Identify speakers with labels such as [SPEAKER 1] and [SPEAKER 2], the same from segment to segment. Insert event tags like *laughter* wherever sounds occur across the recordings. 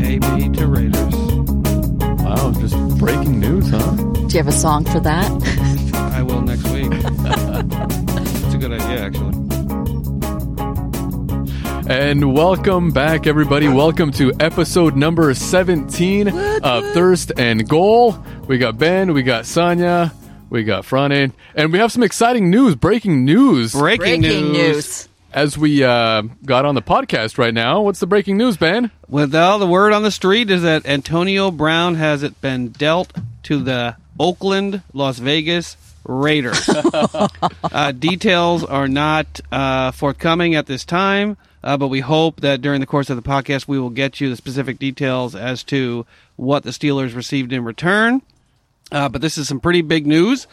[SPEAKER 1] AB to Raiders.
[SPEAKER 2] Wow, just breaking news, huh?
[SPEAKER 3] Do you have a song for that?
[SPEAKER 1] I will next week. It's a good idea, actually.
[SPEAKER 2] And welcome back, everybody. Welcome to episode number 17 of Thirst and Goal. We got Ben, we got Sonia, we got Franin, and we have some exciting news, breaking news,
[SPEAKER 1] Breaking,
[SPEAKER 2] as we uh, got on the podcast right now. What's the breaking news, Ben?
[SPEAKER 1] Well, the word on the street is that Antonio Brown has it been dealt to the Oakland, Las Vegas Raiders. uh, details are not uh, forthcoming at this time, uh, but we hope that during the course of the podcast, we will get you the specific details as to what the Steelers received in return. Uh, but this is some pretty big news.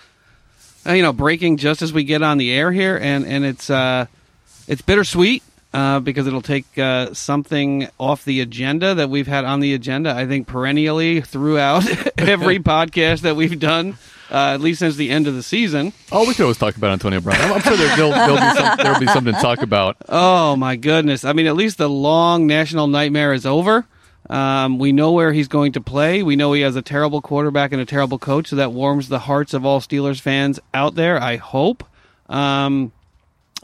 [SPEAKER 1] Uh, you know, breaking just as we get on the air here, and and it's uh, it's bittersweet uh, because it'll take uh, something off the agenda that we've had on the agenda. I think perennially throughout *laughs* every podcast that we've done, uh, at least since the end of the season.
[SPEAKER 2] Oh, we could always talk about Antonio Brown. I'm, I'm sure there, there'll, there'll, be some, there'll be something to talk about.
[SPEAKER 1] Oh my goodness! I mean, at least the long national nightmare is over. Um, we know where he's going to play. We know he has a terrible quarterback and a terrible coach, so that warms the hearts of all Steelers fans out there. I hope. Um,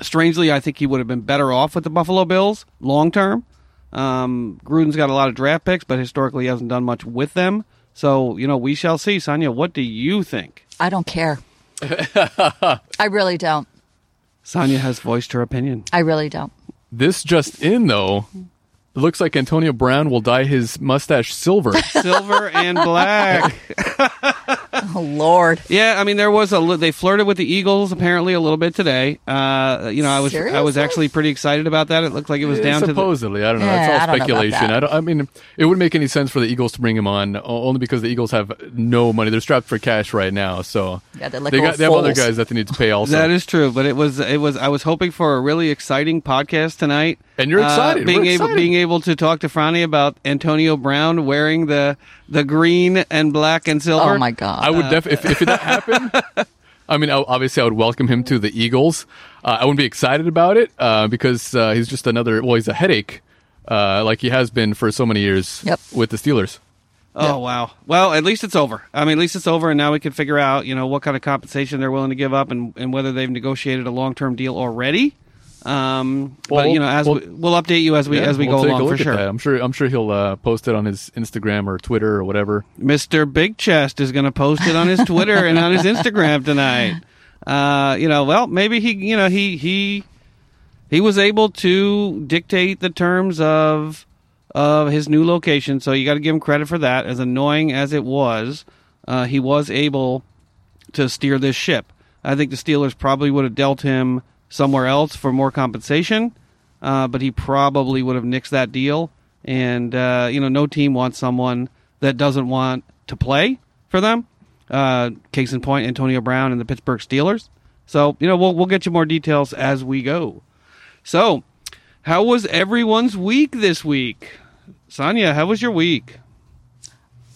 [SPEAKER 1] strangely, I think he would have been better off with the Buffalo Bills long term. Um, Gruden's got a lot of draft picks, but historically he hasn't done much with them. So you know, we shall see. Sonia, what do you think?
[SPEAKER 3] I don't care. I really don't.
[SPEAKER 1] Sonia has voiced her opinion.
[SPEAKER 3] I really don't.
[SPEAKER 2] This just in, though, it looks like Antonio Brown will dye his mustache silver.
[SPEAKER 1] Silver and black.
[SPEAKER 3] Oh Lord.
[SPEAKER 1] Yeah, I mean there was a li- they flirted with the Eagles apparently a little bit today. Uh, you know, I was I was
[SPEAKER 3] Seriously?
[SPEAKER 1] actually pretty excited about that. It looked like it was down to the
[SPEAKER 2] supposedly. I don't know.
[SPEAKER 3] Yeah,
[SPEAKER 2] it's
[SPEAKER 3] I
[SPEAKER 2] all
[SPEAKER 3] don't know about
[SPEAKER 2] speculation.
[SPEAKER 3] that.
[SPEAKER 2] I, don't, I mean, it wouldn't make any sense for the Eagles to bring him on o- only because the Eagles have no money. They're strapped for cash right now. So
[SPEAKER 3] Yeah, they're like
[SPEAKER 2] they,
[SPEAKER 3] little
[SPEAKER 2] got, they have other
[SPEAKER 3] foals.
[SPEAKER 2] guys that they need to pay
[SPEAKER 1] *laughs*
[SPEAKER 2] also.
[SPEAKER 1] That is true, but it was it was I was hoping for a really exciting podcast tonight. Uh,
[SPEAKER 2] And you're excited.
[SPEAKER 1] being
[SPEAKER 2] We're
[SPEAKER 1] able
[SPEAKER 2] excited.
[SPEAKER 1] being able to talk to Franny about Antonio Brown wearing the the green and black and silver.
[SPEAKER 3] Oh my God.
[SPEAKER 2] I would definitely if,
[SPEAKER 1] *laughs*
[SPEAKER 2] if that happened. I mean, I, obviously, I would welcome him to the Eagles. Uh, I wouldn't be excited about it uh, because uh, he's just another. Well, he's a headache, uh, like he has been for so many years
[SPEAKER 3] Yep.
[SPEAKER 2] with the Steelers.
[SPEAKER 1] Oh wow. Well, at least it's over. I mean, at least it's over, and now we can figure out you know what kind of compensation they're willing to give up, and, and whether they've negotiated a long term deal already. Um,
[SPEAKER 2] Well,
[SPEAKER 1] but you know, as
[SPEAKER 2] well-
[SPEAKER 1] we, we'll update you as we
[SPEAKER 2] Yeah,
[SPEAKER 1] as we
[SPEAKER 2] we'll
[SPEAKER 1] go
[SPEAKER 2] take a
[SPEAKER 1] along
[SPEAKER 2] look
[SPEAKER 1] for
[SPEAKER 2] at that.
[SPEAKER 1] sure.
[SPEAKER 2] I'm sure. I'm sure he'll uh, post it on his Instagram or Twitter or whatever.
[SPEAKER 1] Mister Big Chest is going to post it on his Twitter and on his Instagram
[SPEAKER 2] *laughs*
[SPEAKER 1] tonight. Uh, you know, well, maybe he, you know, he he he was able to dictate the terms of of his new location. So you got to give him credit for that. As annoying as it was, uh, he was able to steer this ship. I think the Steelers probably would have dealt him somewhere else for more compensation, uh, but he probably would have nixed that deal. And uh, you know, no team wants someone that doesn't want to play for them. Uh, case in point, Antonio Brown and the Pittsburgh Steelers. So you know, we'll we'll get you more details as we go. So, how was everyone's week this week? Sonia, how was your week?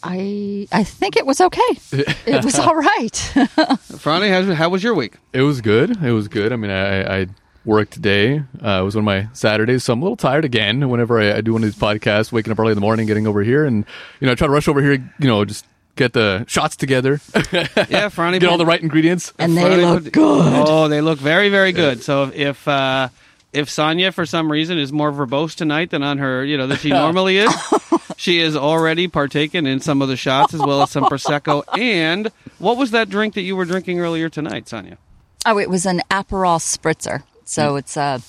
[SPEAKER 3] I I think it was okay. it was all right.
[SPEAKER 1] Friday, how, how was your week?
[SPEAKER 2] It was good. It was good. I mean, I, I worked today. Uh, it was one of my Saturdays, so I'm a little tired again. Whenever I, I do one of these podcasts, waking up early in the morning, getting over here, and you know, I try to rush over here. You know, just get the shots together, *laughs*
[SPEAKER 1] Yeah, *laughs* Franny.
[SPEAKER 2] get all the right ingredients.
[SPEAKER 3] *laughs* And
[SPEAKER 1] Friday
[SPEAKER 3] they
[SPEAKER 1] put-
[SPEAKER 3] look good.
[SPEAKER 1] Oh, they look very, very good. So if if, uh, if Sonia for some reason is more verbose tonight than on her, you know,
[SPEAKER 2] *laughs*
[SPEAKER 1] that she normally is, she is already partaken in some of the shots as well as some prosecco. And what was that drink that you were drinking earlier tonight, Sonia?
[SPEAKER 3] Oh, it was an Aperol spritzer. So it's a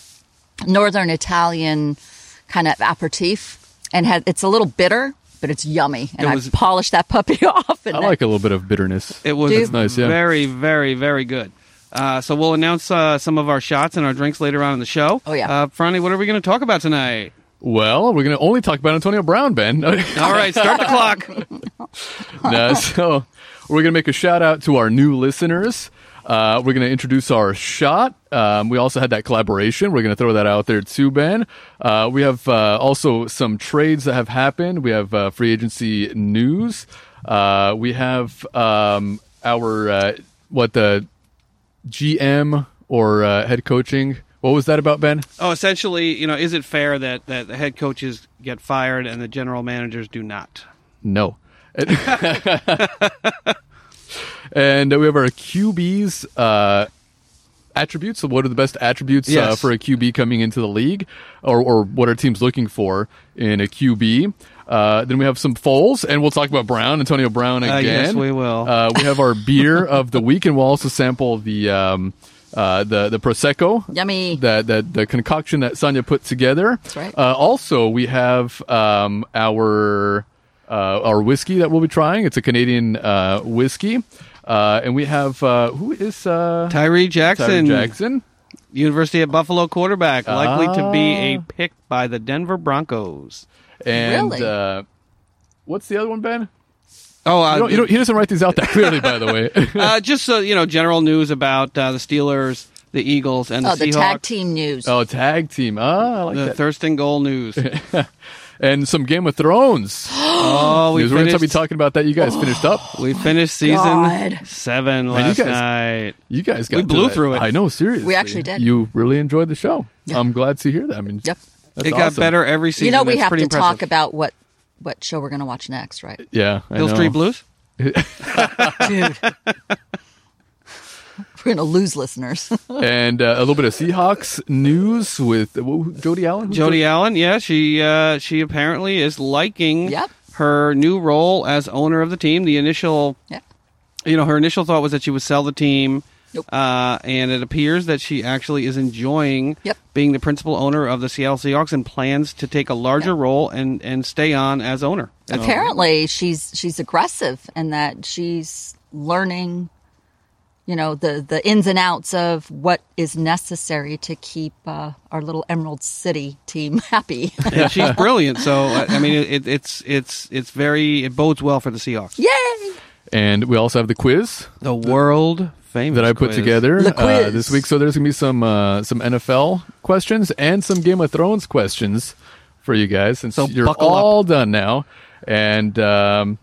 [SPEAKER 3] northern Italian kind of aperitif and had it's a little bitter, but it's yummy. And
[SPEAKER 1] It
[SPEAKER 3] I
[SPEAKER 1] was-
[SPEAKER 3] polished that puppy *laughs* off and
[SPEAKER 2] I
[SPEAKER 3] then-
[SPEAKER 2] like a little bit of bitterness.
[SPEAKER 1] It was
[SPEAKER 3] That's
[SPEAKER 2] nice, yeah.
[SPEAKER 1] very, very, very good. Uh, so we'll announce uh, some of our shots and our drinks later on in the show.
[SPEAKER 3] Oh, yeah.
[SPEAKER 1] uh, Franny, what are we going to talk about tonight?
[SPEAKER 2] Well, we're going to only talk about Antonio Brown, Ben. *laughs*
[SPEAKER 1] All right, start the clock.
[SPEAKER 2] No, so we're going to make a shout out to our new listeners. Uh, we're going to introduce our shot. Um, we also had that collaboration. We're going to throw that out there too, Ben. Uh, we have uh, also some trades that have happened. We have uh, free agency news. Uh, we have um, our uh, what the GM or uh, head coaching. What was that about, Ben?
[SPEAKER 1] Oh, essentially, you know, is it fair that that the head coaches get fired and the general managers do not?
[SPEAKER 2] No. *laughs* and we have our QBs uh, attributes. So what are the best attributes uh,
[SPEAKER 1] Yes.
[SPEAKER 2] for a QB coming into the league, or, or what are teams looking for in a QB? Uh, then we have some foals, and we'll talk about Brown, Antonio Brown again.
[SPEAKER 1] yes, we will.
[SPEAKER 2] Uh, we have our
[SPEAKER 1] *laughs*
[SPEAKER 2] beer of the week, and we'll also sample the um, uh, the the prosecco.
[SPEAKER 3] Yummy.
[SPEAKER 2] That that the concoction that Sonia put together. That's
[SPEAKER 3] right.
[SPEAKER 2] Uh, also, we have um, our uh, our whiskey that we'll be trying. It's a Canadian uh, whiskey, uh, and we have uh, who is uh,
[SPEAKER 1] Tyree
[SPEAKER 2] Tyron
[SPEAKER 1] Jackson,
[SPEAKER 2] Jackson.
[SPEAKER 1] University of Buffalo quarterback, likely to be a
[SPEAKER 2] Ah.
[SPEAKER 1] pick by the Denver Broncos.
[SPEAKER 2] And
[SPEAKER 3] Really?
[SPEAKER 2] uh, what's the other one, Ben?
[SPEAKER 1] Oh, uh,
[SPEAKER 2] You don't, you don't, he doesn't write these out that clearly, by
[SPEAKER 1] *laughs*
[SPEAKER 2] the way.
[SPEAKER 1] uh, just so you know, general news about uh, the Steelers, the Eagles, and the
[SPEAKER 3] Oh, the tag
[SPEAKER 1] Seahawks.
[SPEAKER 3] team news.
[SPEAKER 2] oh, tag team. Ah, I like
[SPEAKER 1] the
[SPEAKER 2] that.
[SPEAKER 1] Thurston Goal
[SPEAKER 2] *laughs*
[SPEAKER 1] news.
[SPEAKER 2] and some Game of Thrones.
[SPEAKER 1] oh, we
[SPEAKER 2] Because we're going to
[SPEAKER 1] finished,
[SPEAKER 2] be talking about that. You guys finished up.
[SPEAKER 1] we finished season
[SPEAKER 3] God.
[SPEAKER 1] seven
[SPEAKER 2] Man, you
[SPEAKER 1] last
[SPEAKER 2] guys-
[SPEAKER 1] night.
[SPEAKER 2] You guys got
[SPEAKER 1] We
[SPEAKER 2] to
[SPEAKER 1] blew
[SPEAKER 2] that.
[SPEAKER 1] through it.
[SPEAKER 2] I know, seriously.
[SPEAKER 3] We actually did.
[SPEAKER 2] You really enjoyed the show.
[SPEAKER 3] Yeah.
[SPEAKER 2] I'm glad to hear that. I mean,
[SPEAKER 3] Yep.
[SPEAKER 2] that's
[SPEAKER 1] It got
[SPEAKER 2] awesome.
[SPEAKER 1] better every season.
[SPEAKER 3] you know we
[SPEAKER 1] That's
[SPEAKER 3] have to
[SPEAKER 1] pretty
[SPEAKER 3] talk
[SPEAKER 1] impressive.
[SPEAKER 3] about what what show we're going to watch next, right? *laughs*
[SPEAKER 2] Yeah, I
[SPEAKER 1] Hill
[SPEAKER 2] know.
[SPEAKER 1] Street Blues.
[SPEAKER 3] Dude. we're going to lose listeners. *laughs*
[SPEAKER 2] and uh, a little bit of Seahawks news with who- Jody Allen. Who's
[SPEAKER 1] Jody Allen, yeah, she uh, she apparently is liking
[SPEAKER 3] Yep.
[SPEAKER 1] her new role as owner of the team. The initial,
[SPEAKER 3] yeah.
[SPEAKER 1] you know, her initial thought was that she would sell the team,
[SPEAKER 3] Nope.
[SPEAKER 1] uh, and it appears that she actually is enjoying
[SPEAKER 3] Yep.
[SPEAKER 1] being the principal owner of the Seattle Seahawks and plans to take a larger role and and stay on as owner. And-
[SPEAKER 3] Apparently, she's she's aggressive and that she's learning you know the the ins and outs of what is necessary to keep uh, our little Emerald City
[SPEAKER 1] *laughs*
[SPEAKER 3] team *laughs* happy.
[SPEAKER 1] and she's brilliant. So I I mean, it, it's it's it's very it bodes well for the Seahawks.
[SPEAKER 3] Yay!
[SPEAKER 2] And we also have the quiz
[SPEAKER 1] The world famous
[SPEAKER 2] that I put
[SPEAKER 1] quiz.
[SPEAKER 2] together
[SPEAKER 3] The
[SPEAKER 2] Uh,
[SPEAKER 3] quiz.
[SPEAKER 2] this week. So there's gonna be some uh, some NFL questions and some Game of Thrones questions for you guys. Since
[SPEAKER 1] So
[SPEAKER 2] you're
[SPEAKER 1] buckle up.
[SPEAKER 2] all done now, and um,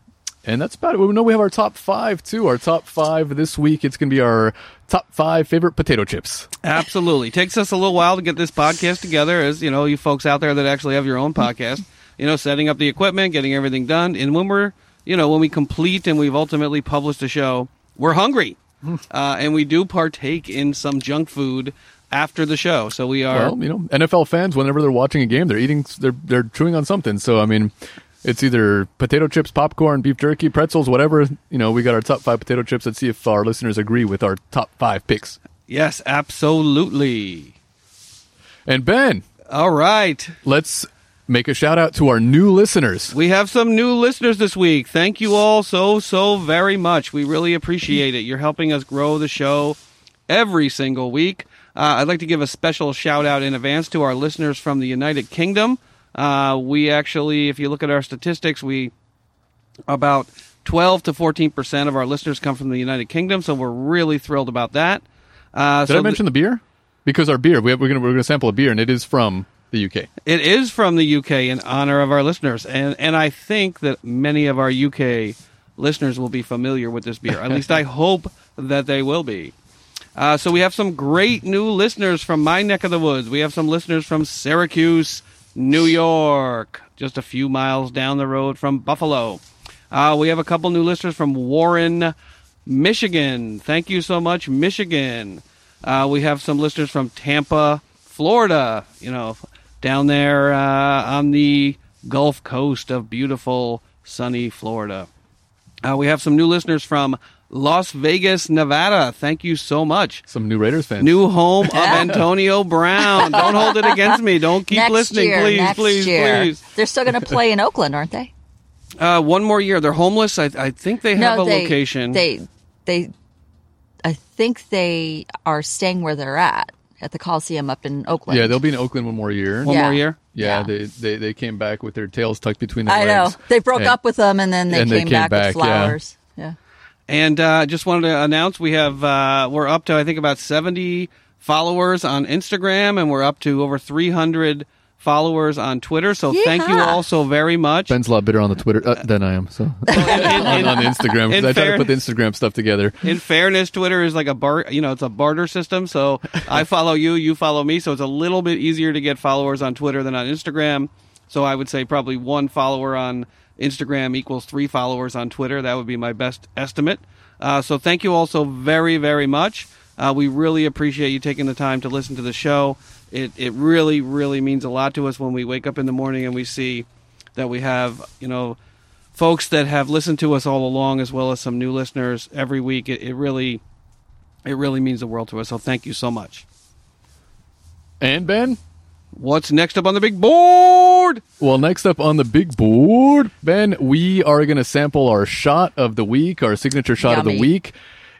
[SPEAKER 2] and that's about it. We know we have our top five too. Our top five this week. It's gonna be our top five favorite potato chips.
[SPEAKER 1] Absolutely. Takes us a little while to get this podcast together, as you know, you folks out there that actually have your own podcast, you know, setting up the equipment, getting everything done. And when we're, you know, when we complete and we've ultimately published a show, we're hungry. Uh, and we do partake in some junk food after the show. So we are.
[SPEAKER 2] Well, you know, NFL fans, whenever they're watching a game, they're eating, they're they're chewing on something. So I mean, it's either potato chips, popcorn, beef jerky, pretzels, whatever. You know, we got our top five potato chips. Let's see if our listeners agree with our top five picks.
[SPEAKER 1] yes, absolutely.
[SPEAKER 2] And Ben,
[SPEAKER 1] All right.
[SPEAKER 2] let's make a shout out to our new listeners.
[SPEAKER 1] We have some new listeners this week. Thank you all so, so very much. We really appreciate it. You're helping us grow the show every single week. Uh, I'd like to give a special shout out in advance to our listeners from the United Kingdom. Uh, we actually, if you look at our statistics, we about 12 to 14 percent of our listeners come from the United Kingdom, so we're really thrilled about that. Uh,
[SPEAKER 2] Did
[SPEAKER 1] so
[SPEAKER 2] I mention the beer? Because our beer, we have, we're gonna we're gonna sample a beer, and it is from the UK.
[SPEAKER 1] It is from the UK in honor of our listeners, and and I think that many of our UK listeners will be familiar with this beer. At least I hope that they will be. Uh, so we have some great new listeners from my neck of the woods. We have some listeners from Syracuse, New York, just a few miles down the road from Buffalo. Uh, we have a couple new listeners from Warren, Michigan. Thank you so much, Michigan. Uh, we have some listeners from Tampa, Florida. You know, down there uh, on the Gulf Coast of beautiful, sunny Florida. Uh, we have some new listeners from Las Vegas, Nevada. Thank you so much.
[SPEAKER 2] Some new Raiders fans.
[SPEAKER 1] New home of Antonio Brown. Don't hold it against me. Don't keep
[SPEAKER 3] next
[SPEAKER 1] listening,
[SPEAKER 3] year,
[SPEAKER 1] please,
[SPEAKER 3] next
[SPEAKER 1] please,
[SPEAKER 3] year.
[SPEAKER 1] please.
[SPEAKER 3] They're still going to play in Oakland, aren't they?
[SPEAKER 1] Uh, one more year. They're homeless. I, I think they have a
[SPEAKER 3] they,
[SPEAKER 1] location.
[SPEAKER 3] They, they, I think they are staying where they're at at the Coliseum up in Oakland.
[SPEAKER 2] yeah, they'll be in Oakland one more year.
[SPEAKER 1] One
[SPEAKER 3] Yeah.
[SPEAKER 1] more year.
[SPEAKER 2] Yeah,
[SPEAKER 3] Yeah.
[SPEAKER 2] They, they they came back with their tails tucked between their
[SPEAKER 3] I know
[SPEAKER 2] legs.
[SPEAKER 3] they broke
[SPEAKER 2] And-
[SPEAKER 3] up with them, and then they,
[SPEAKER 2] and they
[SPEAKER 3] came,
[SPEAKER 2] came
[SPEAKER 3] back,
[SPEAKER 2] back, yeah.
[SPEAKER 3] with flowers. Yeah.
[SPEAKER 1] And uh, just wanted to announce we have uh, we're up to I think about seventy followers on Instagram, and we're up to over three hundred followers on Twitter. So thank you
[SPEAKER 3] Yeah.
[SPEAKER 1] all so very much. *laughs*
[SPEAKER 2] Ben's a lot better on the Twitter uh, than I am.
[SPEAKER 3] *laughs*
[SPEAKER 2] So on, on the Instagram,
[SPEAKER 1] in
[SPEAKER 2] because I try to
[SPEAKER 1] fair-
[SPEAKER 2] put the Instagram stuff together.
[SPEAKER 1] In fairness, Twitter is like a bar, you know, it's a barter system. So I follow you, you follow me. So it's a little bit easier to get followers on Twitter than on Instagram. So I would say probably one follower on Instagram equals three followers on Twitter. That would be my best estimate. Uh, so thank you all so very, very much. Uh, we really appreciate you taking the time to listen to the show. It, it really, really means a lot to us when we wake up in the morning and we see that we have, you know, folks that have listened to us all along as well as some new listeners every week it, it really it really means the world to us so thank you so much
[SPEAKER 2] And Ben,
[SPEAKER 1] what's next up on the big board
[SPEAKER 2] Well, next up on the big board, Ben, we are going to sample our shot of the week, our signature shot of the
[SPEAKER 3] Yummy.
[SPEAKER 2] week.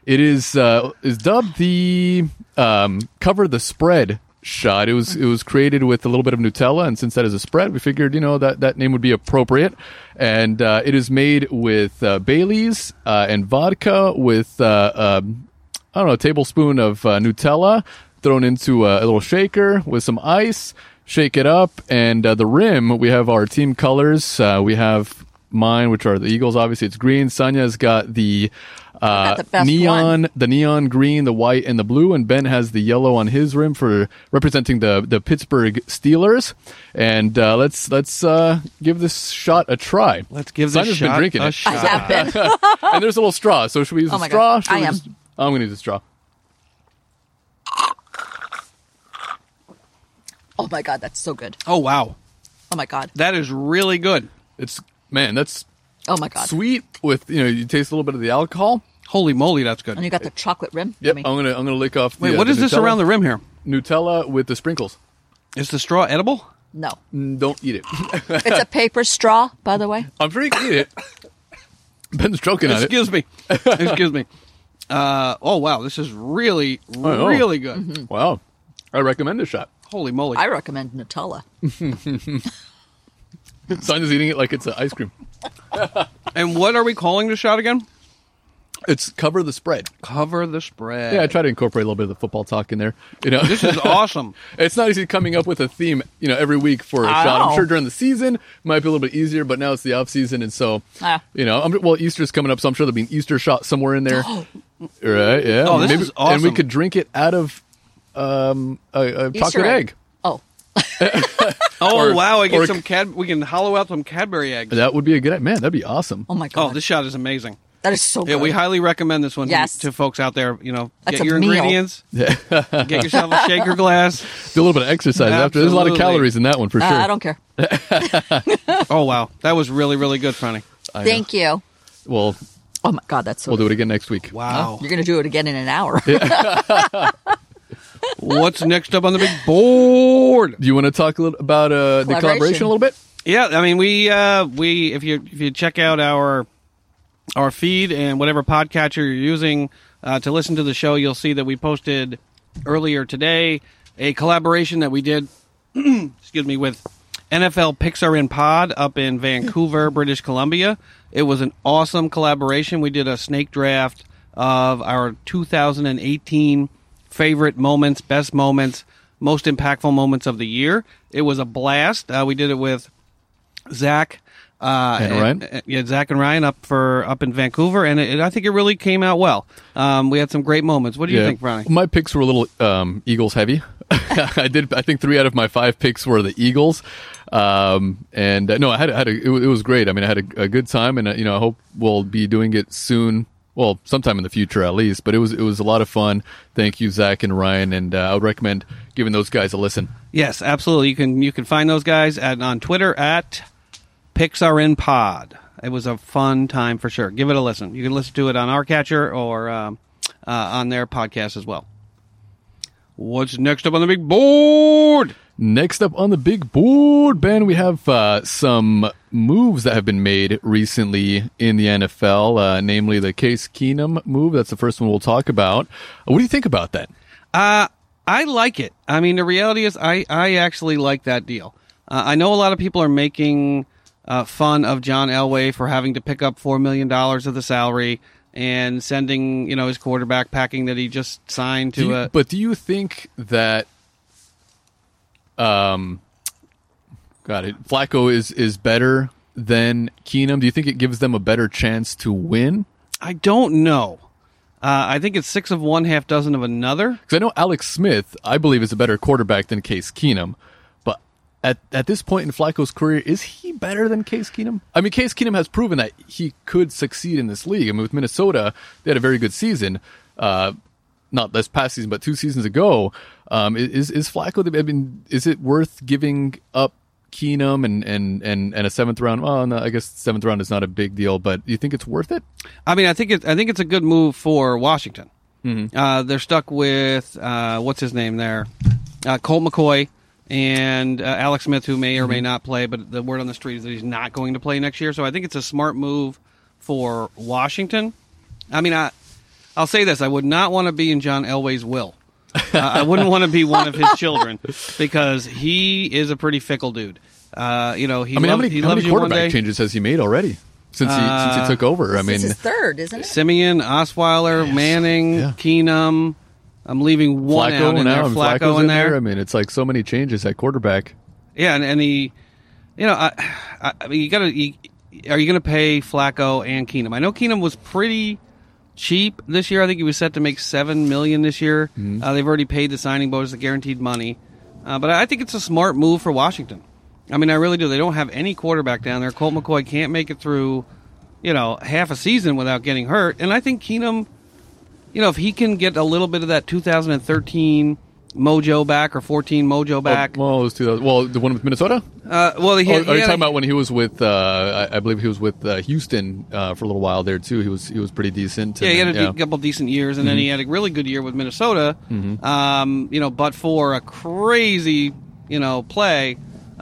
[SPEAKER 2] It is uh, is dubbed the um, cover the spread shot. It was it was created with a little bit of Nutella, and since that is a spread, we figured you know that that name would be appropriate. And uh, it is made with uh, Bailey's uh, and vodka with uh, um, I don't know, a tablespoon of uh, Nutella thrown into a, a little shaker with some ice. Shake it up, and uh, the rim. We have our team colors. Uh, we have mine, which are the Eagles. Obviously, it's green. Sonya's got the uh,
[SPEAKER 3] Got the best
[SPEAKER 2] neon,
[SPEAKER 3] one.
[SPEAKER 2] the neon green, the white, and the blue. And Ben has the yellow on his rim for representing the the Pittsburgh Steelers. And uh, let's let's uh, give this shot a try.
[SPEAKER 1] let's give this
[SPEAKER 2] Sonya's
[SPEAKER 1] shot
[SPEAKER 2] been drinking
[SPEAKER 1] a
[SPEAKER 2] it. *laughs*
[SPEAKER 1] shot
[SPEAKER 2] and there's a little straw. So should we use
[SPEAKER 3] Oh
[SPEAKER 2] a
[SPEAKER 3] my
[SPEAKER 2] straw?
[SPEAKER 3] God.
[SPEAKER 2] Should
[SPEAKER 3] I
[SPEAKER 2] we
[SPEAKER 3] am.
[SPEAKER 2] just- I'm going to use a straw.
[SPEAKER 3] Oh my god, that's so good.
[SPEAKER 1] oh wow
[SPEAKER 3] Oh my god.
[SPEAKER 1] that is really good
[SPEAKER 2] It's man, that's
[SPEAKER 3] Oh my god.
[SPEAKER 2] sweet with you know you taste a little bit of the alcohol.
[SPEAKER 1] holy moly that's good
[SPEAKER 3] And you got the chocolate rim.
[SPEAKER 2] Yep,
[SPEAKER 3] I
[SPEAKER 2] I'm
[SPEAKER 3] mean,
[SPEAKER 2] gonna I'm gonna lick off. The,
[SPEAKER 1] wait
[SPEAKER 2] uh,
[SPEAKER 1] what is this
[SPEAKER 2] Nutella-
[SPEAKER 1] around the rim here
[SPEAKER 2] Nutella with the sprinkles?
[SPEAKER 1] is the straw edible
[SPEAKER 2] *laughs*
[SPEAKER 3] no.
[SPEAKER 2] Mm, Don't
[SPEAKER 1] *laughs*
[SPEAKER 2] eat it.
[SPEAKER 3] It's a paper straw, by the way.
[SPEAKER 2] I'm sure you can eat
[SPEAKER 1] *laughs*
[SPEAKER 2] it. Ben's joking on it.
[SPEAKER 1] excuse
[SPEAKER 2] *laughs*
[SPEAKER 1] me excuse me uh, oh wow this is really
[SPEAKER 2] know.
[SPEAKER 1] really good
[SPEAKER 2] Wow, I recommend this shot.
[SPEAKER 1] holy moly
[SPEAKER 3] I recommend Nutella.
[SPEAKER 2] Sonya's eating it like it's uh, ice cream.
[SPEAKER 1] and what are we calling the shot again
[SPEAKER 2] It's cover the spread.
[SPEAKER 1] cover the spread
[SPEAKER 2] Yeah, I try to incorporate a little bit of the football talk in there. You know,
[SPEAKER 1] this is awesome
[SPEAKER 2] *laughs* It's not easy coming up with a theme, you know, every week for a
[SPEAKER 3] I
[SPEAKER 2] shot. I'm
[SPEAKER 3] know.
[SPEAKER 2] sure during the season it might be a little bit easier, but now it's the off season, and so
[SPEAKER 3] Ah.
[SPEAKER 2] you know, I'm, well, Easter's coming up, so I'm sure there'll be an Easter shot somewhere in there, right? Yeah.
[SPEAKER 1] Oh, this is awesome.
[SPEAKER 2] And we could drink it out of um, a, a chocolate egg.
[SPEAKER 3] Oh,
[SPEAKER 1] Oh
[SPEAKER 2] Or-
[SPEAKER 1] wow! I
[SPEAKER 2] or-
[SPEAKER 1] get some cad. We can hollow out some Cadbury eggs.
[SPEAKER 2] That would be a good man. That'd be awesome. *laughs*
[SPEAKER 3] oh my
[SPEAKER 1] Oh,
[SPEAKER 3] god.
[SPEAKER 1] this shot is amazing.
[SPEAKER 3] that is so
[SPEAKER 1] Yeah,
[SPEAKER 3] good.
[SPEAKER 1] we highly recommend this one
[SPEAKER 3] Yes.
[SPEAKER 1] to, to folks out there. You know,
[SPEAKER 3] That's
[SPEAKER 1] get
[SPEAKER 3] a
[SPEAKER 1] your
[SPEAKER 3] meal.
[SPEAKER 1] ingredients. get yourself a shaker
[SPEAKER 3] *laughs*
[SPEAKER 1] glass.
[SPEAKER 2] Do a little bit of exercise after. There's a lot of
[SPEAKER 1] Absolutely.
[SPEAKER 2] calories in that one for
[SPEAKER 3] Uh,
[SPEAKER 2] sure.
[SPEAKER 3] I don't care.
[SPEAKER 1] Oh wow, that was really really good, Franny.
[SPEAKER 2] I know.
[SPEAKER 3] Thank you.
[SPEAKER 2] Well,
[SPEAKER 3] Oh my god, that's so
[SPEAKER 2] we'll
[SPEAKER 3] good.
[SPEAKER 2] do it again next week.
[SPEAKER 1] Wow.
[SPEAKER 3] You're gonna do it again in an hour. *laughs*
[SPEAKER 1] What's next up on the big board?
[SPEAKER 2] Do you want to talk a little about uh, the
[SPEAKER 3] Collaboration.
[SPEAKER 2] collaboration a little bit?
[SPEAKER 1] Yeah, I mean we uh we if you if you check out our our feed and whatever podcatcher you're using uh, to listen to the show, you'll see that we posted earlier today a collaboration that we did excuse me, with NFL Pixar in Pod up in Vancouver, British Columbia. It was an awesome collaboration. We did a snake draft of our 2018 favorite moments, best moments, most impactful moments of the year. It was a blast. Uh, we did it with Zach. Uh,
[SPEAKER 2] And Ryan.
[SPEAKER 1] uh, yeah, Zach and Ryan up for up in Vancouver, and it, I think it really came out well. Um, we had some great moments. What do you think, Ronnie?
[SPEAKER 2] My picks were a little um, Eagles heavy. *laughs* I did. I think three out of my five picks were the Eagles. Um, and uh, no, I had, I had a, it, wa- it was great. I mean, I had a, a good time, and uh, you know, I hope we'll be doing it soon. Well, sometime in the future, at least. But it was it was a lot of fun. Thank you, Zach and Ryan, and uh, I would recommend giving those guys a listen.
[SPEAKER 1] Yes, absolutely. You can you can find those guys at on Twitter at Pixar in Pod. It was a fun time for sure. Give it a listen. You can listen to it on our catcher or um, uh, on their podcast as well. What's next up on the big board?
[SPEAKER 2] Next up on the big board, Ben, we have uh, some moves that have been made recently in the NFL, uh, namely the Case Keenum move. That's the first one we'll talk about. What do you think about that?
[SPEAKER 1] Uh, I like it. I mean, the reality is, I, I actually like that deal. Uh, I know a lot of people are making uh, fun of John Elway for having to pick up $4 million of the salary and sending, you know, his quarterback packing that he just signed
[SPEAKER 2] Do
[SPEAKER 1] to
[SPEAKER 2] you-
[SPEAKER 1] a.
[SPEAKER 2] but do you think that um Got it. Flacco is is better than Keenum. Do you think it gives them a better chance to win?
[SPEAKER 1] I don't know. Uh, I think it's six of one, half dozen of another.
[SPEAKER 2] Because I know Alex Smith, I believe, is a better quarterback than Case Keenum. But at at this point in Flacco's career, is he better than Case Keenum? I mean, Case Keenum has proven that he could succeed in this league. I mean, with Minnesota, they had a very good season. Uh, not this past season, but two seasons ago. Um, is is Flacco? the- I mean, is it worth giving up Keenum and and and, and a seventh round? Well, no, I guess seventh round is not a big deal, but you think it's worth it?
[SPEAKER 1] I mean, I think it, I think it's a good move for Washington.
[SPEAKER 2] Mm-hmm.
[SPEAKER 1] Uh, they're stuck with uh, what's his name there, uh, Colt McCoy and uh, Alex Smith, who may or
[SPEAKER 2] Mm-hmm.
[SPEAKER 1] may not play. But the word on the street is that he's not going to play next year. So I think it's a smart move for Washington. I mean, I I'll say this: I would not want to be in John Elway's will. Uh, I wouldn't want to be one
[SPEAKER 2] *laughs*
[SPEAKER 1] of his children because he is a pretty fickle dude. Uh, you know, he
[SPEAKER 2] I mean,
[SPEAKER 1] loves,
[SPEAKER 2] how many,
[SPEAKER 1] he
[SPEAKER 2] how
[SPEAKER 1] loves
[SPEAKER 2] many
[SPEAKER 1] you one day. Uh,
[SPEAKER 2] quarterback changes has he made already since he since he took over? I mean,
[SPEAKER 3] this is third, isn't it?
[SPEAKER 1] Simeon, Osweiler, Manning,
[SPEAKER 2] Yeah.
[SPEAKER 1] Keenum. I'm leaving one out
[SPEAKER 2] Flacco
[SPEAKER 1] in
[SPEAKER 2] now,
[SPEAKER 1] there.
[SPEAKER 2] and
[SPEAKER 1] Flacco
[SPEAKER 2] Flacco's
[SPEAKER 1] in there.
[SPEAKER 2] I mean, it's like so many changes at quarterback. Oh,
[SPEAKER 1] Yeah, and, and he, you know, I, I, I mean, you gotta. You, are you gonna pay Flacco and Keenum? I know Keenum was pretty cheap this year. I think he was set to make seven million this year. Uh, they've already paid the signing bonus, the guaranteed money. Uh, but I think it's a smart move for Washington. I mean, I really do. They don't have any quarterback down there. Colt McCoy can't make it through, you know, half a season without getting hurt. And I think Keenum you know, if he can get a little bit of that 2013 mojo back or 14 mojo back.
[SPEAKER 2] Well, it was 2000, well, the one with Minnesota.
[SPEAKER 1] Uh, well, he,
[SPEAKER 2] Oh, are
[SPEAKER 1] he had
[SPEAKER 2] you talking
[SPEAKER 1] a-
[SPEAKER 2] about when he was with? Uh, I, I believe he was with uh, Houston uh, for a little while there too. He was he was pretty decent.
[SPEAKER 1] Yeah,
[SPEAKER 2] and
[SPEAKER 1] he had a
[SPEAKER 2] then- Mm-hmm.
[SPEAKER 1] de- couple decent years, and then he had a really good year with Minnesota. Um, you know, but for a crazy, you know, play,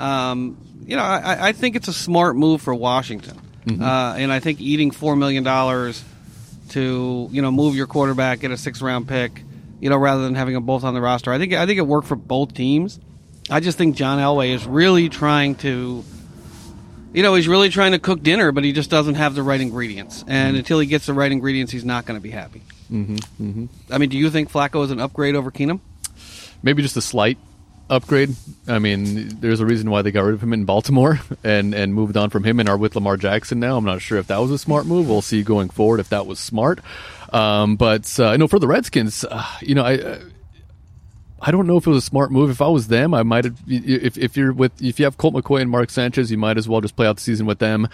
[SPEAKER 1] um, you know, I, I- I think it's a smart move for Washington,
[SPEAKER 2] Mm-hmm.
[SPEAKER 1] uh, and I think eating four million dollars to you know move your quarterback, get a six round pick, you know, rather than having them both on the roster, I think I think it worked for both teams. I just think John Elway is really trying to you know, he's really trying to cook dinner, but he just doesn't have the right ingredients. And until he gets the right ingredients, he's not going to be happy. Mm-hmm, I mean, do you think Flacco is an upgrade over Keenum?
[SPEAKER 2] maybe just a slight upgrade. I mean, there's a reason why they got rid of him in Baltimore *laughs* and and moved on from him and are with Lamar Jackson now. I'm not sure if that was a smart move. We'll see going forward if that was smart. Um, but uh, no, for the Redskins, uh, you know, I. I don't know if it was a smart move. If I was them, I might have. If, if you're with, if you have Colt McCoy and Mark Sanchez, you might as well just play out the season with them.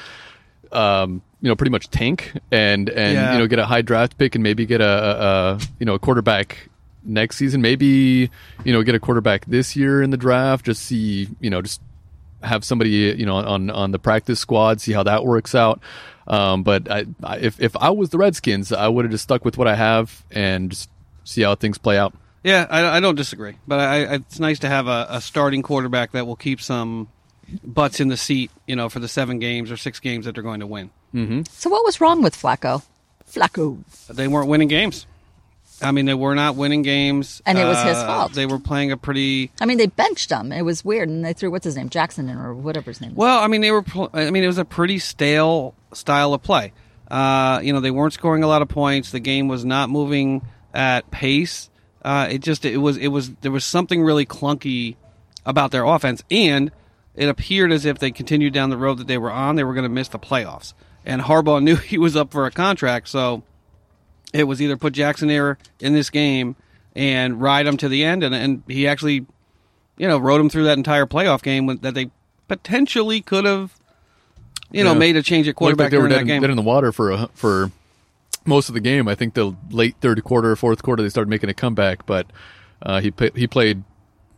[SPEAKER 2] Um, you know, pretty much tank and and
[SPEAKER 1] Yeah.
[SPEAKER 2] you know get a high draft pick and maybe get a, a, a you know a quarterback next season. Maybe you know get a quarterback this year in the draft. Just see you know just have somebody you know on on the practice squad, see how that works out. Um, but I, I, if if I was the Redskins, I would have just stuck with what I have and just see how things play out.
[SPEAKER 1] Yeah, I, I don't disagree. But I, I, it's nice to have a, a starting quarterback that will keep some butts in the seat, you know, for the seven games or six games that they're going to win.
[SPEAKER 3] So what was wrong with Flacco? Flacco.
[SPEAKER 1] They weren't winning games. I mean, they were not winning games. uh,
[SPEAKER 3] And it was his fault.
[SPEAKER 1] They were playing a pretty.
[SPEAKER 3] I mean, they benched him. It was weird, and they threw what's his name Jackson in or whatever his name. was.
[SPEAKER 1] Well, I mean, they were. Pl- I mean, it was a pretty stale style of play. Uh, you know, they weren't scoring a lot of points. The game was not moving at pace. Uh, it just it was it was there was something really clunky about their offense, and it appeared as if they continued down the road that they were on. They were going to miss the playoffs, and Harbaugh *laughs* knew he was up for a contract, so it was either put Jackson there in this game and ride him to the end, and, and he actually, you know, rode him through that entire playoff game when, that they potentially could have, you know,
[SPEAKER 2] Yeah.
[SPEAKER 1] made a change at
[SPEAKER 2] Looked
[SPEAKER 1] quarterback
[SPEAKER 2] they were
[SPEAKER 1] during
[SPEAKER 2] dead,
[SPEAKER 1] that
[SPEAKER 2] in-
[SPEAKER 1] game.
[SPEAKER 2] dead in the water for a, for most of the game. I think the late third quarter, fourth quarter, they started making a comeback, but uh, he pa- he played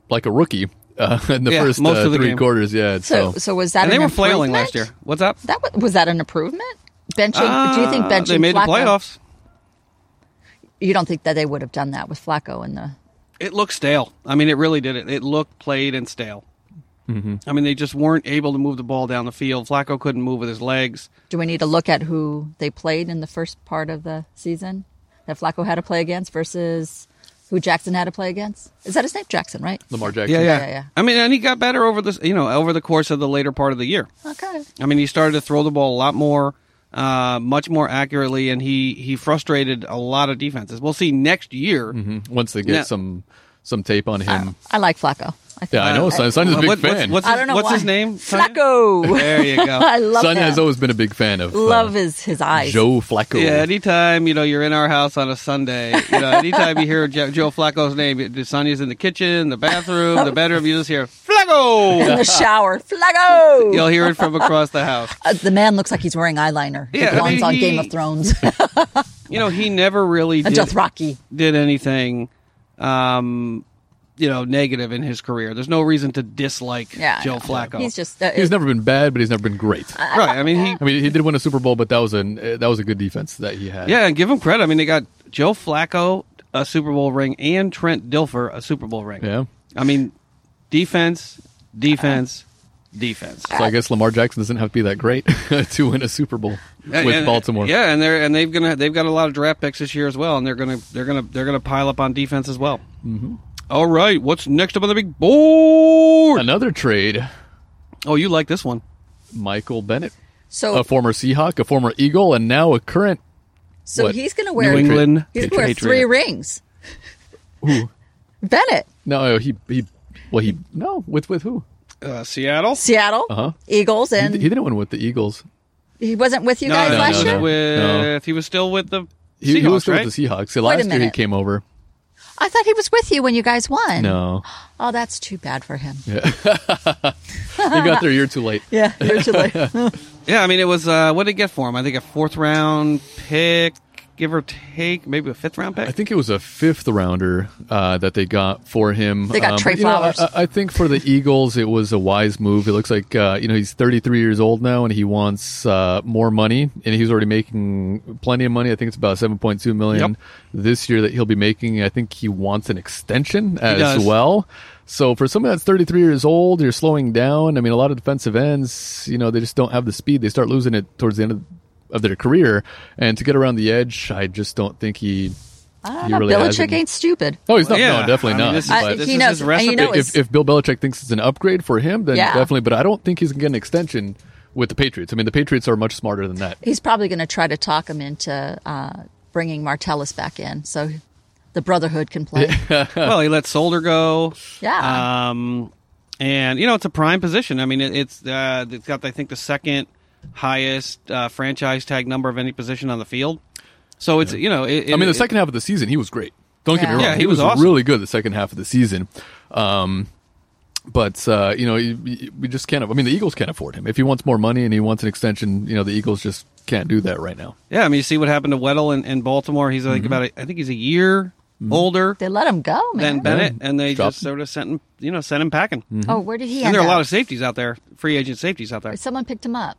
[SPEAKER 2] like a rookie uh, *laughs* in the
[SPEAKER 1] Yeah,
[SPEAKER 2] first
[SPEAKER 1] most
[SPEAKER 2] uh,
[SPEAKER 1] of the
[SPEAKER 2] three
[SPEAKER 1] game.
[SPEAKER 2] quarters. Yeah, uh, and
[SPEAKER 3] so,
[SPEAKER 2] so,
[SPEAKER 3] so was that
[SPEAKER 1] and
[SPEAKER 3] an
[SPEAKER 1] they were flailing
[SPEAKER 3] improvement?
[SPEAKER 1] last year. What's up?
[SPEAKER 3] That wa- was that an improvement? Benching? do you think
[SPEAKER 1] Ah,
[SPEAKER 3] benching?
[SPEAKER 1] They made
[SPEAKER 3] Flacco,
[SPEAKER 1] the playoffs.
[SPEAKER 3] You don't think that they would have done that with Flacco in the?
[SPEAKER 1] It looked stale. I mean, it really did. It it looked played and stale.
[SPEAKER 2] Mm-hmm.
[SPEAKER 1] I mean, they just weren't able to move the ball down the field. Flacco couldn't move with his legs.
[SPEAKER 3] Do we need to look at who they played in the first part of the season that Flacco had to play against versus who Jackson had to play against? Is that his name, Jackson? Right?
[SPEAKER 2] Lamar Jackson.
[SPEAKER 3] yeah. yeah.
[SPEAKER 1] I mean, and he got better over this, you know, over the course of the later part of the year.
[SPEAKER 3] Okay.
[SPEAKER 1] I mean, he started to throw the ball a lot more, uh, much more accurately,
[SPEAKER 2] Mm-hmm.
[SPEAKER 1] and he he frustrated a lot of defenses. We'll see next year.
[SPEAKER 2] Once they get
[SPEAKER 1] Yeah.
[SPEAKER 2] some some tape on him.
[SPEAKER 3] I like Flacco. I think
[SPEAKER 2] Yeah, I know. Son, Sonya's a big
[SPEAKER 1] What- what's-
[SPEAKER 2] fan.
[SPEAKER 1] What's,
[SPEAKER 3] I
[SPEAKER 1] his,
[SPEAKER 3] don't know
[SPEAKER 1] what's
[SPEAKER 3] why.
[SPEAKER 1] his name? Sonia?
[SPEAKER 3] Flacco.
[SPEAKER 1] There you
[SPEAKER 3] *laughs*
[SPEAKER 1] go.
[SPEAKER 3] I love
[SPEAKER 2] Sonia
[SPEAKER 3] him.
[SPEAKER 2] has always been a big fan of uh,
[SPEAKER 3] love his his eyes.
[SPEAKER 2] Joe Flacco.
[SPEAKER 1] Yeah, anytime you know you're in our house on a Sunday, you know, anytime you hear jo- Joe Flacco's name, it- Sonia's in the kitchen, the bathroom, the bedroom, you just hear
[SPEAKER 3] *laughs* in
[SPEAKER 1] Flacco.
[SPEAKER 3] the
[SPEAKER 1] *laughs*
[SPEAKER 3] shower. Flacco.
[SPEAKER 1] You'll hear it from across the house.
[SPEAKER 3] Uh, the man looks like he's wearing eyeliner.
[SPEAKER 1] Yeah, I
[SPEAKER 3] he belongs
[SPEAKER 1] mean,
[SPEAKER 3] on
[SPEAKER 1] he-
[SPEAKER 3] Game of Thrones *laughs*
[SPEAKER 1] You know, he never really
[SPEAKER 3] and
[SPEAKER 1] did,
[SPEAKER 3] Dothraki.
[SPEAKER 1] did anything, um, you know, negative in his career. There's no reason to dislike
[SPEAKER 3] Yeah, I
[SPEAKER 1] Joe
[SPEAKER 3] know.
[SPEAKER 1] Flacco.
[SPEAKER 3] He's just uh,
[SPEAKER 2] He's never been bad, but he's never been great. I
[SPEAKER 1] right. I mean,
[SPEAKER 3] *laughs*
[SPEAKER 1] he
[SPEAKER 2] mean, he did win a Super Bowl, but that was an uh, that was a good defense that he had.
[SPEAKER 1] Yeah, and give him credit. I mean, they got Joe Flacco a Super Bowl ring and Trent Dilfer a Super Bowl ring.
[SPEAKER 2] Yeah.
[SPEAKER 1] I mean, defense, defense, defense
[SPEAKER 2] So I guess Lamar Jackson doesn't have to be that great *laughs* to win a Super Bowl
[SPEAKER 1] And-
[SPEAKER 2] with
[SPEAKER 1] and-
[SPEAKER 2] Baltimore.
[SPEAKER 1] Yeah, and they're and they've gonna they've got a lot of draft picks this year as well, and they're gonna they're gonna they're gonna pile up on defense as well. Mm-hmm. right, what's next up on the big board?
[SPEAKER 2] Another trade,
[SPEAKER 1] Oh, you like this one?
[SPEAKER 2] Michael Bennett,
[SPEAKER 3] so
[SPEAKER 2] a former Seahawk, a former Eagle, and now a current.
[SPEAKER 3] so
[SPEAKER 2] what?
[SPEAKER 3] he's going to wear
[SPEAKER 1] New England
[SPEAKER 3] He's going to wear
[SPEAKER 1] Patriot.
[SPEAKER 3] three rings. Bennett,
[SPEAKER 2] No, he he, well he no with with who?
[SPEAKER 1] Uh, Seattle.
[SPEAKER 3] Seattle,
[SPEAKER 2] Uh-huh.
[SPEAKER 3] Eagles,
[SPEAKER 2] He,
[SPEAKER 3] and
[SPEAKER 2] he didn't win with the Eagles.
[SPEAKER 3] he wasn't with you
[SPEAKER 1] No,
[SPEAKER 3] guys
[SPEAKER 1] no,
[SPEAKER 3] last
[SPEAKER 1] he was
[SPEAKER 3] year.
[SPEAKER 2] no.
[SPEAKER 1] with he was still with the
[SPEAKER 2] He,
[SPEAKER 1] Seahawks,
[SPEAKER 2] he was still
[SPEAKER 1] right?
[SPEAKER 2] with the Seahawks. So last year he
[SPEAKER 3] minute.
[SPEAKER 2] came over.
[SPEAKER 3] I thought he was with you when you guys won.
[SPEAKER 2] No,
[SPEAKER 3] Oh, that's too bad for him.
[SPEAKER 2] he got there a year too late.
[SPEAKER 3] Yeah, *laughs* usually. yeah,
[SPEAKER 1] Yeah, I mean, it was uh, what did it get for him? I think a fourth round pick, give or take, maybe a fifth round pick.
[SPEAKER 2] I think it was a fifth rounder uh, that they got for him. Um,
[SPEAKER 3] They got Trey
[SPEAKER 2] but, you know,
[SPEAKER 3] Flowers.
[SPEAKER 2] I, I think for
[SPEAKER 3] *laughs*
[SPEAKER 2] the Eagles, it was a wise move. It looks like uh, you know he's 33 years old now, and he wants uh, more money, and he's already making plenty of money. I think it's about 7.2 million
[SPEAKER 1] Yep.
[SPEAKER 2] this year that he'll be making. I think he wants an extension
[SPEAKER 1] does.
[SPEAKER 2] as well. So for someone that's 33 years old, you're slowing down. I mean, a lot of defensive ends, you know, they just don't have the speed. They start losing it towards the end of, of their career, and to get around the edge, I just don't think he.
[SPEAKER 3] I don't
[SPEAKER 2] He
[SPEAKER 3] know.
[SPEAKER 2] really
[SPEAKER 3] Belichick
[SPEAKER 2] hasn't-
[SPEAKER 3] ain't stupid.
[SPEAKER 2] Oh, he's not.
[SPEAKER 1] Yeah,
[SPEAKER 2] No, definitely
[SPEAKER 1] I mean,
[SPEAKER 2] not.
[SPEAKER 1] this is-
[SPEAKER 3] I-
[SPEAKER 1] but
[SPEAKER 3] Uh, he
[SPEAKER 1] is
[SPEAKER 3] knows,
[SPEAKER 1] his recipe.
[SPEAKER 3] and you know,
[SPEAKER 2] if,
[SPEAKER 3] it's,
[SPEAKER 2] if Bill Belichick thinks it's an upgrade for him, then
[SPEAKER 3] Yeah.
[SPEAKER 2] definitely. But I don't think he's going to get an extension with the Patriots. I mean, the Patriots are much smarter than that.
[SPEAKER 3] he's probably going to try to talk him into uh, bringing Martellus back in, so the Brotherhood can play.
[SPEAKER 1] well, he let Solder go.
[SPEAKER 3] Yeah.
[SPEAKER 1] Um, and you know, it's a prime position. I mean, it, it's uh, it's got I think the second highest uh, franchise tag number of any position on the field. So it's you know, it,
[SPEAKER 2] I mean, the
[SPEAKER 1] it-
[SPEAKER 2] second half of the season, he was great. Don't get me
[SPEAKER 3] Yeah.
[SPEAKER 2] wrong.
[SPEAKER 1] Yeah, he
[SPEAKER 2] he was,
[SPEAKER 1] was awesome.
[SPEAKER 2] really good the second half of the season. Um, but uh, you know, you- you- we just can't. I mean, the Eagles can't afford him. If he wants more money and he wants an extension, you know, the Eagles just can't do that right now.
[SPEAKER 1] yeah. I mean, you see what happened to Weddle in, in Baltimore. He's
[SPEAKER 2] Mm-hmm.
[SPEAKER 1] like about a, I think he's a year older
[SPEAKER 3] they let him go,
[SPEAKER 1] than
[SPEAKER 3] man.
[SPEAKER 1] Bennett, and they
[SPEAKER 2] Dropped
[SPEAKER 1] just
[SPEAKER 2] Mm-hmm. him.
[SPEAKER 1] sort of sent him, you know, sent him packing.
[SPEAKER 3] oh, where did he
[SPEAKER 1] And
[SPEAKER 3] end
[SPEAKER 1] there are a
[SPEAKER 3] up?
[SPEAKER 1] lot of safeties out there, free agent safeties out there.
[SPEAKER 3] Someone picked him up.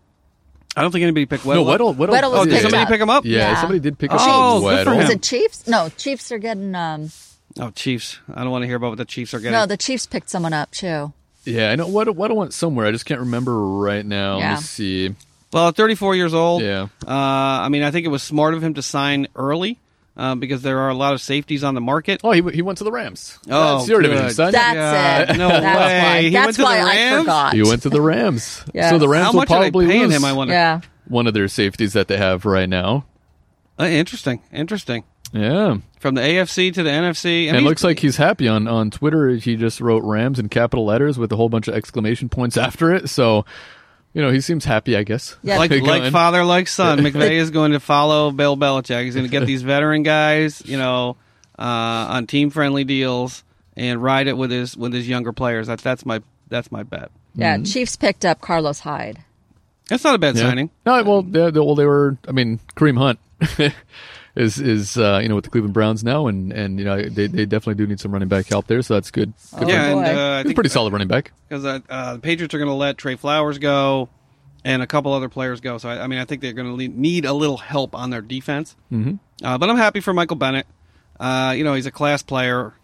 [SPEAKER 1] I don't think anybody picked Weddle.
[SPEAKER 2] No,
[SPEAKER 1] up.
[SPEAKER 2] Weddle. Weddle,
[SPEAKER 3] Weddle was
[SPEAKER 2] did.
[SPEAKER 1] Did somebody
[SPEAKER 3] up.
[SPEAKER 1] pick him up?
[SPEAKER 2] Yeah,
[SPEAKER 3] Yeah.
[SPEAKER 2] somebody did pick up.
[SPEAKER 1] Oh, good for
[SPEAKER 2] Weddle.
[SPEAKER 1] him.
[SPEAKER 3] Is it Chiefs? No, Chiefs are getting. Um,
[SPEAKER 1] Oh, Chiefs. I don't want to hear about what the Chiefs are getting.
[SPEAKER 3] no, the Chiefs picked someone up too.
[SPEAKER 2] Yeah, I know. What what I want somewhere. I just can't remember right now.
[SPEAKER 3] Yeah.
[SPEAKER 2] Let me see.
[SPEAKER 1] well, at 34 years old.
[SPEAKER 2] Yeah.
[SPEAKER 1] Uh, I mean, I think it was smart of him to sign early uh, because there are a lot of safeties on the market.
[SPEAKER 2] Oh, he he went to the Rams.
[SPEAKER 1] Oh,
[SPEAKER 2] That's your
[SPEAKER 1] good.
[SPEAKER 2] division, son.
[SPEAKER 3] That's
[SPEAKER 1] Yeah,
[SPEAKER 3] it.
[SPEAKER 1] no
[SPEAKER 3] That's
[SPEAKER 1] way.
[SPEAKER 3] why.
[SPEAKER 1] He
[SPEAKER 3] That's
[SPEAKER 1] went to the
[SPEAKER 3] why I
[SPEAKER 1] Rams?
[SPEAKER 3] forgot.
[SPEAKER 2] he went to the
[SPEAKER 3] *laughs*
[SPEAKER 2] Rams.
[SPEAKER 3] Yeah.
[SPEAKER 2] So the Rams
[SPEAKER 1] How
[SPEAKER 2] will
[SPEAKER 1] much are they
[SPEAKER 2] probably
[SPEAKER 1] paying
[SPEAKER 2] lose
[SPEAKER 1] him? I wonder.
[SPEAKER 3] yeah.
[SPEAKER 2] one of their safeties that they have right now.
[SPEAKER 1] Uh, interesting. Interesting.
[SPEAKER 2] Yeah,
[SPEAKER 1] From the AFC to the NFC. I
[SPEAKER 2] and
[SPEAKER 1] mean,
[SPEAKER 2] it looks like he's happy on on Twitter. He just wrote Rams in capital letters with a whole bunch of exclamation points *laughs* after it. So, you know, he seems happy. I guess.
[SPEAKER 3] Yeah.
[SPEAKER 1] like,
[SPEAKER 2] Going.
[SPEAKER 1] like father, like son. McVay is going to follow Bill Belichick. He's going
[SPEAKER 2] *laughs*
[SPEAKER 1] to get these veteran guys, you know, uh, on team friendly deals and ride it with his with his younger players. That's that's my that's my bet.
[SPEAKER 3] Yeah, Chiefs picked up Carlos Hyde.
[SPEAKER 1] That's not a bad
[SPEAKER 2] Yeah.
[SPEAKER 1] signing.
[SPEAKER 2] No, well, they, they, well, they were. I mean, Kareem Hunt *laughs* is is uh, you know with the Cleveland Browns now, and and you know they, they definitely do need some running back help there. So that's good. good
[SPEAKER 3] Oh,
[SPEAKER 1] yeah, and
[SPEAKER 3] boy.
[SPEAKER 1] uh, I
[SPEAKER 2] He's a
[SPEAKER 1] think
[SPEAKER 2] pretty solid running back.
[SPEAKER 1] because uh, uh, the Patriots are going to let Trey Flowers go and a couple other players go. So I, I mean, I think they're going to need a little help on their defense. Mm-hmm. Uh, but I'm happy for Michael Bennett. Uh, you know, he's a class player.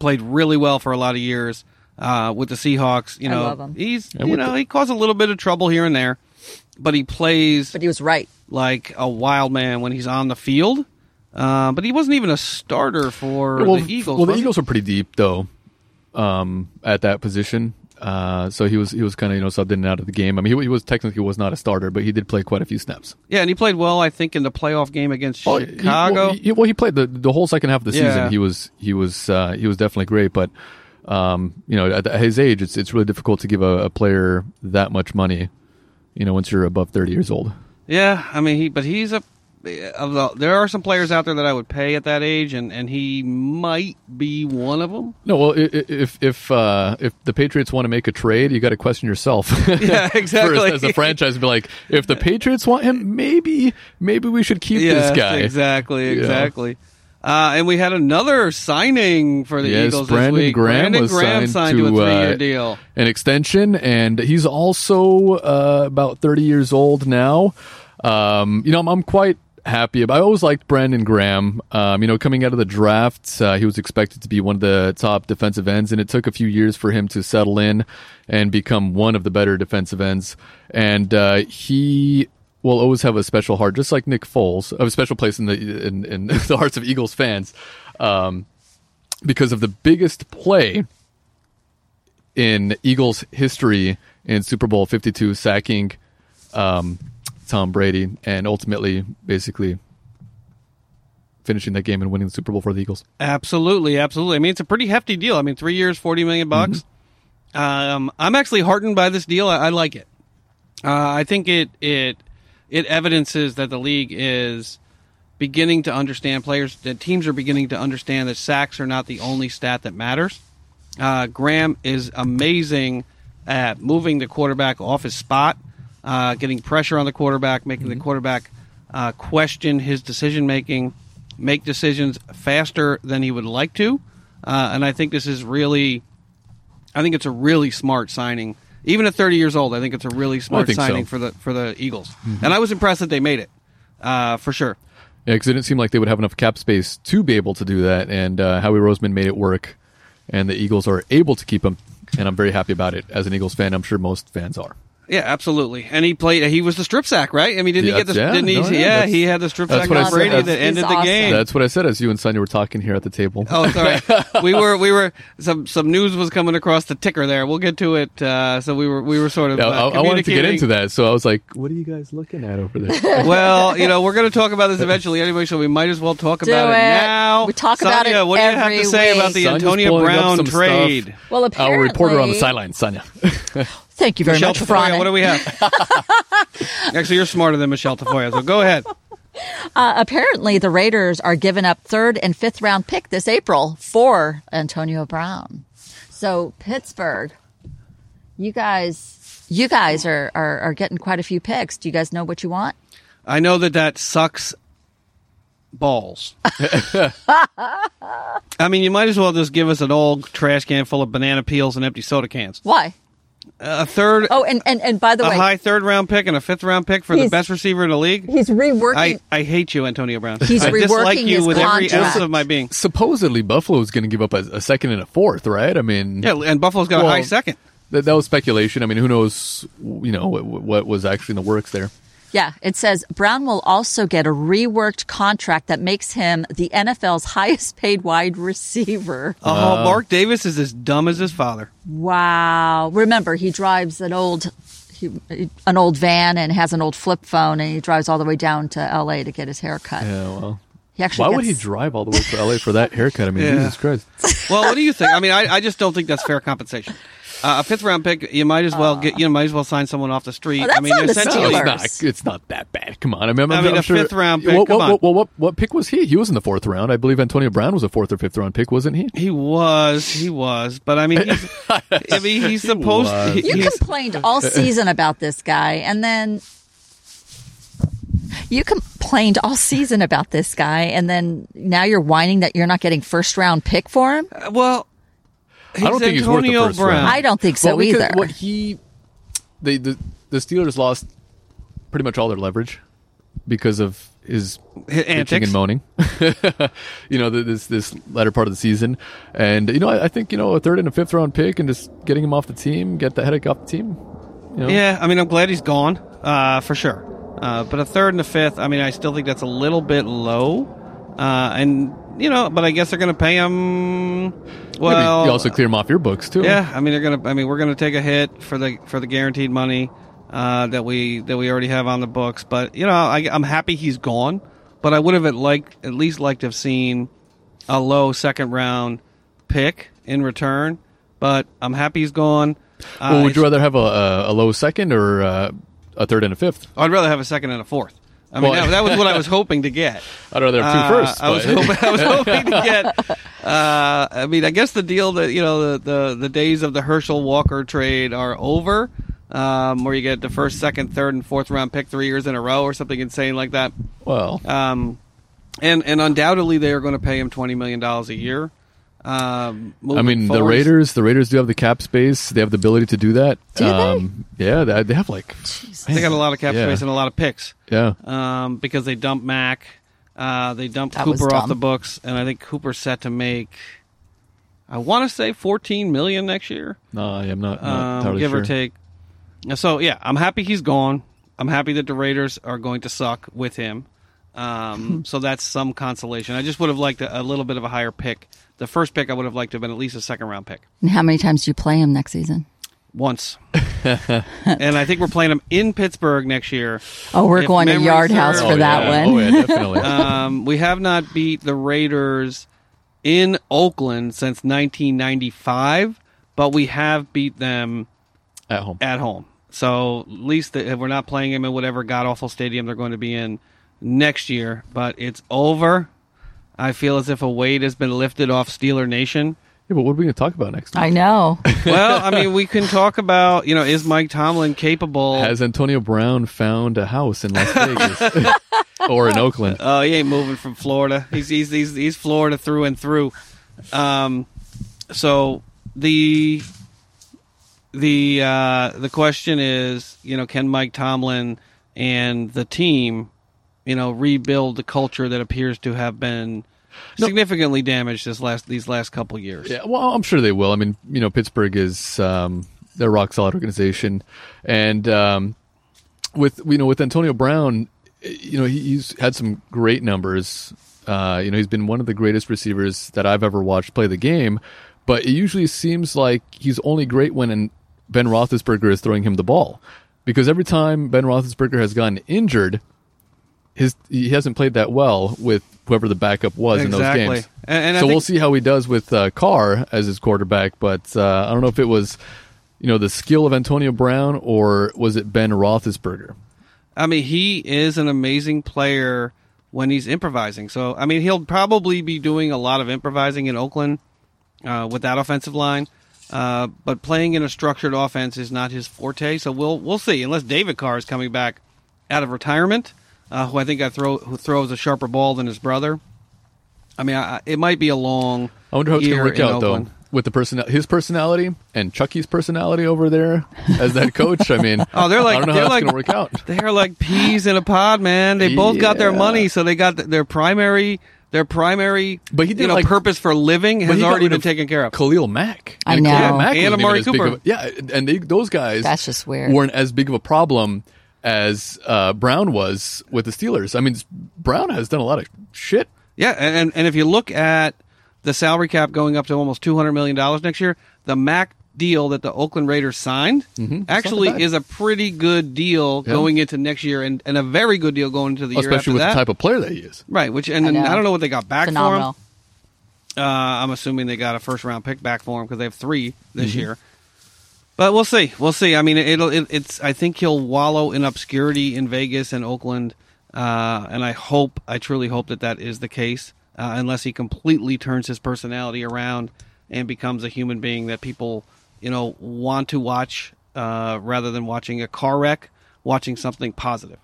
[SPEAKER 1] Played really well for a lot of years uh, with the Seahawks. You
[SPEAKER 3] I
[SPEAKER 1] know,
[SPEAKER 3] love him.
[SPEAKER 1] he's
[SPEAKER 2] And
[SPEAKER 1] you
[SPEAKER 2] with
[SPEAKER 1] know
[SPEAKER 2] the-
[SPEAKER 1] he caused a little bit of trouble here and there, but he plays
[SPEAKER 3] But he was right.
[SPEAKER 1] like a wild man when he's on the field. Uh, but he wasn't even a starter for
[SPEAKER 2] well,
[SPEAKER 1] the Eagles.
[SPEAKER 2] well, the
[SPEAKER 1] was he?
[SPEAKER 2] Eagles are pretty deep though um, at that position. Uh, so he was he was kind of you know subbed in and out of the game. I mean, he, he was technically was not a starter, but he did play quite a few snaps.
[SPEAKER 1] Yeah, and he played well, I think, in the playoff game against
[SPEAKER 2] Oh, he-
[SPEAKER 1] Chicago.
[SPEAKER 2] Well he, well, he played the, the whole second half of the
[SPEAKER 1] Yeah.
[SPEAKER 2] season. He was he was uh, he was definitely great, but um, you know at, at his age, it's it's really difficult to give a, a player that much money. You know, once you're above thirty years old.
[SPEAKER 1] yeah, I mean, he but he's a. Of the, there are some players out there that I would pay at that age, and, and he might be one of them.
[SPEAKER 2] No, well, i- i- if if uh, if the Patriots want to make a trade, you got to question yourself. *laughs*
[SPEAKER 1] Yeah, exactly.
[SPEAKER 2] First, as a franchise, be like, if the Patriots want him, maybe maybe we should keep
[SPEAKER 1] Yes,
[SPEAKER 2] this guy.
[SPEAKER 1] Exactly,
[SPEAKER 2] Yeah.
[SPEAKER 1] exactly. Uh, and we had another signing for the
[SPEAKER 2] Yes,
[SPEAKER 1] Eagles
[SPEAKER 2] Brandon
[SPEAKER 1] this week.
[SPEAKER 2] Graham
[SPEAKER 1] Brandon
[SPEAKER 2] was
[SPEAKER 1] Graham
[SPEAKER 2] signed
[SPEAKER 1] signed
[SPEAKER 2] to,
[SPEAKER 1] to, a three-year
[SPEAKER 2] uh,
[SPEAKER 1] deal.
[SPEAKER 2] an extension, and he's also uh, about 30 years old now. Um, you know, I'm, I'm quite happy. About, I always liked Brandon Graham. Um, you know, coming out of the draft, uh, he was expected to be one of the top defensive ends, and it took a few years for him to settle in and become one of the better defensive ends. And uh, he will always have a special heart, just like Nick Foles, a special place in the in, in *laughs* the hearts of Eagles fans. Um, because of the biggest play in Eagles history in Super Bowl 52, sacking um, Tom Brady and ultimately basically finishing that game and winning the Super Bowl for the Eagles.
[SPEAKER 1] Absolutely, absolutely. I mean, it's a pretty hefty deal. I mean, three years, forty million
[SPEAKER 2] Mm-hmm.
[SPEAKER 1] bucks. Um, I'm actually heartened by this deal. I, I like it. Uh, I think it it it evidences that the league is beginning to understand players. That teams are beginning to understand that sacks are not the only stat that matters. Uh, Graham is amazing at moving the quarterback off his spot, uh, getting pressure on the quarterback, making
[SPEAKER 2] Mm-hmm.
[SPEAKER 1] the quarterback uh, question his decision making, make decisions faster than he would like to. Uh, and I think this is really, I think it's a really smart signing. Even at 30 years old, I think it's a really smart
[SPEAKER 2] think so. Mm-hmm.
[SPEAKER 1] signing for the for the Eagles. And I was impressed that they made it, uh, for sure.
[SPEAKER 2] Yeah, because it didn't seem like they would have enough cap space to be able to do that. And uh, Howie Roseman made it work, and the Eagles are able to keep him. And I'm very happy about it. As an Eagles fan, I'm sure most fans are.
[SPEAKER 1] Yeah, absolutely. And he played. He was the strip sack, right? I mean, didn't he
[SPEAKER 2] Yeah,
[SPEAKER 1] get the?
[SPEAKER 2] yeah,
[SPEAKER 1] didn't he?
[SPEAKER 2] no, yeah,
[SPEAKER 1] yeah,
[SPEAKER 2] that's-
[SPEAKER 1] he had the strip
[SPEAKER 2] that's
[SPEAKER 1] sack
[SPEAKER 2] what I
[SPEAKER 1] on
[SPEAKER 2] said.
[SPEAKER 1] Brady
[SPEAKER 2] That's-
[SPEAKER 1] that ended
[SPEAKER 3] he's
[SPEAKER 1] the
[SPEAKER 3] awesome.
[SPEAKER 1] game.
[SPEAKER 2] That's what I said as you and Sonia were talking here at the table.
[SPEAKER 1] *laughs* Oh,
[SPEAKER 2] *laughs*
[SPEAKER 1] sorry. we were we were some some news was coming across the ticker there. We'll get to it. Uh, so we were we were sort of.
[SPEAKER 2] Yeah,
[SPEAKER 1] uh,
[SPEAKER 2] I, I wanted to get
[SPEAKER 1] communicating-
[SPEAKER 2] into that, so I was like, "What are you guys looking
[SPEAKER 1] *laughs*
[SPEAKER 2] at over there?"
[SPEAKER 1] well, you know, we're going to talk about this eventually anyway, so we might as well talk
[SPEAKER 3] Do
[SPEAKER 1] about it.
[SPEAKER 3] it.
[SPEAKER 1] now.
[SPEAKER 3] We talk
[SPEAKER 1] Sonia,
[SPEAKER 3] about it
[SPEAKER 1] What do you have to
[SPEAKER 3] every
[SPEAKER 1] say about
[SPEAKER 3] week.
[SPEAKER 1] the
[SPEAKER 2] Sonia's
[SPEAKER 1] Antonio
[SPEAKER 2] pulling up
[SPEAKER 1] Brown
[SPEAKER 2] some
[SPEAKER 1] trade?
[SPEAKER 2] stuff.
[SPEAKER 3] Well,
[SPEAKER 2] Our
[SPEAKER 3] apparently,
[SPEAKER 2] reporter on the sideline, Sonia. *laughs*
[SPEAKER 3] Thank you very
[SPEAKER 1] Michelle
[SPEAKER 3] much,
[SPEAKER 1] Tafoya,
[SPEAKER 3] Fran.
[SPEAKER 1] what do we have?
[SPEAKER 3] *laughs*
[SPEAKER 1] Actually, you're smarter than Michelle Tafoya, so go ahead.
[SPEAKER 3] Uh, apparently, the Raiders are giving up third and fifth round pick this April for Antonio Brown. So Pittsburgh, you guys, you guys are, are are getting quite a few picks. Do you guys know what you want?
[SPEAKER 1] I know that that sucks
[SPEAKER 3] *laughs*
[SPEAKER 1] balls. I mean, you might as well just give us an old trash can full of banana peels and empty soda cans.
[SPEAKER 3] Why?
[SPEAKER 1] A third,
[SPEAKER 3] Oh, and and, and by the
[SPEAKER 1] a
[SPEAKER 3] way,
[SPEAKER 1] high third round pick and a fifth round pick for the
[SPEAKER 3] He's-
[SPEAKER 1] best receiver in the league.
[SPEAKER 3] he's reworking.
[SPEAKER 1] I, I hate you, Antonio Brown.
[SPEAKER 3] He's
[SPEAKER 1] I dislike
[SPEAKER 3] reworking
[SPEAKER 1] you
[SPEAKER 3] his
[SPEAKER 1] with every ounce
[SPEAKER 3] contract.
[SPEAKER 1] of my being.
[SPEAKER 2] supposedly Buffalo's going to give up a, a second and a fourth, right? I mean,
[SPEAKER 1] Yeah, and Buffalo's got a
[SPEAKER 2] well,
[SPEAKER 1] high second.
[SPEAKER 2] That, that was speculation. I mean, who knows? You know what, what was actually in the works there?
[SPEAKER 3] yeah, it says Brown will also get a reworked contract that makes him the NFL's highest paid wide receiver.
[SPEAKER 1] Oh, Mark Davis is as dumb as his father.
[SPEAKER 3] Wow! Remember, he drives an old, he, an old van and has an old flip phone, and he drives all the way down to L.A. to get his hair cut.
[SPEAKER 2] Yeah, well,
[SPEAKER 3] He actually
[SPEAKER 2] why would he
[SPEAKER 3] gets-
[SPEAKER 2] drive all the way to LA for that haircut? I mean,
[SPEAKER 1] Yeah.
[SPEAKER 2] Jesus Christ!
[SPEAKER 1] Well, what do you think? I mean, I, I just don't think that's fair compensation. Uh, a fifth round pick, you might as well get, you might as well sign someone off the street.
[SPEAKER 3] Oh, that
[SPEAKER 1] I mean,
[SPEAKER 3] sounded
[SPEAKER 2] No,
[SPEAKER 1] essentially,
[SPEAKER 2] it's
[SPEAKER 3] Steelers.
[SPEAKER 2] not. It's not that bad. Come on. I mean, I'm,
[SPEAKER 1] I
[SPEAKER 2] I'm
[SPEAKER 1] mean, a
[SPEAKER 2] sure,
[SPEAKER 1] fifth-round pick,
[SPEAKER 2] What,
[SPEAKER 1] come
[SPEAKER 2] what,
[SPEAKER 1] on.
[SPEAKER 2] what, what, what pick was he? He was in the fourth round. I believe Antonio Brown was a fourth or fifth round pick, wasn't he?
[SPEAKER 1] He was, he was, but I mean,
[SPEAKER 2] *laughs*
[SPEAKER 1] he's, I mean, he's supposed.
[SPEAKER 2] was.
[SPEAKER 1] he-
[SPEAKER 3] You
[SPEAKER 1] he's,
[SPEAKER 3] complained
[SPEAKER 2] *laughs*
[SPEAKER 3] all season about this guy, and then you complained all season about this guy, and then now you're whining that you're not getting first round pick for him.
[SPEAKER 1] uh, well, he's
[SPEAKER 2] I don't think he's worth the
[SPEAKER 1] Antonio
[SPEAKER 2] first
[SPEAKER 1] Brown.
[SPEAKER 2] round.
[SPEAKER 3] I don't think so
[SPEAKER 2] Well, because
[SPEAKER 3] either.
[SPEAKER 2] What he, they, the the Steelers lost pretty much all their leverage because of his
[SPEAKER 1] His
[SPEAKER 2] bitching
[SPEAKER 1] antics.
[SPEAKER 2] and moaning. *laughs* you know, the, this this latter part of the season, and you know, I, I think you know a third and a fifth round pick, and just getting him off the team, get the headache off the team. You know?
[SPEAKER 1] Yeah, I mean, I'm glad he's gone uh, for sure. Uh, but a third and a fifth, I mean, I still think that's a little bit low. Uh, and you know, but I guess they're going to pay them.
[SPEAKER 2] Maybe
[SPEAKER 1] Well,
[SPEAKER 2] you also clear them off your books too.
[SPEAKER 1] yeah, I mean they're gonna. I mean we're gonna take a hit for the for the guaranteed money uh, that we that we already have on the books. But you know, I, I'm happy he's gone. But I would have at like at least liked to have seen a low second round pick in return. But I'm happy he's gone. Uh,
[SPEAKER 2] Well, would
[SPEAKER 1] it's-
[SPEAKER 2] you rather have a, a, a low second or uh, a third and a fifth?
[SPEAKER 1] I'd rather have a second and a fourth. I mean,
[SPEAKER 2] Well-
[SPEAKER 1] that, that was what I
[SPEAKER 2] *laughs*
[SPEAKER 1] was hoping to get.
[SPEAKER 2] I'd rather have two
[SPEAKER 1] Uh,
[SPEAKER 2] firsts.
[SPEAKER 1] I was
[SPEAKER 2] but- *laughs*
[SPEAKER 1] hoping, I was hoping to get. Uh, I mean, I guess the deal that you know the the, the days of the Herschel Walker trade are over, um, where you get the first, second, third, and fourth round pick three years in a row or something insane like that.
[SPEAKER 2] well,
[SPEAKER 1] Um, and and undoubtedly they are going to pay him twenty million dollars a year. Um,
[SPEAKER 2] I
[SPEAKER 1] moving
[SPEAKER 2] mean, the
[SPEAKER 1] forward.
[SPEAKER 2] Raiders. The Raiders do have the cap space. They have the ability to do that. Um,
[SPEAKER 3] Do they?
[SPEAKER 2] Yeah, they, they have like.
[SPEAKER 1] They got a lot of cap
[SPEAKER 2] Yeah.
[SPEAKER 1] space and a lot of picks.
[SPEAKER 2] Yeah.
[SPEAKER 1] um, because they dumped Mac. Uh, they dumped
[SPEAKER 3] That was
[SPEAKER 1] Cooper off
[SPEAKER 3] dumb.
[SPEAKER 1] the books, and I think Cooper's set to make, I want to say, fourteen million next year,
[SPEAKER 2] No, I am not, not
[SPEAKER 1] um,
[SPEAKER 2] entirely
[SPEAKER 1] give or
[SPEAKER 2] sure.
[SPEAKER 1] take. So yeah, I'm happy he's gone. I'm happy that the Raiders are going to suck with him.
[SPEAKER 3] *laughs*
[SPEAKER 1] Um, so that's some consolation. I just would have liked a, a little bit of a higher pick. The first pick I would have liked to have been at least a second round pick
[SPEAKER 3] And how many times do you play him next season?
[SPEAKER 1] once. and I think we're playing him in Pittsburgh next year.
[SPEAKER 3] Oh, we're
[SPEAKER 1] If
[SPEAKER 3] going to
[SPEAKER 1] memory
[SPEAKER 3] Yard House
[SPEAKER 1] serves-
[SPEAKER 3] for
[SPEAKER 2] oh,
[SPEAKER 3] that
[SPEAKER 2] yeah.
[SPEAKER 3] one.
[SPEAKER 2] Oh
[SPEAKER 1] *laughs*
[SPEAKER 2] yeah, definitely.
[SPEAKER 1] um, we have not beat the Raiders in Oakland since 1995, but we have beat them
[SPEAKER 2] At home.
[SPEAKER 1] at home. So at least that we're not playing them in whatever god awful stadium they're going to be in next year. But it's over. I feel as if a weight has been lifted off Steeler Nation.
[SPEAKER 2] Yeah, but what are we going to talk about next?
[SPEAKER 3] I know.
[SPEAKER 1] Well, I mean, we can talk about you know is Mike Tomlin capable?
[SPEAKER 2] *laughs* Has Antonio Brown found a house in
[SPEAKER 1] *laughs*
[SPEAKER 2] Las Vegas *laughs* or in Oakland?
[SPEAKER 1] Oh, he ain't moving from Florida. He's he's he's, he's Florida through and through. Um, so the the uh, the question is, you know, can Mike Tomlin and the team, you know, rebuild the culture that appears to have been significantly damaged this last these last couple years?
[SPEAKER 2] Yeah, well, I'm sure they will. I mean, you know, Pittsburgh is um, they're a rock solid organization, and um, with you know with Antonio Brown, eh, you know he, he's had some great numbers. Uh, you know, he's been one of the greatest receivers that I've ever watched play the game. But it usually seems like he's only great when an- Ben Roethlisberger is throwing him the ball, because every time Ben Roethlisberger has gotten injured, his he hasn't played that well with whoever the backup was in
[SPEAKER 1] Exactly.
[SPEAKER 2] those games.
[SPEAKER 1] And- and I
[SPEAKER 2] so we'll
[SPEAKER 1] think-
[SPEAKER 2] see how he does with uh, Carr as his quarterback. But uh, I don't know if it was, you know, the skill of Antonio Brown or was it Ben Roethlisberger?
[SPEAKER 1] I mean, he is an amazing player when he's improvising. So, I mean, he'll probably be doing a lot of improvising in Oakland uh, with that offensive line. Uh, but playing in a structured offense is not his forte. So we'll we'll see. Unless David Carr is coming back out of retirement, uh, who I think I throw who throws a sharper ball than his brother. I mean, I, I- it might be a long.
[SPEAKER 2] I wonder how it's going to
[SPEAKER 1] year
[SPEAKER 2] work
[SPEAKER 1] in
[SPEAKER 2] out
[SPEAKER 1] Oakland.
[SPEAKER 2] though with the person his personality and Chucky's personality over there as that coach. I mean,
[SPEAKER 1] *laughs* Oh, they're like
[SPEAKER 2] I don't know
[SPEAKER 1] they're
[SPEAKER 2] how
[SPEAKER 1] like
[SPEAKER 2] it's going to work out.
[SPEAKER 1] They're like peas in a pod, man. They both got their
[SPEAKER 2] Yeah.
[SPEAKER 1] money, so they got th- their primary their primary
[SPEAKER 2] But he did,
[SPEAKER 1] you know,
[SPEAKER 2] like-
[SPEAKER 1] purpose for living
[SPEAKER 2] But
[SPEAKER 1] has
[SPEAKER 2] he got
[SPEAKER 1] already
[SPEAKER 2] rid
[SPEAKER 1] been
[SPEAKER 2] of
[SPEAKER 1] taken care of.
[SPEAKER 2] Khalil Mack.
[SPEAKER 3] I
[SPEAKER 2] And
[SPEAKER 3] know.
[SPEAKER 2] Khalil Mack
[SPEAKER 1] And
[SPEAKER 2] wasn't
[SPEAKER 1] Amari
[SPEAKER 2] even as big
[SPEAKER 1] Cooper.
[SPEAKER 2] of a- yeah, and they, those guys.
[SPEAKER 3] That's just weird.
[SPEAKER 2] Weren't as big of a problem as uh, Brown was with the Steelers. I mean, Brown has done a lot of shit.
[SPEAKER 1] Yeah, and and- and if you look at the salary cap going up to almost two hundred million dollars next year, the Mac deal that the Oakland Raiders signed
[SPEAKER 2] Mm-hmm.
[SPEAKER 1] actually
[SPEAKER 2] bad.
[SPEAKER 1] is a pretty good deal going into next year, and, and a very good deal going into the year after
[SPEAKER 2] Oh, especially with
[SPEAKER 1] that.
[SPEAKER 2] the type of player that he is.
[SPEAKER 1] right, which and,
[SPEAKER 3] I
[SPEAKER 1] and
[SPEAKER 3] know.
[SPEAKER 1] I don't know what they got back for him.
[SPEAKER 3] Phenomenal.
[SPEAKER 1] Uh, I'm assuming they got a first round pick back for him because they have three this year. But we'll see. We'll see. I mean, it'll. It, it's. I think he'll wallow in obscurity in Vegas and Oakland, uh, and I hope. I truly hope that that is the case, uh, unless he completely turns his personality around and becomes a human being that people, you know, want to watch uh, rather than watching a car wreck, watching something positive.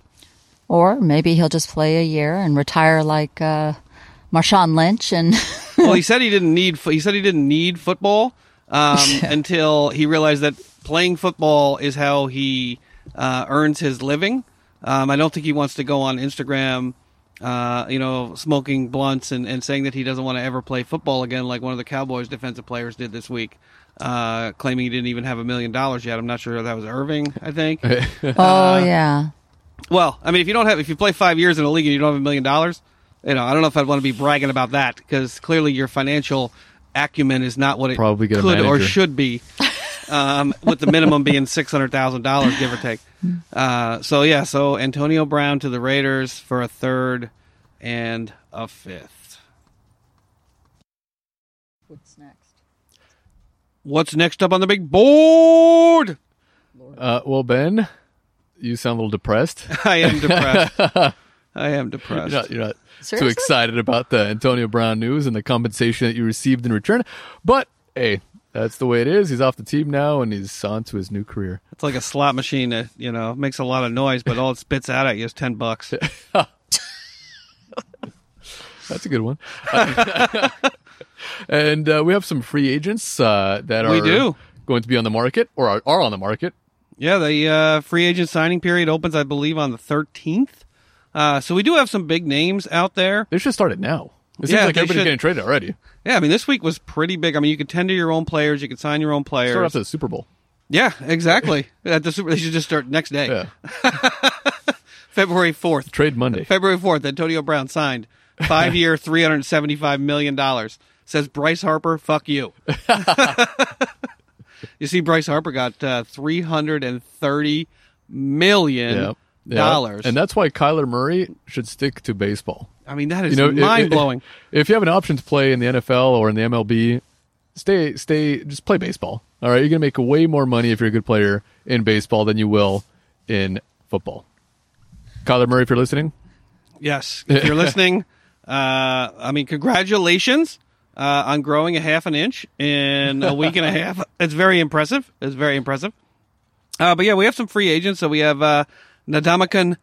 [SPEAKER 3] Or maybe he'll just play a year and retire like uh, Marshawn Lynch and *laughs*
[SPEAKER 1] *laughs* well, he said he didn't need. fo- He said he didn't need football um, until he realized that playing football is how he uh, earns his living. Um, I don't think he wants to go on Instagram, uh, you know, smoking blunts and, and saying that he doesn't want to ever play football again, like one of the Cowboys defensive players did this week, uh, claiming he didn't even have a million dollars yet. I'm not sure if that was Irving. I think.
[SPEAKER 3] oh yeah,
[SPEAKER 1] *laughs* Well, I mean, if you don't have, if you play five years in a league and you don't have a million dollars, you know, I don't know if I'd want to be bragging about that because clearly your financial acumen is not what it
[SPEAKER 2] Probably get a
[SPEAKER 1] could or
[SPEAKER 2] manager.
[SPEAKER 1] should be. Um, with the minimum being six hundred thousand dollars, give or take. Uh, so yeah, so Antonio Brown to the Raiders for a third and a fifth.
[SPEAKER 3] What's next?
[SPEAKER 1] What's next up on the big board? *laughs*
[SPEAKER 2] Uh, well, Ben, you sound a
[SPEAKER 1] *laughs*
[SPEAKER 2] little depressed.
[SPEAKER 1] I am
[SPEAKER 2] *laughs*
[SPEAKER 1] depressed. I am depressed.
[SPEAKER 2] You're not, you're not too
[SPEAKER 3] Seriously?
[SPEAKER 2] excited about the Antonio Brown news and the compensation that you received in return. But hey, that's the way it is. He's off the team now and he's on to his new career.
[SPEAKER 1] It's like a slot machine that you know makes a lot of noise, but all it spits out at you is ten bucks.
[SPEAKER 2] That's a good one. Uh, *laughs* and uh, we have some free agents uh, that are
[SPEAKER 1] We do.
[SPEAKER 2] going to be on the market or are, are on the market.
[SPEAKER 1] Yeah, the uh, free agent signing period opens, I believe, on the thirteenth. Uh, so we do have some big names out there.
[SPEAKER 2] They should start it now. It seems
[SPEAKER 1] Yeah,
[SPEAKER 2] like
[SPEAKER 1] they
[SPEAKER 2] everybody's
[SPEAKER 1] should.
[SPEAKER 2] getting traded already.
[SPEAKER 1] Yeah, I mean, this week was pretty big. I mean, you could tender your own players, you could sign your own players.
[SPEAKER 2] Start after the Super Bowl.
[SPEAKER 1] yeah, exactly. *laughs* At the Super- they should just start next day, *laughs*
[SPEAKER 2] Yeah.
[SPEAKER 1] February fourth.
[SPEAKER 2] Trade Monday.
[SPEAKER 1] February fourth, Antonio Brown signed five
[SPEAKER 2] *laughs*
[SPEAKER 1] year, three hundred seventy five million dollars. Says Bryce Harper, "Fuck
[SPEAKER 2] *laughs*
[SPEAKER 1] you." you see, Bryce Harper got uh, three hundred and thirty million
[SPEAKER 2] Yeah. Yeah.
[SPEAKER 1] dollars.
[SPEAKER 2] And that's why Kyler Murray should stick to baseball.
[SPEAKER 1] I mean, that is
[SPEAKER 2] you know, i- i-
[SPEAKER 1] mind blowing.
[SPEAKER 2] If, you have an option to play in the NFL or in the MLB, stay, stay, just play baseball. All right, you're gonna make way more money if you're a good player in baseball than you will in football. Kyler Murray, if you're listening,
[SPEAKER 1] Yes, if you're listening, uh, I mean, congratulations uh, on growing a half an inch in a week and a half. It's very impressive. It's very impressive. Uh, but yeah, we have some free agents. So we have uh, Nadamakan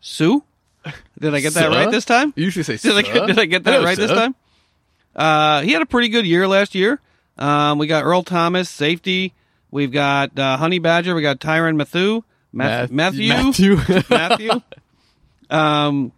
[SPEAKER 1] Sue. Did I get that
[SPEAKER 2] Sir?
[SPEAKER 1] right this time?
[SPEAKER 2] You usually say,
[SPEAKER 1] *laughs* Did I
[SPEAKER 2] "Sir."
[SPEAKER 1] get, did I get that
[SPEAKER 2] Hello,
[SPEAKER 1] right this
[SPEAKER 2] sir.
[SPEAKER 1] time? Uh, he had a pretty good year last year. Um, we got Earl Thomas, safety. We've got uh, Honey Badger. We got Tyron Matthew. Math- Matthew. *laughs*
[SPEAKER 2] Matthew.
[SPEAKER 1] Matthew. um,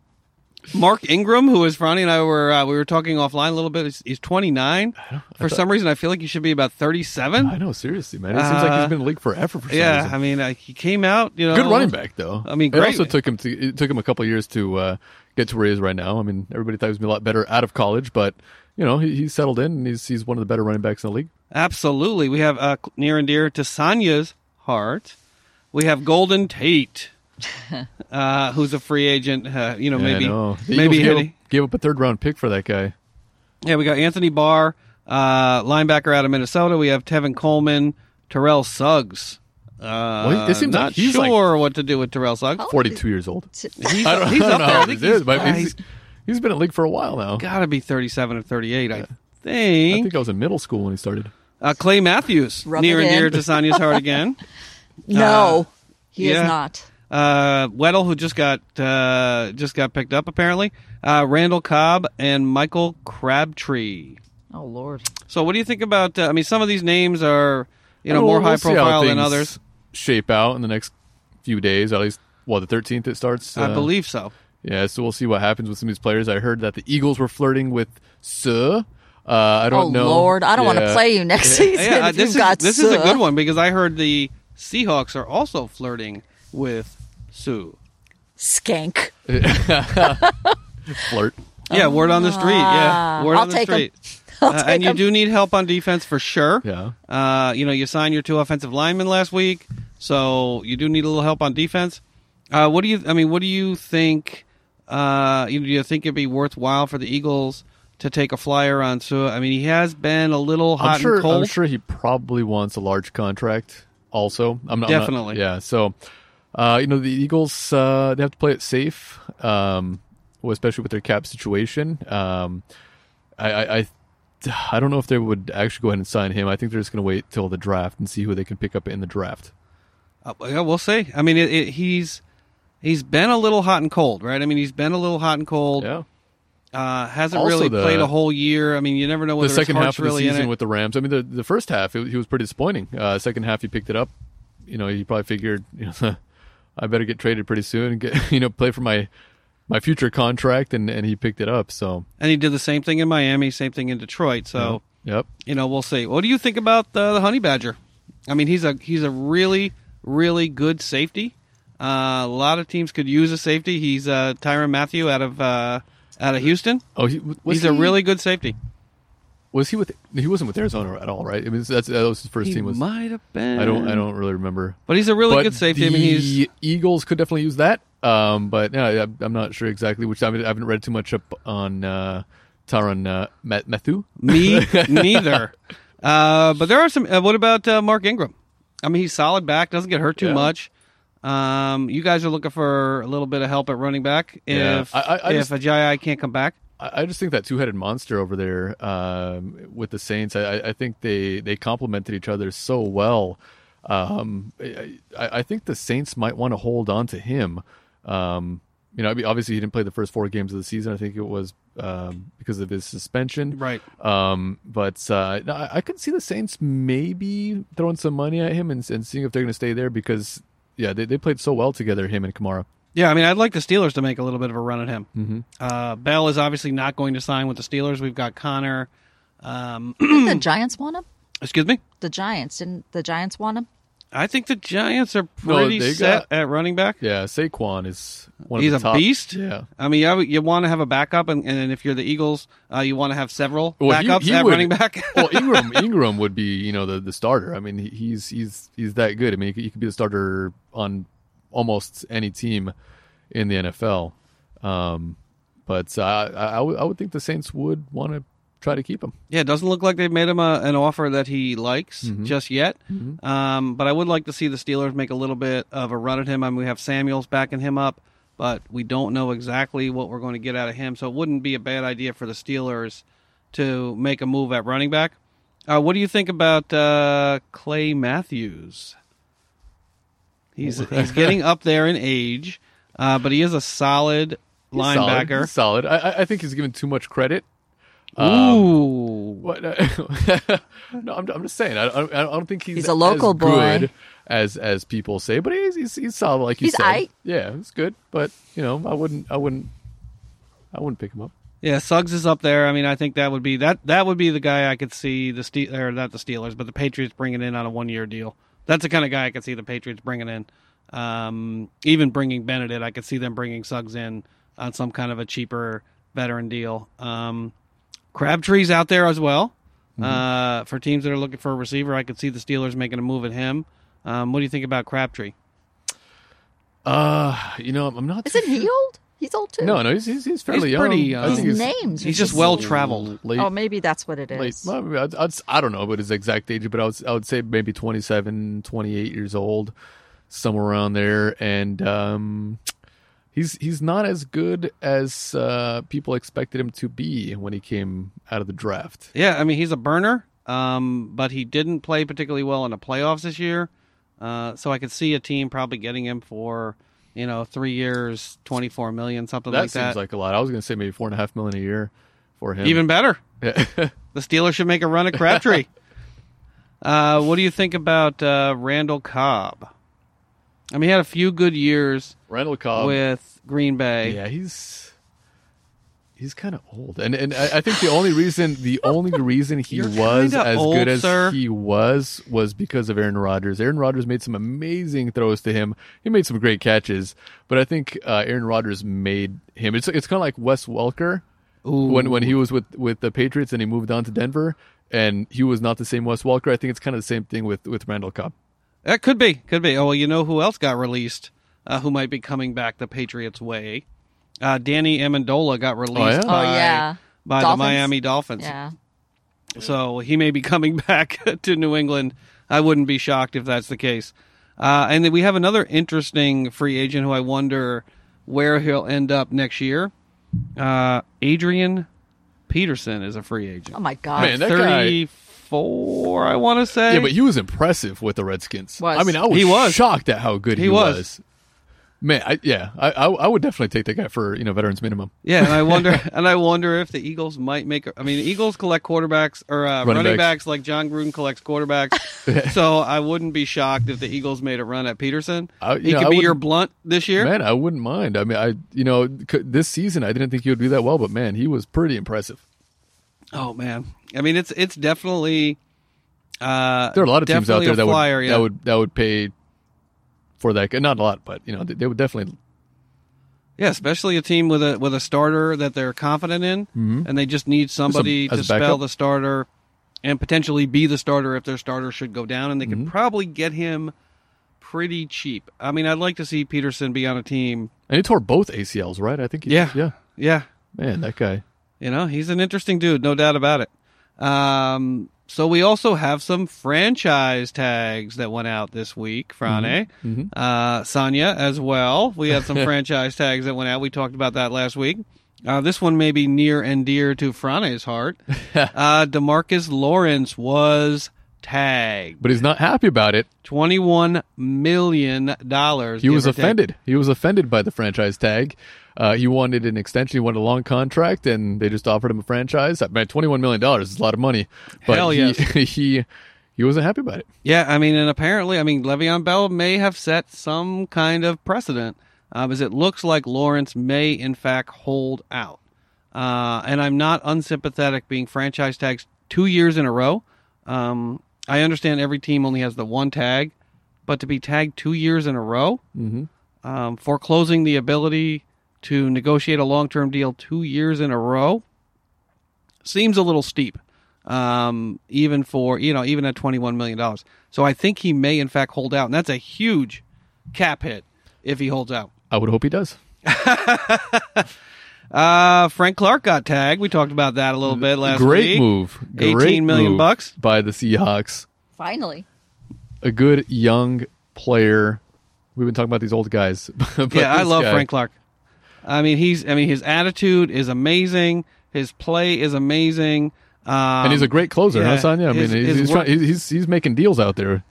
[SPEAKER 1] Mark Ingram, who is Ronnie and I were uh, we were talking offline a little bit. He's, he's 29. for some reason, I feel like he should be about 37.
[SPEAKER 2] I know, seriously, man. It seems like he's been in the league forever. For some
[SPEAKER 1] yeah,
[SPEAKER 2] reason.
[SPEAKER 1] I mean, uh, he came out. You know,
[SPEAKER 2] good running back though.
[SPEAKER 1] I mean,
[SPEAKER 2] it
[SPEAKER 1] great.
[SPEAKER 2] also took him to it took him a couple years to uh, get to where he is right now. I mean, everybody thought he was gonna be a lot better out of college, but you know, he, he settled in and he's he's one of the better running backs in the league.
[SPEAKER 1] Absolutely, we have uh, near and dear to Sonya's heart. We have Golden
[SPEAKER 2] *laughs*
[SPEAKER 1] Tate, uh, who's a free agent. Uh, you know,
[SPEAKER 2] Yeah, I
[SPEAKER 1] maybe
[SPEAKER 2] know. The
[SPEAKER 1] maybe
[SPEAKER 2] Eagles gave
[SPEAKER 1] hitting-
[SPEAKER 2] up, gave up a third round pick for that guy.
[SPEAKER 1] Yeah, we got Anthony Barr, uh, linebacker out of Minnesota. We have Tevin Coleman, Terrell Suggs. Uh,
[SPEAKER 2] he- it seems
[SPEAKER 1] not
[SPEAKER 2] like he's
[SPEAKER 1] sure what to do with Terrell Suggs.
[SPEAKER 3] Oh,
[SPEAKER 2] Forty two years old.
[SPEAKER 1] He's,
[SPEAKER 2] *laughs* I don't,
[SPEAKER 1] he's
[SPEAKER 2] I don't
[SPEAKER 1] up there.
[SPEAKER 2] know how
[SPEAKER 1] I
[SPEAKER 2] old
[SPEAKER 1] think
[SPEAKER 2] he is,
[SPEAKER 1] he's,
[SPEAKER 2] but
[SPEAKER 1] uh,
[SPEAKER 2] he's,
[SPEAKER 1] he's
[SPEAKER 2] he's been in the league for a while now.
[SPEAKER 1] got to be 37 or 38, I
[SPEAKER 2] I
[SPEAKER 1] think.
[SPEAKER 2] think I was in middle school when he started.
[SPEAKER 1] uh, Clay Matthews,
[SPEAKER 3] Rub
[SPEAKER 1] near
[SPEAKER 3] it
[SPEAKER 1] and
[SPEAKER 3] in.
[SPEAKER 1] dear to Sonia's heart
[SPEAKER 2] *laughs*
[SPEAKER 1] again.
[SPEAKER 3] No, he
[SPEAKER 1] Uh, yeah.
[SPEAKER 3] is not.
[SPEAKER 1] Uh, Weddle, who just got uh, just got picked up apparently. Uh, Randall Cobb and Michael Crabtree.
[SPEAKER 3] Oh Lord.
[SPEAKER 1] So, what do you think about? Uh, I mean, some of these names are you know
[SPEAKER 2] Well,
[SPEAKER 1] more
[SPEAKER 2] Oh, we'll
[SPEAKER 1] high
[SPEAKER 2] see how
[SPEAKER 1] profile than
[SPEAKER 2] things
[SPEAKER 1] others.
[SPEAKER 2] Shape out in the next few days, at least. Well, the thirteenth it starts.
[SPEAKER 1] I
[SPEAKER 2] uh,
[SPEAKER 1] believe
[SPEAKER 3] *laughs*
[SPEAKER 1] so.
[SPEAKER 2] Yeah, so we'll see what happens with some of these players. I heard that the Eagles were flirting with Suh. Uh, I don't
[SPEAKER 3] oh
[SPEAKER 2] know.
[SPEAKER 3] Lord, I don't want to
[SPEAKER 2] Yeah.
[SPEAKER 3] play you next season.
[SPEAKER 1] Yeah, uh,
[SPEAKER 3] if
[SPEAKER 1] this
[SPEAKER 3] you've
[SPEAKER 1] is
[SPEAKER 3] got
[SPEAKER 1] this is a
[SPEAKER 3] Suh.
[SPEAKER 1] good one because I heard the Seahawks are also flirting with Sue.
[SPEAKER 3] Skank.
[SPEAKER 2] Flirt.
[SPEAKER 1] Yeah, word on the street. Yeah, word
[SPEAKER 3] Oh, I'll
[SPEAKER 1] on the
[SPEAKER 3] take 'em.
[SPEAKER 1] street.
[SPEAKER 3] *laughs* I'll
[SPEAKER 1] Uh,
[SPEAKER 3] take
[SPEAKER 1] and you
[SPEAKER 3] 'em.
[SPEAKER 1] do need help on defense for sure.
[SPEAKER 2] Yeah.
[SPEAKER 1] Uh, you know, you signed your two offensive linemen last week, so you do need a little help on defense. Uh, what do you? I mean, what do you think? Uh, you, do you think it'd be worthwhile for the Eagles to take a flyer on Sue? I mean, he has been a little hot
[SPEAKER 2] I'm sure.
[SPEAKER 1] and cold.
[SPEAKER 2] I'm sure he probably wants a large contract. Also, I'm not I'm not-
[SPEAKER 1] Definitely.
[SPEAKER 2] yeah. So, uh, you know, the Eagles uh, they have to play it safe, um, well, especially with their cap situation. Um, I, I, I, I don't know if they would actually go ahead and sign him. I think they're just going to wait till the draft and see who they can pick up in the draft.
[SPEAKER 1] Uh, yeah, we'll see. I mean, it, it, he's he's been a little hot and cold, right? I mean, he's been a little hot and cold.
[SPEAKER 2] Yeah.
[SPEAKER 1] Uh, hasn't
[SPEAKER 2] Also
[SPEAKER 1] really
[SPEAKER 2] the-
[SPEAKER 1] played a whole year. I mean, you never know whether
[SPEAKER 2] the second
[SPEAKER 1] his
[SPEAKER 2] half
[SPEAKER 1] heart's
[SPEAKER 2] of the
[SPEAKER 1] really in
[SPEAKER 2] season
[SPEAKER 1] it.
[SPEAKER 2] with the Rams. I mean, the the first half it, he was pretty disappointing. Uh, second half he picked it up. You know, he probably figured, *laughs* you know, I better get traded pretty soon and get *laughs* you know play for my my future contract, and and he picked it up. So
[SPEAKER 1] and he did the same thing in Miami, same thing in Detroit. So
[SPEAKER 2] yep,
[SPEAKER 1] you know, we'll see. What do you think about the, the honey badger? I mean, he's a he's a really really good safety. Uh, a lot of teams could use a safety. He's uh, Tyron Matthew out of uh, out of Houston.
[SPEAKER 2] Oh, he, was
[SPEAKER 1] He's
[SPEAKER 2] he,
[SPEAKER 1] a really good safety.
[SPEAKER 2] was he with he wasn't with Arizona at all, right? I mean, that's that was his first
[SPEAKER 1] He
[SPEAKER 2] team. Was
[SPEAKER 1] might have been.
[SPEAKER 2] I don't I don't really remember.
[SPEAKER 1] But he's a really
[SPEAKER 2] But
[SPEAKER 1] good safety. I mean,
[SPEAKER 2] the
[SPEAKER 1] he's
[SPEAKER 2] Eagles could definitely use that. Um, but yeah, I- I'm- I'm not sure exactly which. I haven't, I haven't read too much up on uh, Taron uh, Ma- Matthew.
[SPEAKER 1] me neither. Uh, but there are some. Uh, what about uh, Mark Ingram? I mean, he's solid back. Doesn't get hurt too
[SPEAKER 2] Yeah.
[SPEAKER 1] much. Um, you guys are looking for a little bit of help at running back. If
[SPEAKER 2] Yeah. I- I- I
[SPEAKER 1] if
[SPEAKER 2] just-
[SPEAKER 1] Ajayi can't come back,
[SPEAKER 2] I I just think that two-headed monster over there um, with the Saints. I, I- I think they they complemented each other so well. Um, I, I I think the Saints might want to hold on to him. Um, you know, I mean, obviously he didn't play the first four games of the season. I think it was um, because of his suspension.
[SPEAKER 1] Right.
[SPEAKER 2] Um, but uh, no, I, I could see the Saints maybe throwing some money at him and, and seeing if they're going to stay there because yeah, they, they played so well together, him and Kamara.
[SPEAKER 1] yeah. I mean, I'd like the Steelers to make a little bit of a run at him.
[SPEAKER 2] Mm-hmm.
[SPEAKER 1] Uh, Bell is obviously not going to sign with the Steelers. We've got Connor. Um,
[SPEAKER 3] *clears throat* Didn't the Giants want him?
[SPEAKER 1] excuse me.
[SPEAKER 3] The Giants didn't. The Giants want him.
[SPEAKER 1] I think the Giants are
[SPEAKER 2] No,
[SPEAKER 1] pretty
[SPEAKER 2] they
[SPEAKER 1] set at running back.
[SPEAKER 2] Yeah, Saquon is one
[SPEAKER 1] He's a
[SPEAKER 2] of the top.
[SPEAKER 1] beast.
[SPEAKER 2] Yeah.
[SPEAKER 1] I mean, you, you want to have a backup, and, and if you're the Eagles, uh, you want to have several
[SPEAKER 2] Well, he-
[SPEAKER 1] backups
[SPEAKER 2] he
[SPEAKER 1] at
[SPEAKER 2] would-
[SPEAKER 1] running back. *laughs*
[SPEAKER 2] *laughs* well, Ingram Ingram would be you know the, the starter. I mean he- he's he's he's that good. I mean he could, he could be the starter on almost any team in the NFL. Um, but uh, I, I, would- I would think the Saints would want to try to keep him.
[SPEAKER 1] yeah, it doesn't look like they've made him a, an offer that he likes
[SPEAKER 2] Mm-hmm.
[SPEAKER 1] just yet. Um, but I would like to see the Steelers make a little bit of a run at him. I mean, we have Samuels backing him up, but we don't know exactly what we're going to get out of him. So it wouldn't be a bad idea for the Steelers to make a move at running back. Uh, what do you think about uh, Clay Matthews? He's he's getting up there in age, uh, but he is a solid
[SPEAKER 2] He's solid.
[SPEAKER 1] linebacker.
[SPEAKER 2] He's solid. I- I, I think he's given too much credit. Um,
[SPEAKER 1] Ooh,
[SPEAKER 2] What? uh, *laughs* no, I'm, I'm just saying. I, I, I don't think he's
[SPEAKER 3] He's a local
[SPEAKER 2] as
[SPEAKER 3] boy.
[SPEAKER 2] good as as people say, but he's he's, he's solid, like you
[SPEAKER 3] He's
[SPEAKER 2] said.
[SPEAKER 3] aight.
[SPEAKER 2] Yeah, it's good, but you know, I wouldn't, I wouldn't, I wouldn't pick him up.
[SPEAKER 1] yeah, Suggs is up there. I mean, I think that would be that that would be the guy I could see the Ste- or not the Steelers, but the Patriots bringing in on a one year deal. That's the kind of guy I could see the Patriots bringing in. Um, even bringing Benedict, I could see them bringing Suggs in on some kind of a cheaper veteran deal. Um, Crabtree's out there as well. Uh, for teams that are looking for a receiver, I could see the Steelers making a move at him. Um, what do you think about Crabtree?
[SPEAKER 2] Uh, you know, I'm not.
[SPEAKER 3] Isn't
[SPEAKER 1] *laughs*
[SPEAKER 3] he old? He's old too.
[SPEAKER 2] No, no, he's he's, he's fairly young.
[SPEAKER 1] pretty
[SPEAKER 2] I
[SPEAKER 1] young.
[SPEAKER 2] think
[SPEAKER 3] His
[SPEAKER 2] he's
[SPEAKER 3] names. are
[SPEAKER 1] He's just
[SPEAKER 3] just
[SPEAKER 1] well traveled.
[SPEAKER 2] late.
[SPEAKER 3] Oh, maybe that's what it
[SPEAKER 2] late
[SPEAKER 3] is.
[SPEAKER 2] well, I, mean, I'd, I'd, I don't know about his exact age, but I would, I would say maybe 27, 28 years old, somewhere around there. And um, he's he's not as good as uh, people expected him to be when he came out of the draft.
[SPEAKER 1] Yeah, I mean he's a burner, um, but he didn't play particularly well in the playoffs this year. Uh, so I could see a team probably getting him for you know three years, twenty four million, something
[SPEAKER 2] that
[SPEAKER 1] like
[SPEAKER 2] seems
[SPEAKER 1] that.
[SPEAKER 2] like a lot. I was going to say maybe four and a half million a year for him.
[SPEAKER 1] Even better,
[SPEAKER 2] *laughs* Yeah.
[SPEAKER 1] the Steelers should make a
[SPEAKER 2] *laughs*
[SPEAKER 1] run at Crabtree. uh, what do you think about uh, Randall Cobb? I mean, he had a few good years
[SPEAKER 2] Randall Cobb.
[SPEAKER 1] with Green Bay.
[SPEAKER 2] Yeah, he's he's kind of old, and and I, I think the only reason the only reason he
[SPEAKER 1] You're
[SPEAKER 2] was
[SPEAKER 1] kinda
[SPEAKER 2] as
[SPEAKER 1] old,
[SPEAKER 2] good as
[SPEAKER 1] sir.
[SPEAKER 2] he was was because of Aaron Rodgers. Aaron Rodgers made some amazing throws to him. He made some great catches, but I think uh, Aaron Rodgers made him. It's it's kind of like Wes Welker when when he was with with the Patriots and he moved on to Denver. And he was not the same Wes Welker. I think it's kind of the same thing with with Randall Cobb.
[SPEAKER 1] That could be, could be. Oh well, you know who else got released? Uh, who might be coming back the Patriots' way? Uh, Danny Amendola got released.
[SPEAKER 2] yeah? Oh,
[SPEAKER 1] By,
[SPEAKER 3] yeah.
[SPEAKER 1] by the
[SPEAKER 3] Dolphins?
[SPEAKER 1] Miami Dolphins.
[SPEAKER 3] Yeah.
[SPEAKER 1] So he may be *laughs* coming back to New England. I wouldn't be shocked if that's the case. Uh, and then we have another interesting free agent who I wonder where he'll end up next year. Uh, Adrian Peterson is a free agent.
[SPEAKER 3] Oh my God.
[SPEAKER 2] Man, that guy-
[SPEAKER 1] Thirty-four, I want to say.
[SPEAKER 2] Yeah, but he was impressive with the Redskins.
[SPEAKER 3] Was.
[SPEAKER 2] I mean, I was,
[SPEAKER 1] He was.
[SPEAKER 2] shocked at how good he,
[SPEAKER 1] He was.
[SPEAKER 2] was. Man, I, yeah, I, I I would definitely take that guy for you know veterans minimum.
[SPEAKER 1] Yeah, and I wonder,
[SPEAKER 2] *laughs*
[SPEAKER 1] and I wonder if the Eagles might make. I mean, the Eagles collect quarterbacks or uh, running,
[SPEAKER 2] Running
[SPEAKER 1] backs.
[SPEAKER 2] backs.
[SPEAKER 1] like John Gruden collects
[SPEAKER 2] *laughs*
[SPEAKER 1] quarterbacks. so I wouldn't be shocked if the Eagles made a run at Peterson.
[SPEAKER 2] I- you
[SPEAKER 1] he
[SPEAKER 2] know,
[SPEAKER 1] could
[SPEAKER 2] I
[SPEAKER 1] be your
[SPEAKER 2] wouldn't-
[SPEAKER 1] blunt this year.
[SPEAKER 2] Man, I wouldn't mind. I mean, I you know c- this season I didn't think he would do that well, but man, he was pretty impressive.
[SPEAKER 1] Oh man, I mean it's it's definitely. Uh,
[SPEAKER 2] There are a lot of teams out
[SPEAKER 1] definitely
[SPEAKER 2] there
[SPEAKER 1] a
[SPEAKER 2] that
[SPEAKER 1] flyer,
[SPEAKER 2] would
[SPEAKER 1] yeah.
[SPEAKER 2] that would that would pay for that. guy. Not a lot, but you know they, they would definitely
[SPEAKER 1] Yeah, especially a team with a with a starter that they're confident in, and they just need somebody
[SPEAKER 2] Mm-hmm. as
[SPEAKER 1] to
[SPEAKER 2] a
[SPEAKER 1] spell
[SPEAKER 2] backup.
[SPEAKER 1] the starter and potentially be the starter if their starter should go down, and they
[SPEAKER 2] Mm-hmm.
[SPEAKER 1] could probably get him pretty cheap. I mean, I'd like to see Peterson be on a team.
[SPEAKER 2] And he tore both ACLs, right? I think. He,
[SPEAKER 1] Yeah,
[SPEAKER 2] Yeah.
[SPEAKER 1] yeah.
[SPEAKER 2] Man, that guy.
[SPEAKER 1] You know, he's an interesting dude, no doubt about it. Um, so we also have some franchise tags that went out this week, Friday.
[SPEAKER 2] Mm-hmm.
[SPEAKER 1] Uh, Sonia as well. We
[SPEAKER 2] *laughs*
[SPEAKER 1] had some franchise tags that went out. We talked about that last week. Uh, this one may be near and dear to Frane's
[SPEAKER 2] *laughs*
[SPEAKER 1] heart. uh, Demarcus Lawrence was tagged
[SPEAKER 2] But he's not happy about it.
[SPEAKER 1] $21 million.
[SPEAKER 2] He was offended. He was offended by the franchise tag. Uh, he wanted an extension. He wanted a long contract, and they just offered him a franchise. I mean, twenty-one million dollars is a lot of money. But
[SPEAKER 1] Hell
[SPEAKER 2] he,
[SPEAKER 1] yes.
[SPEAKER 2] *laughs* he he wasn't happy about it.
[SPEAKER 1] Yeah, I mean, and apparently, I mean, Le'Veon Bell may have set some kind of precedent, uh, because it looks like Lawrence may, in fact, hold out. Uh, and I'm not unsympathetic being franchise tags two years in a row. Um, I understand every team only has the one tag, but to be tagged two years in a row, um, foreclosing the ability to negotiate a long term deal two years in a row seems a little steep, um, even for you know even at twenty one million dollars. So I think he may in fact hold out, and that's a huge cap hit if he holds out.
[SPEAKER 2] I would hope he does.
[SPEAKER 1] Uh, Frank Clark got tagged. We talked about that a little bit last
[SPEAKER 2] Great
[SPEAKER 1] week.
[SPEAKER 2] move. Great
[SPEAKER 1] 18 million
[SPEAKER 2] move
[SPEAKER 1] bucks.
[SPEAKER 2] by the Seahawks.
[SPEAKER 3] Finally.
[SPEAKER 2] A good young player. We've been talking about these old guys. *laughs* but
[SPEAKER 1] yeah, I
[SPEAKER 2] this
[SPEAKER 1] love
[SPEAKER 2] guy-
[SPEAKER 1] Frank Clark. I mean, he's I mean his attitude is amazing. His play is amazing. Um,
[SPEAKER 2] And he's a great closer,
[SPEAKER 1] yeah,
[SPEAKER 2] huh, Sonia? I mean,
[SPEAKER 1] his-
[SPEAKER 2] he's,
[SPEAKER 1] his
[SPEAKER 2] he's,
[SPEAKER 1] work-
[SPEAKER 2] trying, he's, he's making deals out there.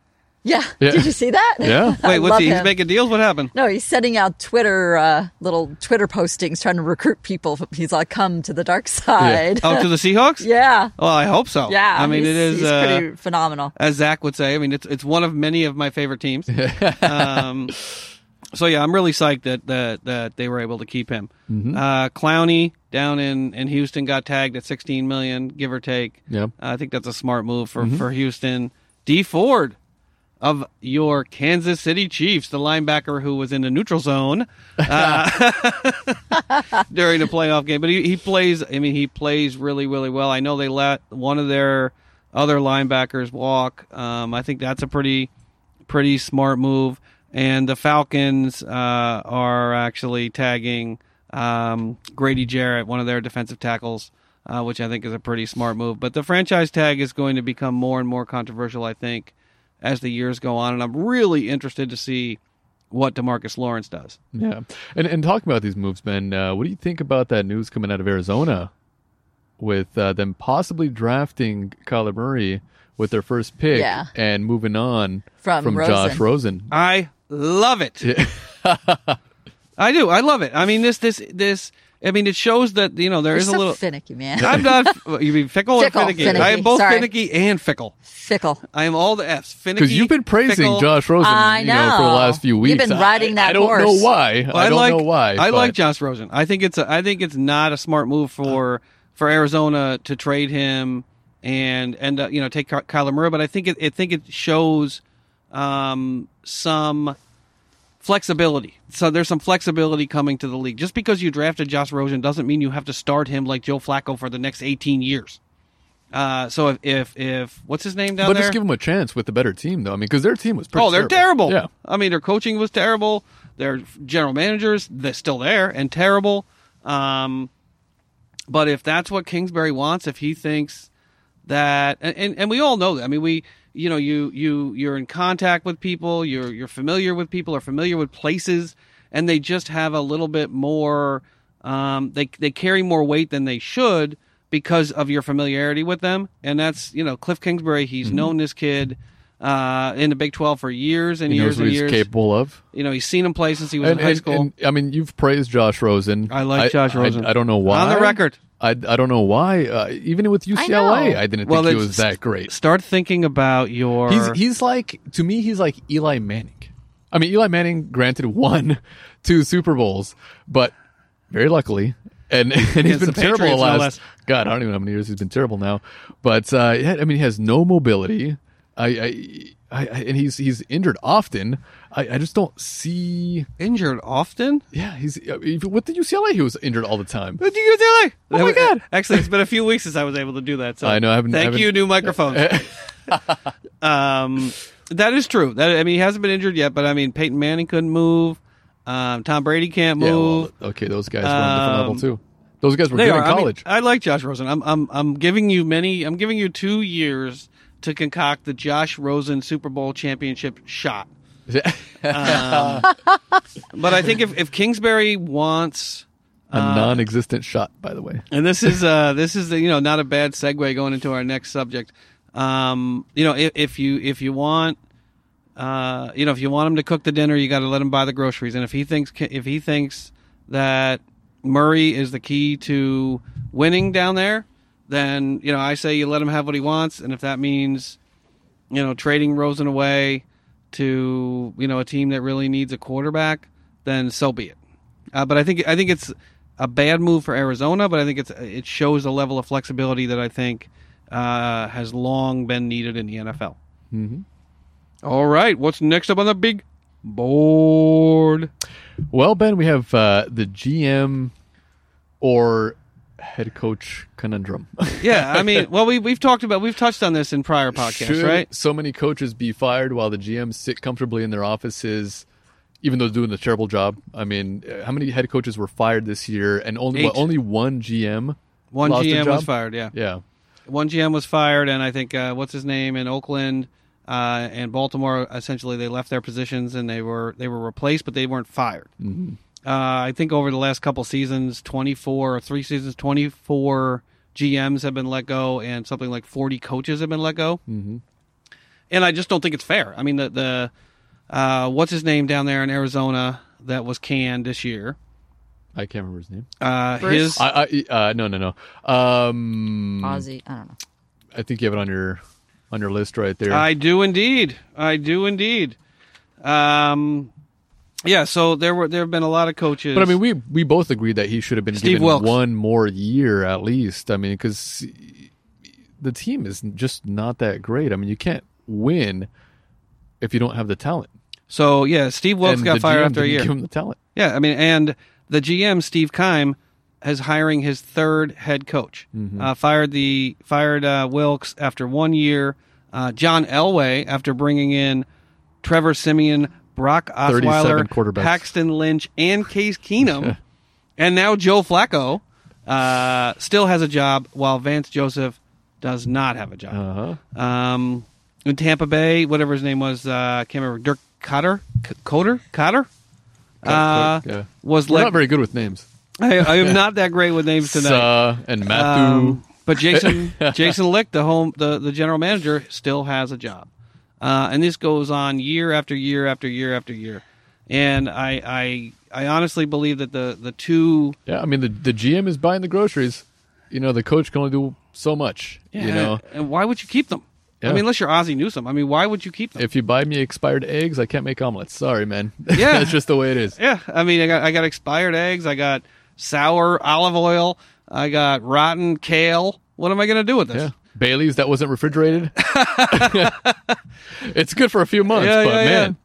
[SPEAKER 3] Yeah.
[SPEAKER 2] Yeah.
[SPEAKER 3] Did you see that?
[SPEAKER 2] Yeah.
[SPEAKER 3] *laughs* I
[SPEAKER 1] wait, what's
[SPEAKER 3] love
[SPEAKER 1] he? He's
[SPEAKER 3] him.
[SPEAKER 1] making deals. What
[SPEAKER 3] *laughs*
[SPEAKER 1] happened?
[SPEAKER 3] No, he's sending out Twitter uh, little Twitter postings trying to recruit people. He's like, "Come to the dark side."
[SPEAKER 1] Oh, to the Seahawks?
[SPEAKER 3] yeah.
[SPEAKER 1] Well, I hope so.
[SPEAKER 3] Yeah.
[SPEAKER 1] I mean,
[SPEAKER 3] he's-
[SPEAKER 1] it is.
[SPEAKER 3] He's
[SPEAKER 1] uh,
[SPEAKER 3] pretty phenomenal.
[SPEAKER 1] as Zach would say. I mean, it's it's one of many of my favorite teams. um, so yeah, I'm really psyched that that, that they were able to keep him. Uh, Clowney down in, in Houston got tagged at 16 million, give or take. Uh,
[SPEAKER 2] Yeah.
[SPEAKER 1] I think that's a smart move for for Houston. D Ford of your Kansas City Chiefs, the linebacker who was in the neutral zone uh, *laughs* during the playoff game. But he, he plays. I mean, he plays really, really well. I know they let one of their other linebackers walk. Um, I think that's a pretty, pretty smart move. And the Falcons uh, are actually tagging um, Grady Jarrett, one of their defensive tackles uh, which I think is a pretty smart move. But the franchise tag is going to become more and more controversial, I think, as the years go on. And I'm really interested to see what Demarcus Lawrence does.
[SPEAKER 2] Yeah, and and talking about these moves, Ben, uh, what do you think about that news coming out of Arizona, with uh, them possibly drafting Kyler Murray with their first pick
[SPEAKER 3] Yeah.
[SPEAKER 2] and moving on
[SPEAKER 3] From Rosen.
[SPEAKER 2] Josh Rosen?
[SPEAKER 1] I love it. *laughs* I do. I love it. I mean, this, this, this. I mean, it shows that you know there
[SPEAKER 3] You're
[SPEAKER 1] is a
[SPEAKER 3] so
[SPEAKER 1] little.
[SPEAKER 3] finicky, man.
[SPEAKER 2] *laughs*
[SPEAKER 1] I'm not. You mean fickle,
[SPEAKER 3] Fickle,
[SPEAKER 1] or finicky?
[SPEAKER 3] finicky,
[SPEAKER 1] I am both
[SPEAKER 3] sorry.
[SPEAKER 1] finicky and fickle.
[SPEAKER 3] *laughs* Fickle.
[SPEAKER 1] I am all the F's. Finicky.
[SPEAKER 2] Because you've been praising
[SPEAKER 1] fickle.
[SPEAKER 2] Josh Rosen,
[SPEAKER 3] I
[SPEAKER 2] you know, for the
[SPEAKER 3] know.
[SPEAKER 2] last few
[SPEAKER 3] You've
[SPEAKER 2] weeks.
[SPEAKER 3] been riding
[SPEAKER 2] I,
[SPEAKER 3] that
[SPEAKER 2] I don't
[SPEAKER 3] horse.
[SPEAKER 2] know why.
[SPEAKER 1] Well,
[SPEAKER 2] I don't
[SPEAKER 1] like,
[SPEAKER 2] know why.
[SPEAKER 1] I like
[SPEAKER 2] but-
[SPEAKER 1] Josh Rosen. I think it's a, I think it's not a smart move for for Arizona to trade him and end up you know take Ky- Kyler Murray. But I think it I think it shows um, some flexibility. So there's some flexibility coming to the league. Just because you drafted Josh Rosen doesn't mean you have to start him like Joe Flacco for the next 18 years. Uh, so if, if if what's his name down
[SPEAKER 2] But
[SPEAKER 1] there?
[SPEAKER 2] just give him a chance with the better team, though. I mean, because their team was pretty.
[SPEAKER 1] Oh, they're terrible.
[SPEAKER 2] Yeah.
[SPEAKER 1] I mean, their coaching was terrible. Their general managers, they're still there and terrible. Um, but if that's what Kingsbury wants, if he thinks that, and, and, and we all know that. I mean, we, you know, you you you're in contact with people, you're you're familiar with people, are familiar with places, and they just have a little bit more. Um, they they carry more weight than they should because of your familiarity with them, and that's you know Cliff Kingsbury. He's
[SPEAKER 2] Mm-hmm.
[SPEAKER 1] known this kid uh, in the Big Twelve for years and
[SPEAKER 2] He knows
[SPEAKER 1] years
[SPEAKER 2] what
[SPEAKER 1] and
[SPEAKER 2] he's
[SPEAKER 1] years.
[SPEAKER 2] capable of.
[SPEAKER 1] You know, he's seen him play since he was in high school.
[SPEAKER 2] and, I mean, you've praised Josh Rosen.
[SPEAKER 1] I like Josh Rosen.
[SPEAKER 2] I, don't know why.
[SPEAKER 1] On the record.
[SPEAKER 2] I, I don't know why. Uh, even with UCLA,
[SPEAKER 3] know.
[SPEAKER 2] I, didn't
[SPEAKER 1] Well,
[SPEAKER 2] think he
[SPEAKER 1] it's-
[SPEAKER 2] was that great.
[SPEAKER 1] Start thinking about your.
[SPEAKER 2] He's he's like to me, he's like Eli Manning. I mean, Eli Manning granted *laughs* won two Super Bowls, but very luckily, and *laughs* and he's
[SPEAKER 1] Against
[SPEAKER 2] been
[SPEAKER 1] the
[SPEAKER 2] terrible the
[SPEAKER 1] Patriots, no
[SPEAKER 2] last.
[SPEAKER 1] less.
[SPEAKER 2] God, I don't even know how many years he's been terrible now. But uh, yeah, I mean, he has no mobility. I, I I, I, and he's he's injured often. I, I just don't see.
[SPEAKER 1] Injured often?
[SPEAKER 2] Yeah, he's uh, I mean, with the UCLA. He was injured all the time.
[SPEAKER 1] What do you do? Like?
[SPEAKER 2] Oh my God.
[SPEAKER 1] Actually, it's been a few weeks since I was able to do that. So
[SPEAKER 2] I know, I haven't-
[SPEAKER 1] Thank
[SPEAKER 2] haven't-
[SPEAKER 1] you, new
[SPEAKER 2] *laughs*
[SPEAKER 1] microphones. *laughs* um, that is true. That I mean, he hasn't been injured yet, but I mean, Peyton Manning couldn't move. Um, Tom Brady can't
[SPEAKER 2] Yeah,
[SPEAKER 1] move.
[SPEAKER 2] well, okay, those guys were on a different level
[SPEAKER 1] Um,
[SPEAKER 2] too. Those guys were
[SPEAKER 1] they
[SPEAKER 2] good
[SPEAKER 1] are.
[SPEAKER 2] in college.
[SPEAKER 1] I, mean, I like Josh Rosen. I'm, I'm, I'm giving you many. I'm giving you two years to concoct the Josh Rosen Super Bowl championship shot. uh,
[SPEAKER 2] *laughs*
[SPEAKER 1] But I think if, if Kingsbury wants,
[SPEAKER 2] a non-existent shot, by the way.
[SPEAKER 1] and this is uh this is the, you know not a bad segue going into our next subject. Um, you know if, if you if you want, uh, you know if you want him to cook the dinner, you got to let him buy the groceries. And if he thinks if he thinks that Murray is the key to winning down there, then you know I say you let him have what he wants, and if that means you know, trading Rosen away to you know a team that really needs a quarterback, then so be it. Uh, but I think I think it's a bad move for Arizona, but I think it's it shows a level of flexibility that I think uh, has long been needed in the NFL. Mm-hmm. right, what's next up on the big board?
[SPEAKER 2] Well, Ben, we have uh, the GM or head coach
[SPEAKER 1] *laughs*
[SPEAKER 2] conundrum.
[SPEAKER 1] Yeah, I
[SPEAKER 2] *laughs*
[SPEAKER 1] mean, well, we we've talked about we've touched on this in prior podcasts,
[SPEAKER 2] Should
[SPEAKER 1] right?
[SPEAKER 2] so many coaches be fired while the GMs sit comfortably in their offices, even though doing a terrible job? I mean, uh, how many head coaches were fired this year, and only what,
[SPEAKER 1] Eight.
[SPEAKER 2] only one GM?
[SPEAKER 1] One
[SPEAKER 2] lost a
[SPEAKER 1] GM was
[SPEAKER 2] job?
[SPEAKER 1] fired. Yeah,
[SPEAKER 2] Yeah,
[SPEAKER 1] one GM was fired, and I think uh, what's his name in Oakland uh, and Baltimore. Essentially, they left their positions and they were they were replaced, but they weren't fired. Mm-hmm. Uh, I think over the last couple seasons, twenty four or three seasons, twenty four GMs have been let go, and something like forty coaches have been let go. Mm-hmm. And I just don't think it's fair. I mean, the the uh, what's his name down there in Arizona that was canned this year.
[SPEAKER 2] I can't remember his name.
[SPEAKER 1] Uh,
[SPEAKER 3] Bruce?
[SPEAKER 1] his
[SPEAKER 2] I, I uh, no no no.
[SPEAKER 1] Mm.
[SPEAKER 2] Um,
[SPEAKER 3] Ozzy, I don't know.
[SPEAKER 2] I think you have it on your on your list right there.
[SPEAKER 1] I do indeed. I do indeed. Um, yeah. So there were there have been a lot of coaches.
[SPEAKER 2] But I mean, we we both agreed that he should have been
[SPEAKER 1] Steve
[SPEAKER 2] given
[SPEAKER 1] Wilkes.
[SPEAKER 2] one more year at least. I mean, because the team is just not that great. I mean, you can't win if you don't have the talent.
[SPEAKER 1] so yeah, Steve Wilkes
[SPEAKER 2] And
[SPEAKER 1] got
[SPEAKER 2] the
[SPEAKER 1] fired
[SPEAKER 2] GM
[SPEAKER 1] after a
[SPEAKER 2] didn't
[SPEAKER 1] year.
[SPEAKER 2] Give him the talent.
[SPEAKER 1] yeah, I mean, and the GM Steve Keim is hiring his third head coach.
[SPEAKER 2] Mm-hmm.
[SPEAKER 1] Uh, fired the fired uh, Wilkes after one year. Uh, John Elway after bringing in Trevor Simeon, Brock
[SPEAKER 2] 37
[SPEAKER 1] Osweiler,
[SPEAKER 2] quarterbacks.
[SPEAKER 1] Paxton Lynch, and Case
[SPEAKER 2] *laughs*
[SPEAKER 1] Keenum. And now Joe Flacco uh, still has a job, while Vance Joseph does not have a job.
[SPEAKER 2] Uh-huh.
[SPEAKER 1] Um, in Tampa Bay, whatever his name was, uh, I can't remember. Dirk Cotter, C- Cotter, Cotter. Uh,
[SPEAKER 2] yeah.
[SPEAKER 1] was
[SPEAKER 2] We're
[SPEAKER 1] let-
[SPEAKER 2] not very good with names.
[SPEAKER 1] I, I
[SPEAKER 2] *laughs*
[SPEAKER 1] am not that great with names tonight.
[SPEAKER 2] Sa and Matthew.
[SPEAKER 1] Um, but
[SPEAKER 2] *laughs*
[SPEAKER 1] Jason Jason Lick, the home the, the general manager, still has a job, uh, and this goes on year after year after year after year. And I I, I honestly believe that the the two
[SPEAKER 2] yeah, I mean, the the GM is buying the groceries. You know, the coach can only do so much. You know,
[SPEAKER 1] uh, and why would you keep them? I
[SPEAKER 2] Yeah.
[SPEAKER 1] mean, unless you're Ozzie Newsome. I mean, why would you keep them?
[SPEAKER 2] if you buy me expired eggs, I can't make omelets. Sorry, man. *laughs*
[SPEAKER 1] Yeah.
[SPEAKER 2] that's just the way it is.
[SPEAKER 1] Yeah, I mean, I got I got expired eggs. I got sour olive oil. I got rotten kale. What am I going to do with this?
[SPEAKER 2] Yeah. Bailey's that
[SPEAKER 1] *laughs*
[SPEAKER 2] wasn't refrigerated. *laughs* it's good for a few months,
[SPEAKER 1] Yeah,
[SPEAKER 2] but
[SPEAKER 1] yeah,
[SPEAKER 2] man,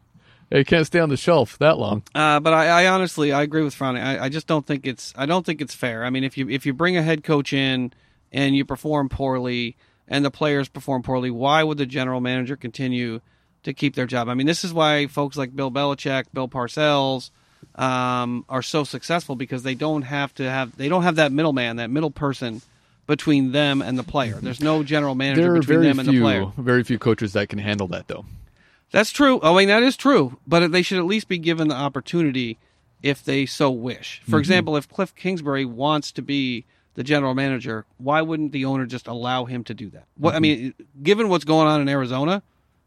[SPEAKER 2] it can't stay on the shelf that long.
[SPEAKER 1] Uh, but I, I honestly I agree with Franny. I, I just don't think it's I don't think it's fair. I mean, if you if you bring a head coach in and you perform poorly and the players perform poorly, why would the general manager continue to keep their job? I mean, this is why folks like Bill Belichick, Bill Parcells um, are so successful because they don't have to have they don't have that middleman, that middle person between them and the player. There's no general manager
[SPEAKER 2] There are
[SPEAKER 1] between
[SPEAKER 2] very
[SPEAKER 1] them and the player.
[SPEAKER 2] few, very few coaches that can handle that, though.
[SPEAKER 1] That's true. I mean, that is true. But they should at least be given the opportunity if they so wish. For example, if Cliff Kingsbury wants to be the general manager, why wouldn't the owner just allow him to do that? What I mean, given what's going on in Arizona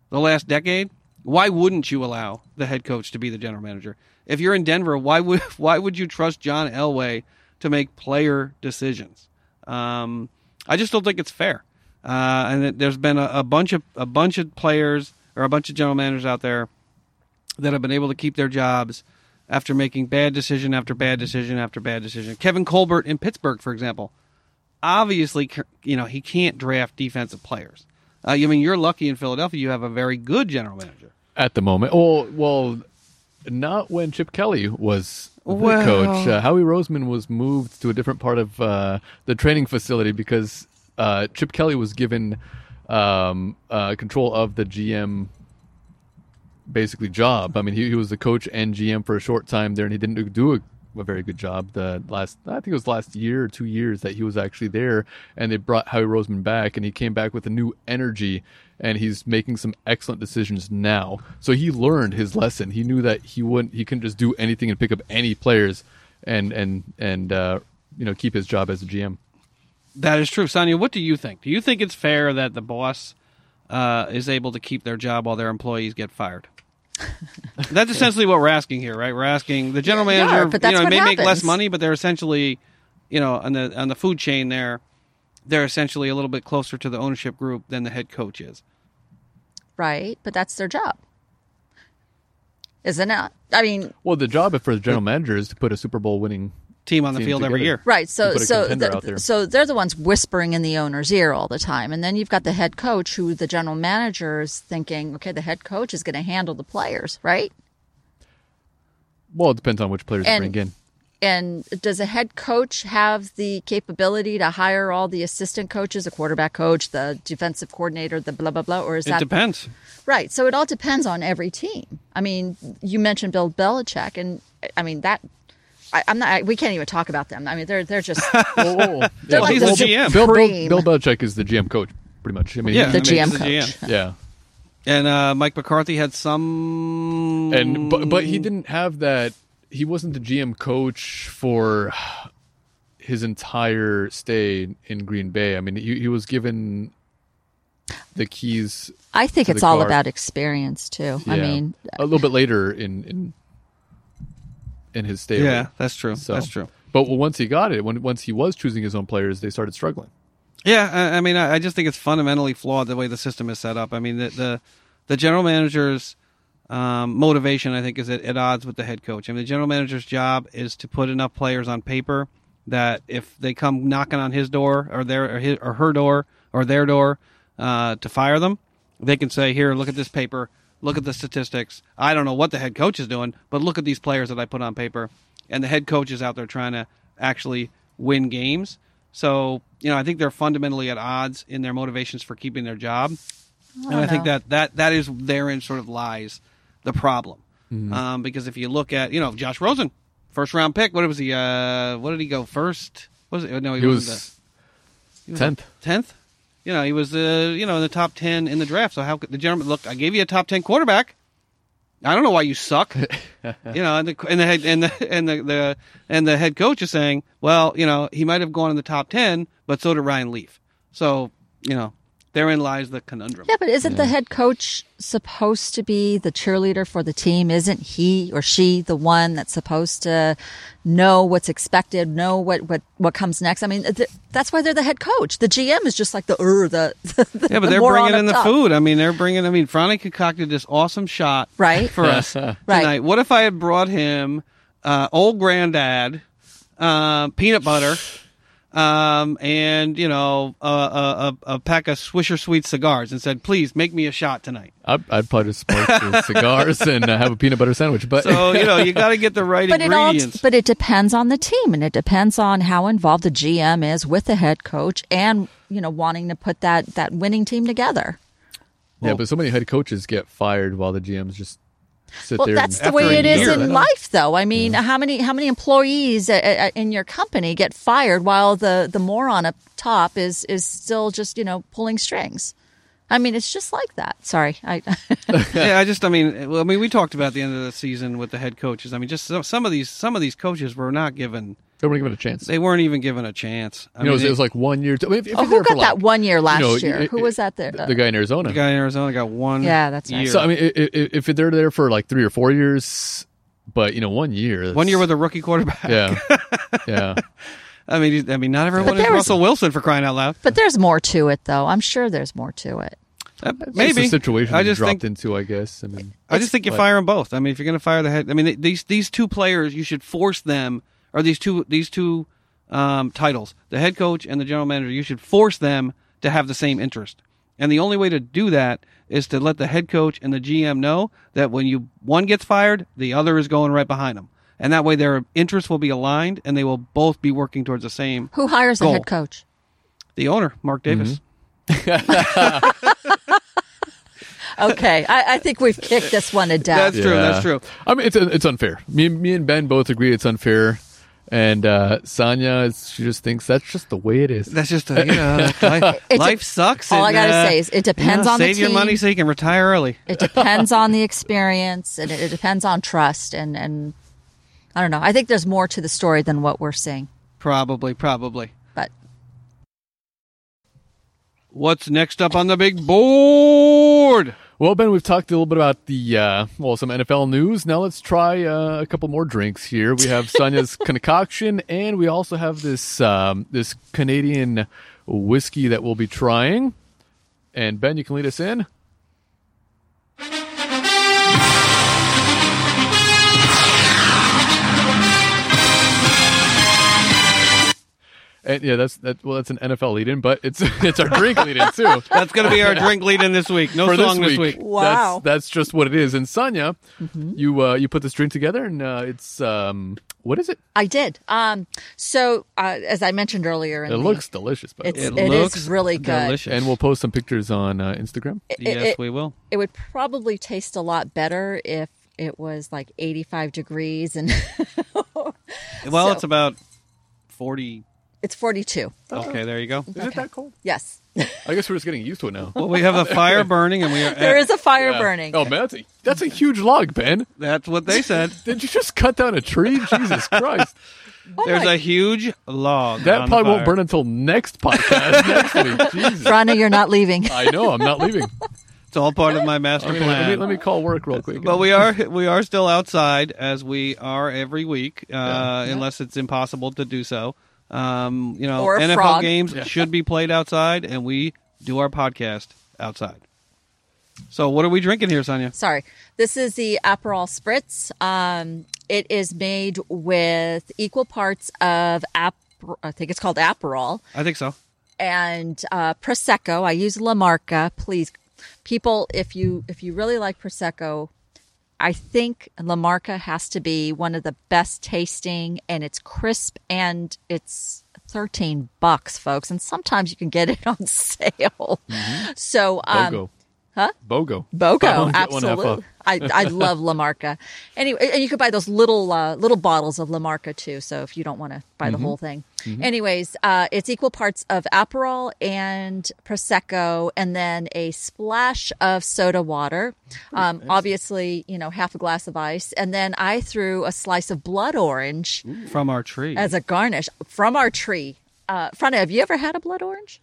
[SPEAKER 1] the last decade, why wouldn't you allow the head coach to be the general manager? If you're in Denver, why would *laughs* why would you trust John Elway to make player decisions? Um, I just don't think it's fair. Uh, and that there's been a, a bunch of a bunch of players or a bunch of general managers out there that have been able to keep their jobs after making bad decision after bad decision after bad decision. Kevin Colbert in Pittsburgh, for example, obviously, you know he can't draft defensive players. Uh, I mean, you're lucky in Philadelphia; you have a very good general manager.
[SPEAKER 2] at the moment. Well, well, not when Chip Kelly was the
[SPEAKER 1] Well-
[SPEAKER 2] coach. Uh, Howie Roseman was moved to a different part of uh, the training facility because uh, Chip Kelly was given um, uh, control of the GM basically job. I mean, he, he was the coach and GM for a short time there, and he didn't do a a very good job the last i think it was last year or two years that he was actually there and they brought howie roseman back and he came back with a new energy and he's making some excellent decisions now so he learned his lesson he knew that he wouldn't he couldn't just do anything and pick up any players and and and uh you know keep his job as a gm
[SPEAKER 1] That is true, Sonia. What do you think? Do you think it's fair that the boss uh, is able to keep their job while their employees get
[SPEAKER 3] *laughs*
[SPEAKER 1] fired? that's essentially what we're asking here, right? We're asking the general
[SPEAKER 3] Yeah,
[SPEAKER 1] manager,
[SPEAKER 3] but
[SPEAKER 1] you
[SPEAKER 3] that's
[SPEAKER 1] know,
[SPEAKER 3] what
[SPEAKER 1] may make less
[SPEAKER 3] happens.
[SPEAKER 1] money, but they're essentially, you know, on the on the food chain there, they're essentially a little bit closer to the ownership group than the head coach is.
[SPEAKER 3] right? But that's their job, isn't it? I mean,
[SPEAKER 2] well the job for the general manager is to put a super bowl winning
[SPEAKER 1] Team on the
[SPEAKER 2] Team
[SPEAKER 1] field every
[SPEAKER 2] together.
[SPEAKER 1] year.
[SPEAKER 3] Right. So
[SPEAKER 2] put a
[SPEAKER 3] so
[SPEAKER 2] contender
[SPEAKER 3] th-
[SPEAKER 2] out there.
[SPEAKER 3] so they're the ones whispering in the owner's ear all the time, and then you've got the head coach, who the general manager is thinking, okay, the head coach is going to handle the players, right?
[SPEAKER 2] well it depends on which players
[SPEAKER 3] And-
[SPEAKER 2] you bring in
[SPEAKER 3] And does a head coach have the capability to hire all the assistant coaches, a quarterback coach, the defensive coordinator, the blah blah blah, or is
[SPEAKER 1] It
[SPEAKER 3] that
[SPEAKER 1] depends.
[SPEAKER 3] right? So it all depends on every team. I mean, you mentioned Bill Belichick, and I mean that. I, I'm not. I, we can't even talk about them. I mean, they're
[SPEAKER 1] *laughs*
[SPEAKER 3] they're just
[SPEAKER 2] Whoa, whoa, *laughs* whoa.
[SPEAKER 3] They're
[SPEAKER 1] like the GM.
[SPEAKER 2] Bill, Bill,
[SPEAKER 3] Supreme.
[SPEAKER 2] Bill Belichick is the GM coach, pretty much. I mean,
[SPEAKER 1] Yeah,
[SPEAKER 3] the
[SPEAKER 1] I mean,
[SPEAKER 3] GM
[SPEAKER 1] it's
[SPEAKER 3] coach.
[SPEAKER 1] the GM.
[SPEAKER 2] yeah.
[SPEAKER 1] And uh, Mike McCarthy had some
[SPEAKER 2] and but but
[SPEAKER 1] Mm.
[SPEAKER 2] he didn't have that. He wasn't the GM coach for *sighs* his entire stay in Green Bay. I mean, he, he was given the keys.
[SPEAKER 3] I think
[SPEAKER 2] to
[SPEAKER 3] it's
[SPEAKER 2] the
[SPEAKER 3] all
[SPEAKER 2] car.
[SPEAKER 3] about experience too. I
[SPEAKER 2] yeah,
[SPEAKER 3] mean,
[SPEAKER 2] a little bit later in in in his stay.
[SPEAKER 1] Yeah,
[SPEAKER 2] away.
[SPEAKER 1] that's true. That's true.
[SPEAKER 2] But once he got it, when once he was choosing his own players, they started struggling.
[SPEAKER 1] Yeah, I, I mean, I, I just think it's fundamentally flawed the way the system is set up. I mean, the the, the general manager's um, motivation, I think, is at, at odds with the head coach. I mean, the general manager's job is to put enough players on paper that if they come knocking on his door or their or, his, or her door or their door uh, to fire them, they can say, "Here, look at this paper. Look at the statistics. I don't know what the head coach is doing, but look at these players that I put on paper." And the head coach is out there trying to actually win games. So, you know, I think they're fundamentally at odds in their motivations for keeping their job. and I think
[SPEAKER 3] know.
[SPEAKER 1] that, that that is therein sort of lies the problem.
[SPEAKER 2] Mm-hmm.
[SPEAKER 1] Um, because if you look at, you know, Josh Rosen, first round pick, what was he? Uh, what did he go first? What was it? No, he,
[SPEAKER 2] He
[SPEAKER 1] wasn't
[SPEAKER 2] was
[SPEAKER 1] the- he was
[SPEAKER 2] tenth.
[SPEAKER 1] tenth. You know, he was uh, you know in the top ten in the draft. So how could the gentleman look? I gave you a top ten quarterback. I don't know why you suck. you know, and the and the head, and the and the, the and the head coach is saying, well, you know, he might have gone in the top ten, but so did Ryan Leaf. So you know, therein lies the conundrum.
[SPEAKER 3] yeah, but isn't the head coach supposed to be the cheerleader for the team? Isn't he or she the one that's supposed to know what's expected, know what what what comes next? I mean, th- that's why they're the head coach. The GM is just like the er the, *laughs* the
[SPEAKER 1] Yeah,
[SPEAKER 3] the
[SPEAKER 1] but they're
[SPEAKER 3] moron
[SPEAKER 1] bringing
[SPEAKER 3] up
[SPEAKER 1] in the
[SPEAKER 3] top.
[SPEAKER 1] food. I mean, they're bringing. I mean, Franny concocted this awesome shot
[SPEAKER 3] Right.
[SPEAKER 1] for us tonight. What if I had brought him uh, old granddad, um, peanut butter, um, and you know a, a, a a pack of Swisher Sweet cigars, and said, "Please make me a shot tonight."
[SPEAKER 2] I'd, I'd probably just
[SPEAKER 1] *laughs*
[SPEAKER 2] smoke some cigars and uh, have a peanut butter sandwich. But
[SPEAKER 1] So you know you got to get the right
[SPEAKER 3] But it all
[SPEAKER 1] ingredients.
[SPEAKER 3] but it depends on the team and it depends on how involved the GM is with the head coach and you know wanting to put that that winning team together.
[SPEAKER 2] Yeah, but so many head coaches get fired while the GMs just sit
[SPEAKER 3] Well,
[SPEAKER 2] there.
[SPEAKER 3] that's
[SPEAKER 2] and,
[SPEAKER 3] the
[SPEAKER 1] after
[SPEAKER 3] way
[SPEAKER 1] a
[SPEAKER 3] it is
[SPEAKER 1] year,
[SPEAKER 3] in
[SPEAKER 1] then-
[SPEAKER 3] life, though. I mean, how many how many employees uh, uh, in your company get fired while the the moron up top is is still just you know pulling strings? I mean, it's just like that. Sorry, I *laughs*
[SPEAKER 1] yeah, I just, I mean, well, I mean, we talked about the end of the season with the head coaches. I mean, just some, some of these, some of these coaches were not given,
[SPEAKER 2] don't give it a chance.
[SPEAKER 1] they weren't even given a chance. I
[SPEAKER 2] you know, it
[SPEAKER 1] mean,
[SPEAKER 2] was,
[SPEAKER 1] they-
[SPEAKER 2] it was like one year. I mean, if- if
[SPEAKER 3] oh,
[SPEAKER 2] you're there
[SPEAKER 3] who
[SPEAKER 2] for
[SPEAKER 3] got that
[SPEAKER 2] like,
[SPEAKER 3] one year last
[SPEAKER 2] you know,
[SPEAKER 3] year?
[SPEAKER 2] it-
[SPEAKER 3] who
[SPEAKER 2] it-
[SPEAKER 3] was that there?
[SPEAKER 2] The, the guy in Arizona.
[SPEAKER 1] the guy in Arizona got one.
[SPEAKER 3] Yeah, that's right.
[SPEAKER 1] year.
[SPEAKER 2] So I mean, i- i- if they're there for like three or four years, but you know, one year. that's-
[SPEAKER 1] one year with a rookie quarterback.
[SPEAKER 2] yeah,
[SPEAKER 1] *laughs*
[SPEAKER 2] yeah.
[SPEAKER 1] I mean, he's- I mean, not everyone
[SPEAKER 3] But
[SPEAKER 1] is
[SPEAKER 3] there was-
[SPEAKER 1] Russell Wilson for crying out loud.
[SPEAKER 3] but there's more to it, though. I'm sure there's more to it.
[SPEAKER 1] Uh,
[SPEAKER 2] It's
[SPEAKER 1] maybe
[SPEAKER 2] the situation
[SPEAKER 1] I
[SPEAKER 2] you
[SPEAKER 1] just
[SPEAKER 2] dropped
[SPEAKER 1] think
[SPEAKER 2] into. I guess. I mean,
[SPEAKER 1] I just think you
[SPEAKER 2] but-
[SPEAKER 1] fire them both. I mean, if you're going to fire the head, I mean, th- these these two players, you should force them, or these two these two um, titles, the head coach and the general manager, you should force them to have the same interest. And the only way to do that is to let the head coach and the GM know that when you one gets fired, the other is going right behind them. And that way their interests will be aligned and they will both be working towards the same
[SPEAKER 3] Who hires the
[SPEAKER 1] Goal.
[SPEAKER 3] head coach?
[SPEAKER 1] the owner, Mark Davis.
[SPEAKER 3] Okay, I, I think we've kicked this one
[SPEAKER 1] *laughs*
[SPEAKER 3] to death.
[SPEAKER 1] That's true, that's true.
[SPEAKER 2] I mean, it's it's unfair. Me, me and Ben both agree it's unfair, and uh, Sonia is- she just thinks that's just the way it is.
[SPEAKER 1] That's just a, you know, that's
[SPEAKER 3] *laughs*
[SPEAKER 1] life,
[SPEAKER 3] It's a-
[SPEAKER 1] life sucks.
[SPEAKER 3] all I
[SPEAKER 1] and,
[SPEAKER 3] gotta
[SPEAKER 1] uh,
[SPEAKER 3] say is it
[SPEAKER 1] you know,
[SPEAKER 3] depends on the
[SPEAKER 1] save your
[SPEAKER 3] team.
[SPEAKER 1] money so you can retire early.
[SPEAKER 3] It depends on the experience, and it, it depends on trust, and and I don't know. I think there's more to the story than what we're seeing,
[SPEAKER 1] Probably, probably.
[SPEAKER 3] but
[SPEAKER 1] What's next up on the big board?
[SPEAKER 2] Well, Ben, we've talked a little bit about the uh, well, some NFL news. Now let's try uh, a couple more drinks here. We have Sonia's concoction, and we also have this um, this Canadian whiskey that we'll be trying. And Ben, you can lead us in. And yeah, that's that. Well, that's an NFL lead-in, but it's *laughs* it's our drink lead-in too
[SPEAKER 1] That's going to
[SPEAKER 3] *laughs*
[SPEAKER 1] be our drink lead in this week. No
[SPEAKER 2] for
[SPEAKER 1] song this week.
[SPEAKER 3] Wow. Mm-hmm.
[SPEAKER 2] That's, that's just what it is. And Sonia, you uh, you put this drink together, and uh, it's um, what is it?
[SPEAKER 3] I did. Um, so uh, as I mentioned earlier, in
[SPEAKER 2] It
[SPEAKER 3] the-
[SPEAKER 2] looks delicious, by the
[SPEAKER 3] It's-
[SPEAKER 2] way.
[SPEAKER 1] It,
[SPEAKER 3] is
[SPEAKER 1] looks
[SPEAKER 3] really good.
[SPEAKER 1] Delicious.
[SPEAKER 2] And we'll post some pictures on uh, Instagram.
[SPEAKER 3] it-
[SPEAKER 1] yes,
[SPEAKER 3] it-
[SPEAKER 1] we will.
[SPEAKER 3] it would probably taste a lot better if it was like 85 degrees and *laughs*
[SPEAKER 1] Well,
[SPEAKER 3] So-
[SPEAKER 1] it's about 40.
[SPEAKER 3] it's 42.
[SPEAKER 1] Okay, there you go.
[SPEAKER 2] Is it that cold?
[SPEAKER 3] Yes.
[SPEAKER 2] I guess we're just getting used to it now.
[SPEAKER 1] Well, we have a fire burning, and we are.
[SPEAKER 3] There is a fire
[SPEAKER 2] Yeah.
[SPEAKER 3] burning. *laughs*
[SPEAKER 2] Oh man, that's a, that's a huge log, Ben.
[SPEAKER 1] That's what they said.
[SPEAKER 2] Did you just cut down a
[SPEAKER 3] *laughs*
[SPEAKER 2] tree? Jesus Christ!
[SPEAKER 3] Oh
[SPEAKER 1] There's
[SPEAKER 3] my-
[SPEAKER 1] a huge log.
[SPEAKER 2] That
[SPEAKER 1] on
[SPEAKER 2] probably
[SPEAKER 1] the
[SPEAKER 2] won't
[SPEAKER 1] fire.
[SPEAKER 2] burn until next
[SPEAKER 3] *laughs*
[SPEAKER 2] podcast next week. Jesus.
[SPEAKER 3] Rana, you're
[SPEAKER 2] *laughs*
[SPEAKER 3] not leaving.
[SPEAKER 2] I know. I'm not
[SPEAKER 3] *laughs*
[SPEAKER 2] leaving.
[SPEAKER 1] It's all part of my master
[SPEAKER 2] I'm gonna-
[SPEAKER 1] plan.
[SPEAKER 2] let, me, let me call work real quick.
[SPEAKER 1] but we are we are still outside as we are every week, uh,
[SPEAKER 2] Yeah.
[SPEAKER 1] unless it's impossible to do so. Um, you know,
[SPEAKER 3] Or a
[SPEAKER 1] NFL
[SPEAKER 3] frog.
[SPEAKER 1] games should be played outside, and we do our podcast outside. So, what are we drinking here, Sonia?
[SPEAKER 3] Sorry. This is the Aperol Spritz. Um, it is made with equal parts of ap- I think it's called Aperol
[SPEAKER 1] I think so.
[SPEAKER 3] and uh, Prosecco. I use La Marca. Please, people, if you if you really like Prosecco, I think La Marca has to be one of the best tasting, and it's crisp and it's. 13 bucks folks and sometimes you can get it *laughs* on sale so um
[SPEAKER 2] Bogo. Huh? Bogo.
[SPEAKER 3] Bogo,
[SPEAKER 2] Someone get one half
[SPEAKER 3] absolutely.
[SPEAKER 2] off.
[SPEAKER 3] I, I love *laughs* La Marca. Anyway, and you could buy those little uh, little bottles of La Marca too. So if you don't want to buy
[SPEAKER 2] Mm-hmm.
[SPEAKER 3] the whole thing, anyways, uh, it's equal parts of Aperol and Prosecco, and then a splash of soda water. Um, obviously, you know, half a glass of ice, and then I threw a slice of blood orange
[SPEAKER 1] From our tree.
[SPEAKER 3] as a garnish from our tree. Uh, Frana, have you ever had a blood orange?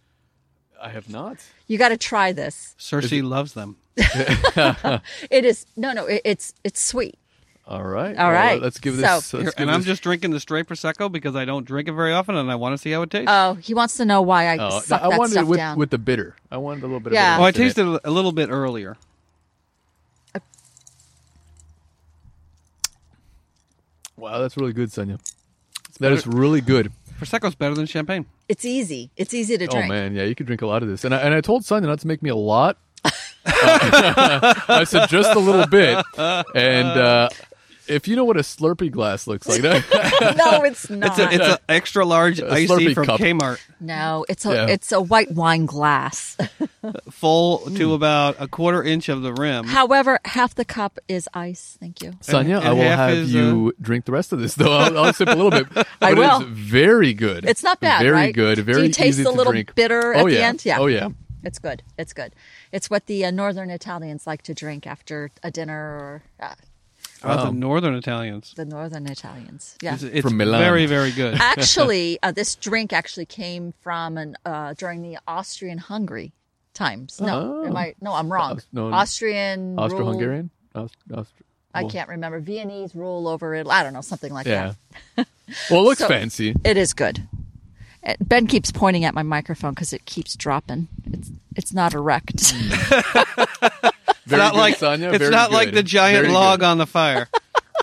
[SPEAKER 2] I have not.
[SPEAKER 3] You got to try this.
[SPEAKER 1] Cersei loves them.
[SPEAKER 3] It is no, no. It, it's it's sweet.
[SPEAKER 2] All right.
[SPEAKER 3] All
[SPEAKER 2] Well,
[SPEAKER 3] right.
[SPEAKER 2] Let's give
[SPEAKER 3] So-
[SPEAKER 2] this.
[SPEAKER 1] Here,
[SPEAKER 2] let's give
[SPEAKER 1] and I'm
[SPEAKER 2] this-
[SPEAKER 1] just drinking the straight prosecco because I don't drink it very often, and I want to see how it tastes.
[SPEAKER 3] Oh, he wants to know why I
[SPEAKER 2] Oh,
[SPEAKER 3] suck
[SPEAKER 2] I
[SPEAKER 3] that
[SPEAKER 2] wanted it
[SPEAKER 3] stuff
[SPEAKER 2] with,
[SPEAKER 3] down.
[SPEAKER 2] with the bitter. I wanted a little bit.
[SPEAKER 3] Yeah.
[SPEAKER 2] Of
[SPEAKER 1] oh, I
[SPEAKER 2] bitterness in it.
[SPEAKER 1] tasted it a little bit earlier.
[SPEAKER 2] Wow, that's really good, Sonia. That is really good.
[SPEAKER 1] Prosecco's better than champagne.
[SPEAKER 3] it's easy. It's easy to
[SPEAKER 2] Oh
[SPEAKER 3] drink.
[SPEAKER 2] man, yeah, you could drink a lot of this. And I, and I told Sonia not to make me a lot. Uh, *laughs* I said just a little bit. And
[SPEAKER 3] *laughs*
[SPEAKER 2] uh, if you know what a Slurpee glass looks like, *laughs*
[SPEAKER 3] *laughs* no, it's not.
[SPEAKER 1] It's a, it's an extra large
[SPEAKER 2] A
[SPEAKER 1] icy
[SPEAKER 2] Slurpee
[SPEAKER 1] from
[SPEAKER 2] cup.
[SPEAKER 1] Kmart,
[SPEAKER 3] no, it's a
[SPEAKER 2] Yeah.
[SPEAKER 3] it's a white wine *laughs* glass.
[SPEAKER 1] full
[SPEAKER 2] Hmm.
[SPEAKER 1] to about a quarter inch of the rim.
[SPEAKER 3] However, half the cup is ice. Thank you.
[SPEAKER 2] Sonia,
[SPEAKER 1] And-
[SPEAKER 2] I
[SPEAKER 1] and
[SPEAKER 2] will
[SPEAKER 1] half
[SPEAKER 2] have
[SPEAKER 1] is, uh,
[SPEAKER 2] you drink the rest of this though. I'll, I'll sip a little bit. But
[SPEAKER 3] *laughs* I will.
[SPEAKER 2] It's very good.
[SPEAKER 3] It's not bad,
[SPEAKER 2] Very
[SPEAKER 3] right?
[SPEAKER 2] good.
[SPEAKER 3] Do you
[SPEAKER 2] Very
[SPEAKER 3] taste
[SPEAKER 2] easy
[SPEAKER 3] the
[SPEAKER 2] to
[SPEAKER 3] little
[SPEAKER 2] drink.
[SPEAKER 3] bitter at
[SPEAKER 2] oh,
[SPEAKER 3] the
[SPEAKER 2] yeah.
[SPEAKER 3] end? Yeah.
[SPEAKER 2] Oh yeah.
[SPEAKER 3] It's good. It's good. It's what the uh, northern Italians like to drink after a dinner or uh,
[SPEAKER 1] Wow. the northern Italians.
[SPEAKER 3] the northern Italians. Yeah.
[SPEAKER 1] It's, it's
[SPEAKER 2] From Milan.
[SPEAKER 1] very, very
[SPEAKER 2] *laughs*
[SPEAKER 1] good.
[SPEAKER 3] actually, uh, this drink actually came from an uh, during the Austrian-Hungary times. No,
[SPEAKER 2] Oh.
[SPEAKER 3] am I? No, I'm wrong.
[SPEAKER 2] Aus- no, no.
[SPEAKER 3] Austrian, rule-
[SPEAKER 2] Austro-Hungarian. Aus- Aust-
[SPEAKER 3] I
[SPEAKER 2] well,
[SPEAKER 3] can't remember Viennese rule over it. I don't know something like
[SPEAKER 2] Yeah. Well, it looks
[SPEAKER 3] So-
[SPEAKER 2] fancy.
[SPEAKER 3] that. It is good. Uh, Ben keeps pointing at my microphone because it keeps dropping. It's it's not erect.
[SPEAKER 1] It's not like
[SPEAKER 2] Sonia.
[SPEAKER 1] it's
[SPEAKER 2] Very
[SPEAKER 1] not
[SPEAKER 2] good.
[SPEAKER 1] like the giant
[SPEAKER 2] Very
[SPEAKER 1] log
[SPEAKER 2] good.
[SPEAKER 1] on the fire.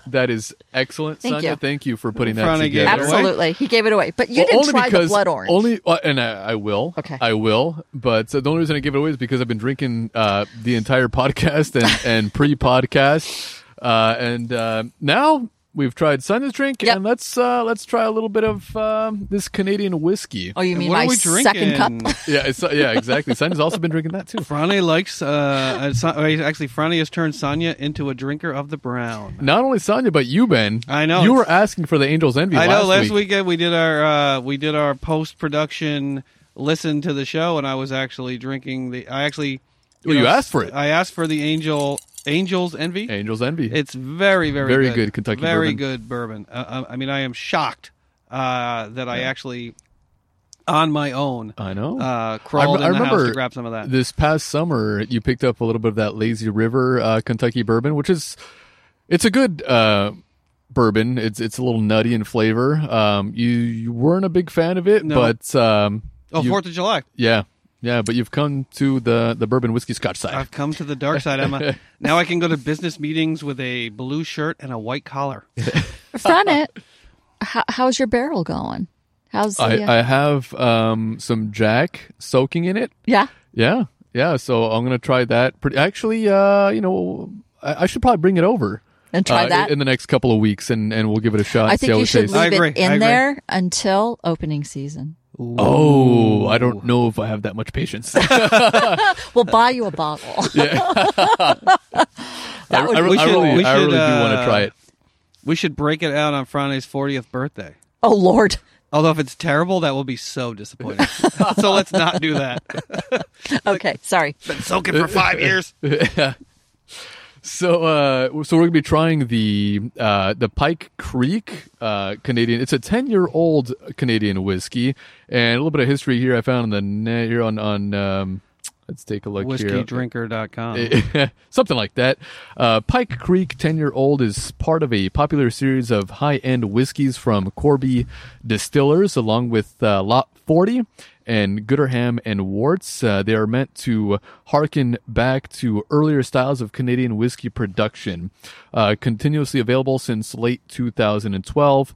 [SPEAKER 2] That is excellent,
[SPEAKER 3] Thank
[SPEAKER 2] Sonia.
[SPEAKER 3] you.
[SPEAKER 2] Thank you for putting that
[SPEAKER 1] Trying to get
[SPEAKER 2] together.
[SPEAKER 1] it right.
[SPEAKER 3] *laughs* Absolutely. He gave it away. But you
[SPEAKER 2] Well,
[SPEAKER 3] didn't
[SPEAKER 2] only
[SPEAKER 3] try
[SPEAKER 2] because,
[SPEAKER 3] the blood orange.
[SPEAKER 2] Only, uh, and I, I will.
[SPEAKER 3] Okay.
[SPEAKER 2] I will. But uh, the only reason I give it away is because I've been drinking uh, the entire podcast
[SPEAKER 3] *laughs*
[SPEAKER 2] and, and pre podcast, uh, and uh, now we've tried Sonia's drink,
[SPEAKER 3] Yep.
[SPEAKER 2] and let's uh, let's try a little bit of um, this Canadian whiskey.
[SPEAKER 3] oh, *laughs* you mean
[SPEAKER 1] what
[SPEAKER 3] my
[SPEAKER 1] are we
[SPEAKER 3] second
[SPEAKER 2] *laughs*
[SPEAKER 3] cup?
[SPEAKER 1] drinking?
[SPEAKER 2] Yeah, it's, uh, yeah, exactly. Sonia's also been drinking that too.
[SPEAKER 1] Franny likes. Uh, uh, Son- wait, actually, Franny has turned Sonia into a drinker of the brown.
[SPEAKER 2] Not only Sonia, but you, Ben.
[SPEAKER 1] I know.
[SPEAKER 2] you were asking for the Angels Envy.
[SPEAKER 1] I know. Last
[SPEAKER 2] week.
[SPEAKER 1] weekend we did our uh, we did our post production listen to the show, and I was actually drinking the. I actually.
[SPEAKER 2] Well, you asked for it.
[SPEAKER 1] I asked for the angel angels envy.
[SPEAKER 2] Angels Envy.
[SPEAKER 1] It's very, very,
[SPEAKER 2] Very
[SPEAKER 1] good.
[SPEAKER 2] good Kentucky
[SPEAKER 1] very
[SPEAKER 2] bourbon.
[SPEAKER 1] good bourbon. Uh, I I mean, I am shocked uh, that I actually, on my own,
[SPEAKER 2] I know.
[SPEAKER 1] uh, crawled
[SPEAKER 2] I
[SPEAKER 1] in the house
[SPEAKER 2] remember
[SPEAKER 1] to grab some of that.
[SPEAKER 2] This past summer, you picked up a little bit of that Lazy River uh, Kentucky bourbon, which is it's a good uh, bourbon. It's it's a little nutty in flavor. Um, you, you weren't a big fan of it,
[SPEAKER 1] No.
[SPEAKER 2] but um,
[SPEAKER 1] oh,
[SPEAKER 2] you-
[SPEAKER 1] Fourth of July.
[SPEAKER 2] yeah, yeah. But you've come to the the bourbon whiskey Scotch side.
[SPEAKER 1] I've come to the dark side,
[SPEAKER 2] *laughs*
[SPEAKER 1] Emma. now I can go to business meetings with a blue shirt and a white collar.
[SPEAKER 3] Front it. How, how's your barrel going? How's the, uh,
[SPEAKER 2] I,
[SPEAKER 3] yeah.
[SPEAKER 2] I have um, some Jack soaking in it.
[SPEAKER 3] yeah.
[SPEAKER 2] Yeah, yeah. So I'm gonna try that. Pretty actually, uh, you know, I, I should probably bring it over.
[SPEAKER 3] And try
[SPEAKER 2] uh,
[SPEAKER 3] that?
[SPEAKER 2] in the next couple of weeks, and, and we'll give it a shot.
[SPEAKER 3] I
[SPEAKER 2] and see
[SPEAKER 3] think
[SPEAKER 2] how
[SPEAKER 3] you
[SPEAKER 2] it
[SPEAKER 3] should
[SPEAKER 2] tastes.
[SPEAKER 1] I
[SPEAKER 3] leave
[SPEAKER 1] agree.
[SPEAKER 3] it
[SPEAKER 1] I
[SPEAKER 3] in
[SPEAKER 1] agree.
[SPEAKER 3] there until opening season.
[SPEAKER 2] Oh, I don't know if I have that much *laughs* patience. I,
[SPEAKER 3] We'll buy you
[SPEAKER 1] *laughs*
[SPEAKER 3] a bottle.
[SPEAKER 2] I
[SPEAKER 3] would-
[SPEAKER 2] re-
[SPEAKER 1] We
[SPEAKER 2] I
[SPEAKER 1] should-
[SPEAKER 2] really,
[SPEAKER 1] we
[SPEAKER 2] I
[SPEAKER 1] should,
[SPEAKER 2] really do want to
[SPEAKER 1] uh,
[SPEAKER 2] try it.
[SPEAKER 1] We should break it out on Friday's 40th birthday.
[SPEAKER 3] *laughs* oh Lord.
[SPEAKER 1] Although if it's terrible, that will be so
[SPEAKER 2] *laughs*
[SPEAKER 1] disappointing. so let's not do that.
[SPEAKER 3] Okay, sorry.
[SPEAKER 1] Been soaking for five years.
[SPEAKER 2] So, uh, so we're gonna be trying the uh, the Pike Creek uh, Canadian. It's a ten year old Canadian whiskey, and a little bit of history here. I found on the net here on on. Um, let's take a look here.
[SPEAKER 1] WhiskeyDrinker.com.
[SPEAKER 2] *laughs* something like that. Uh, Pike Creek 10 year old is part of a popular series of high end whiskeys from Corby Distillers, along with uh, Lot 40 and Gooderham and Warts. Uh, they are meant to harken back to earlier styles of Canadian whiskey production, uh, continuously available since late 2012.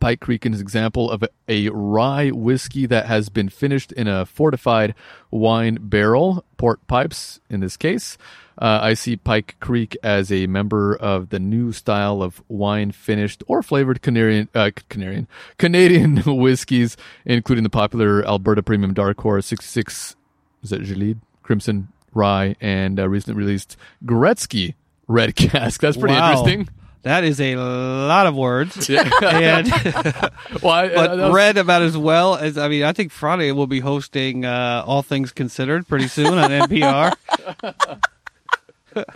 [SPEAKER 2] Pike Creek is an example of a rye whiskey that has been finished in a fortified wine barrel, port pipes in this case. Uh, I see Pike Creek as a member of the new style of wine finished or flavored Canadian, uh, Canadian, Canadian *laughs* whiskeys, including the popular Alberta Premium Dark Horse 66 is that Gilead, Crimson Rye, and uh, recently released Gretzky Red *laughs* Cask. That's pretty
[SPEAKER 1] Wow.
[SPEAKER 2] interesting.
[SPEAKER 1] That is a lot of
[SPEAKER 2] *laughs*
[SPEAKER 1] words. and,
[SPEAKER 2] Well, I-
[SPEAKER 1] but
[SPEAKER 2] uh, that was-
[SPEAKER 1] read about as well as I mean, I think Friday will be hosting uh, All Things Considered pretty soon on NPR. *laughs*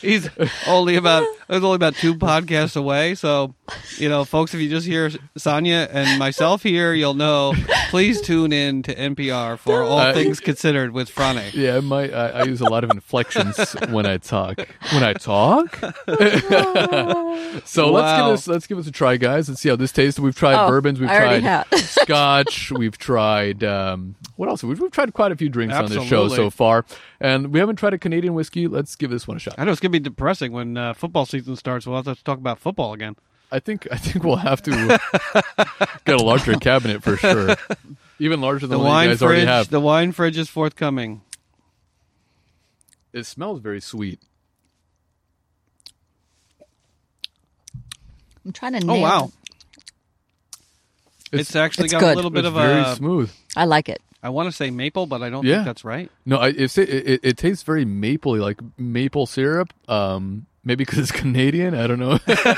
[SPEAKER 1] He's only about there's only about two podcasts away, so you know, folks, if you just hear Sonia and myself here, you'll know. Please tune in to NPR for All
[SPEAKER 2] Uh,
[SPEAKER 1] Things Considered with Friday.
[SPEAKER 2] Yeah, my I, I use a lot of inflections when I talk. When I talk. *laughs* so let's give
[SPEAKER 1] Wow.
[SPEAKER 2] this let's give this a try, guys, and see how this tastes. We've tried
[SPEAKER 3] Oh,
[SPEAKER 2] bourbons, we've
[SPEAKER 3] I already
[SPEAKER 2] tried
[SPEAKER 3] have. *laughs*
[SPEAKER 2] scotch, we've tried um, what else? We've, we've tried quite a few drinks on this show
[SPEAKER 1] Absolutely.
[SPEAKER 2] so far, and we haven't tried a Canadian whiskey. Let's give this one a shot.
[SPEAKER 1] I know it's gonna be depressing when uh, football season starts. We'll have to talk about football again.
[SPEAKER 2] I think I think we'll have to *laughs* get a larger cabinet for sure,
[SPEAKER 1] *laughs*
[SPEAKER 2] even larger
[SPEAKER 1] The
[SPEAKER 2] than what you
[SPEAKER 1] wine
[SPEAKER 2] guys already
[SPEAKER 1] fridge,
[SPEAKER 2] have.
[SPEAKER 1] the wine fridge is forthcoming.
[SPEAKER 2] it smells very sweet.
[SPEAKER 3] I'm trying to
[SPEAKER 1] Oh
[SPEAKER 3] nail-
[SPEAKER 1] wow,
[SPEAKER 2] It's-
[SPEAKER 1] it's, actually
[SPEAKER 3] It's
[SPEAKER 1] got a
[SPEAKER 3] good.
[SPEAKER 1] little bit
[SPEAKER 2] it's
[SPEAKER 1] of
[SPEAKER 2] very
[SPEAKER 1] a
[SPEAKER 2] smooth.
[SPEAKER 3] I like it.
[SPEAKER 1] I want to say maple, but I don't
[SPEAKER 2] Yeah.
[SPEAKER 1] think that's
[SPEAKER 3] Oh,
[SPEAKER 1] right.
[SPEAKER 2] No, I, it's, it, it it tastes very mapley, like maple syrup. Um, maybe because it's Canadian. I don't know. *laughs*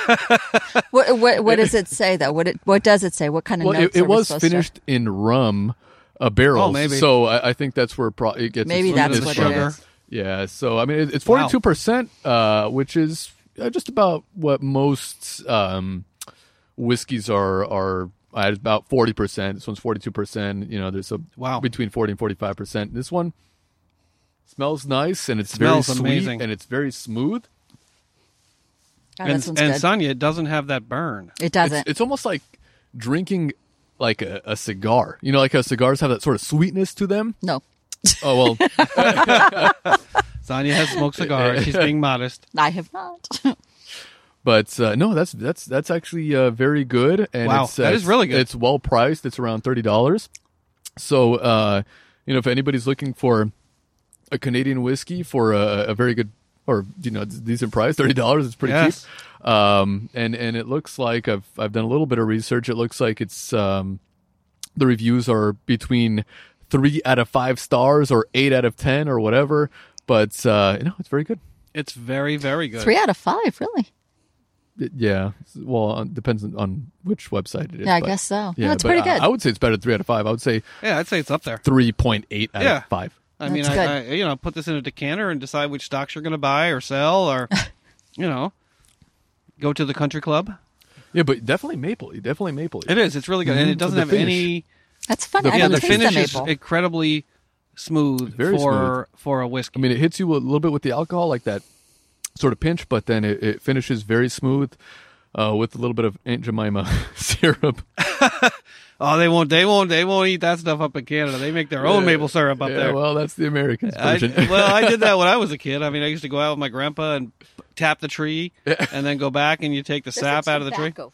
[SPEAKER 3] What, what what does it say though? What it what does it say? What kind of
[SPEAKER 2] well, it,
[SPEAKER 3] notes
[SPEAKER 2] it
[SPEAKER 3] are we
[SPEAKER 2] was
[SPEAKER 3] supposed to-
[SPEAKER 2] finished in rum, a barrel.
[SPEAKER 1] Oh, maybe.
[SPEAKER 2] So I, I think that's where pro- it gets.
[SPEAKER 3] Maybe
[SPEAKER 2] its
[SPEAKER 3] that's
[SPEAKER 2] sweetness
[SPEAKER 1] what it
[SPEAKER 2] from.
[SPEAKER 1] is.
[SPEAKER 2] Yeah. So I mean, it, it's
[SPEAKER 1] Wow.
[SPEAKER 2] forty two percent, uh, which is uh, just about what most um, whiskeys are are at about forty percent. This one's forty two percent. You know, there's a
[SPEAKER 1] Wow.
[SPEAKER 2] between forty and forty five percent. This one smells nice and it's
[SPEAKER 1] Smells
[SPEAKER 2] very sweet
[SPEAKER 1] amazing.
[SPEAKER 2] and it's very smooth.
[SPEAKER 3] Oh,
[SPEAKER 1] and
[SPEAKER 3] this one's
[SPEAKER 1] and
[SPEAKER 3] good.
[SPEAKER 1] Sonia it doesn't have that burn.
[SPEAKER 3] it doesn't.
[SPEAKER 2] It's, it's almost like drinking like a, a cigar. You know, like how cigars have that sort of sweetness to them.
[SPEAKER 3] no,
[SPEAKER 2] Oh well, *laughs*
[SPEAKER 1] *laughs* Sonia has smoked cigars. She's being modest.
[SPEAKER 3] I have not.
[SPEAKER 2] But uh, no, that's that's that's actually uh, very good. And
[SPEAKER 1] Wow,
[SPEAKER 2] it's, uh,
[SPEAKER 1] that is
[SPEAKER 2] it's-
[SPEAKER 1] really good.
[SPEAKER 2] It's well priced. It's around thirty dollars. So uh, you know, if anybody's looking for a Canadian whiskey for a, a very good or you know decent price, thirty dollars, it's pretty
[SPEAKER 1] Yes.
[SPEAKER 2] cheap. Um, and and it looks like I've I've done a little bit of research. It looks like it's um, the reviews are between three out of five stars or eight out of ten or whatever. But uh, you know, it's very good.
[SPEAKER 1] It's very, very good.
[SPEAKER 3] Three out of five, really?
[SPEAKER 2] It- yeah. Well, it depends on- on which website it is.
[SPEAKER 3] Yeah, I
[SPEAKER 2] but-
[SPEAKER 3] guess so.
[SPEAKER 2] Yeah,
[SPEAKER 3] no, it's
[SPEAKER 2] but
[SPEAKER 3] pretty
[SPEAKER 2] I-
[SPEAKER 3] good.
[SPEAKER 2] I, would say it's better than three out of five. I would say
[SPEAKER 1] Yeah, I'd say it's up there.
[SPEAKER 2] three point eight out
[SPEAKER 1] Yeah.
[SPEAKER 2] of five.
[SPEAKER 1] I mean,
[SPEAKER 3] That's good.
[SPEAKER 1] I, I you know put this in a decanter and decide which stocks you're going to buy or sell,
[SPEAKER 3] *laughs*
[SPEAKER 1] or you know, go to the country club.
[SPEAKER 2] Yeah, but definitely maple. Definitely maple.
[SPEAKER 1] It is. It's really good, and
[SPEAKER 2] Mhm.
[SPEAKER 1] it doesn't
[SPEAKER 2] The
[SPEAKER 1] have
[SPEAKER 2] finish.
[SPEAKER 1] any.
[SPEAKER 3] That's funny.
[SPEAKER 2] The-
[SPEAKER 3] I
[SPEAKER 1] yeah,
[SPEAKER 3] don't
[SPEAKER 1] the
[SPEAKER 3] taste the
[SPEAKER 1] finish is
[SPEAKER 3] maple.
[SPEAKER 1] incredibly smooth
[SPEAKER 2] Very
[SPEAKER 1] for for a whiskey.
[SPEAKER 2] I mean, it hits you a little bit with the alcohol, like that sort of pinch, but then it, it finishes very smooth uh, with a little bit of Aunt Jemima *laughs* syrup.
[SPEAKER 1] oh, they won't. They won't. They won't eat that stuff up in Canada. They make their own Oh, maple syrup up
[SPEAKER 2] yeah,
[SPEAKER 1] there.
[SPEAKER 2] Well, that's the American
[SPEAKER 1] I,
[SPEAKER 2] version.
[SPEAKER 1] *laughs* well,
[SPEAKER 2] *laughs*
[SPEAKER 1] I did that when I was a kid. I mean, I used to go out with my grandpa and tap the tree, and then go back and you take the
[SPEAKER 3] There's a
[SPEAKER 1] sap out of the tree.
[SPEAKER 3] tobacco-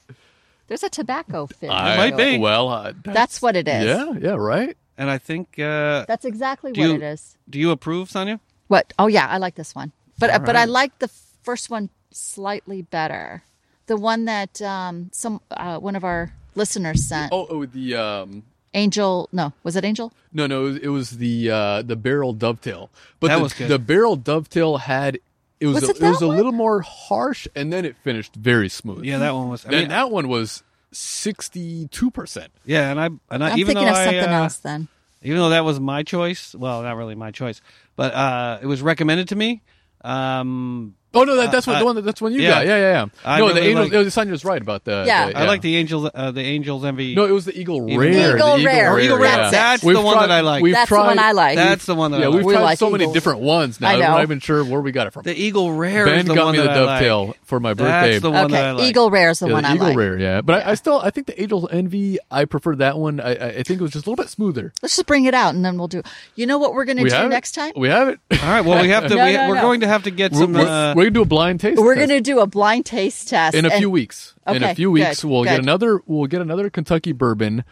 [SPEAKER 3] There's a tobacco fish.
[SPEAKER 2] I-
[SPEAKER 1] might be.
[SPEAKER 2] Well, uh,
[SPEAKER 3] That's what it is.
[SPEAKER 2] Yeah, yeah, right.
[SPEAKER 1] And I think, uh,
[SPEAKER 3] That's exactly
[SPEAKER 1] Do
[SPEAKER 3] what
[SPEAKER 1] you-
[SPEAKER 3] it is.
[SPEAKER 1] do you approve, Sonia?
[SPEAKER 3] What? Oh yeah, I like this one. But uh,
[SPEAKER 1] All
[SPEAKER 3] but I
[SPEAKER 1] right.
[SPEAKER 3] like the first one slightly better. The one that um some uh, one of our listeners sent.
[SPEAKER 2] Oh, oh the um,
[SPEAKER 3] Angel, no, was it Angel?
[SPEAKER 2] no, no, it was, it was the uh, the barrel dovetail. But
[SPEAKER 1] That
[SPEAKER 2] the,
[SPEAKER 1] was good.
[SPEAKER 2] the barrel dovetail had it was
[SPEAKER 3] Was
[SPEAKER 2] a,
[SPEAKER 3] it
[SPEAKER 2] it was
[SPEAKER 3] that
[SPEAKER 2] a
[SPEAKER 3] one?
[SPEAKER 2] little more harsh, and then it finished very smooth.
[SPEAKER 1] Yeah, that one was. I
[SPEAKER 2] Then
[SPEAKER 1] mean,
[SPEAKER 2] that one was sixty two percent.
[SPEAKER 1] yeah, and I and I,
[SPEAKER 3] I'm
[SPEAKER 1] even
[SPEAKER 3] thinking
[SPEAKER 1] though
[SPEAKER 3] of
[SPEAKER 1] I,
[SPEAKER 3] something
[SPEAKER 1] uh,
[SPEAKER 3] else then.
[SPEAKER 1] even though that was my choice well not really my choice but uh it was recommended to me um
[SPEAKER 2] Oh no, that, that's what
[SPEAKER 1] I-
[SPEAKER 2] the one. That, that's one you
[SPEAKER 1] yeah.
[SPEAKER 2] got. Yeah, yeah, yeah.
[SPEAKER 1] I
[SPEAKER 2] no,
[SPEAKER 1] really
[SPEAKER 2] the angel.
[SPEAKER 1] like-
[SPEAKER 2] Like, Sonia's right about that.
[SPEAKER 3] Yeah.
[SPEAKER 1] i like the angels uh, the angels envy
[SPEAKER 2] No, it was the eagle
[SPEAKER 1] Eagle Rare.
[SPEAKER 2] rare.
[SPEAKER 3] Eagle
[SPEAKER 2] the eagle
[SPEAKER 3] Rare.
[SPEAKER 2] rare.
[SPEAKER 1] Eagle
[SPEAKER 3] Rare,
[SPEAKER 2] yeah.
[SPEAKER 3] that's it. That's
[SPEAKER 1] the one that I like.
[SPEAKER 2] we've
[SPEAKER 3] That's the one I like.
[SPEAKER 1] that's the one that
[SPEAKER 2] Yeah,
[SPEAKER 1] i
[SPEAKER 2] we've
[SPEAKER 1] like
[SPEAKER 3] We
[SPEAKER 2] tried
[SPEAKER 3] like
[SPEAKER 2] so many
[SPEAKER 3] eagles.
[SPEAKER 2] different ones now.
[SPEAKER 3] I
[SPEAKER 2] I'm
[SPEAKER 3] know.
[SPEAKER 2] not even sure where we got it from.
[SPEAKER 1] the eagle rare
[SPEAKER 2] ben
[SPEAKER 1] is the
[SPEAKER 2] got
[SPEAKER 1] one
[SPEAKER 2] me the
[SPEAKER 1] that I
[SPEAKER 2] dovetail
[SPEAKER 1] like.
[SPEAKER 2] for my
[SPEAKER 1] That's
[SPEAKER 2] birthday.
[SPEAKER 1] the one that I
[SPEAKER 3] Okay,
[SPEAKER 1] like.
[SPEAKER 3] Eagle Rare is the
[SPEAKER 2] Yeah,
[SPEAKER 3] one I
[SPEAKER 2] eagle
[SPEAKER 3] like.
[SPEAKER 2] rare, yeah. But I, I still, I think the Angel's Envy, I prefer that one. I, I- I think it was just a little bit smoother.
[SPEAKER 3] Let's just bring it out and then we'll do. You know what we're going to
[SPEAKER 2] we
[SPEAKER 3] do
[SPEAKER 2] have
[SPEAKER 3] next
[SPEAKER 2] it.
[SPEAKER 3] time?
[SPEAKER 2] We have it. *laughs*
[SPEAKER 1] all right well we have to
[SPEAKER 3] *laughs* No,
[SPEAKER 1] we,
[SPEAKER 3] no,
[SPEAKER 1] we're
[SPEAKER 3] no.
[SPEAKER 1] going to have to get
[SPEAKER 2] We're,
[SPEAKER 1] some
[SPEAKER 2] we're,
[SPEAKER 1] uh,
[SPEAKER 2] we're gonna do a blind taste.
[SPEAKER 3] We're
[SPEAKER 2] test.
[SPEAKER 3] going to do a blind taste test
[SPEAKER 2] in a
[SPEAKER 3] and-
[SPEAKER 2] few weeks. in
[SPEAKER 3] Okay,
[SPEAKER 2] a few weeks,
[SPEAKER 3] good,
[SPEAKER 2] we'll get
[SPEAKER 3] good.
[SPEAKER 2] another. We'll get another Kentucky bourbon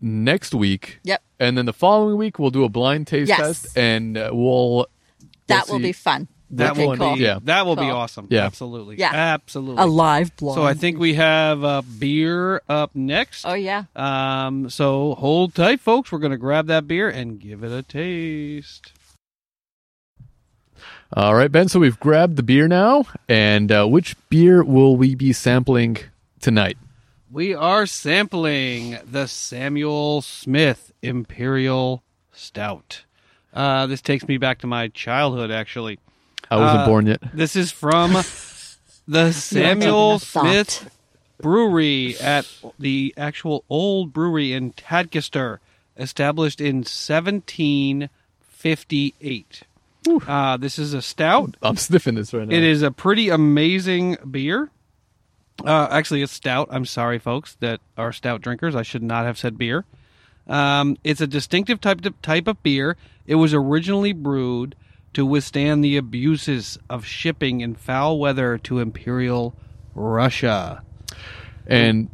[SPEAKER 2] next week.
[SPEAKER 3] Yep.
[SPEAKER 2] And then the following week, we'll do a blind taste
[SPEAKER 3] Yes.
[SPEAKER 2] test, and uh, we'll
[SPEAKER 3] That
[SPEAKER 2] we'll
[SPEAKER 3] will
[SPEAKER 2] see.
[SPEAKER 3] be fun.
[SPEAKER 1] that
[SPEAKER 3] okay,
[SPEAKER 1] will
[SPEAKER 3] cool.
[SPEAKER 1] be
[SPEAKER 2] Yeah.
[SPEAKER 1] that will be
[SPEAKER 3] Cool.
[SPEAKER 1] awesome
[SPEAKER 2] Yeah.
[SPEAKER 1] absolutely
[SPEAKER 3] Yeah.
[SPEAKER 1] absolutely
[SPEAKER 3] A live blog.
[SPEAKER 1] so i think we have uh, beer up next
[SPEAKER 3] Oh yeah.
[SPEAKER 1] um so hold tight folks we're gonna grab that beer and give it a taste
[SPEAKER 2] All right, Ben. So we've grabbed the beer now, and uh, which beer will we be sampling tonight?
[SPEAKER 1] We are sampling the Samuel Smith Imperial Stout. Uh, this takes me back to my childhood, actually.
[SPEAKER 2] I wasn't
[SPEAKER 1] Uh,
[SPEAKER 2] born yet. *laughs*
[SPEAKER 1] This is from
[SPEAKER 3] *laughs*
[SPEAKER 1] the Samuel
[SPEAKER 3] taking a thought.
[SPEAKER 1] Smith Brewery at the actual old brewery in Tadcaster, established in 1758. Uh, this is a stout.
[SPEAKER 2] I'm sniffing this right now.
[SPEAKER 1] It is a pretty amazing beer. Uh, actually, it's stout. I'm sorry, folks, that are stout drinkers. I should not have said beer. Um, it's a distinctive type of, type of beer. It was originally brewed to withstand the abuses of shipping in foul weather to Imperial Russia.
[SPEAKER 2] And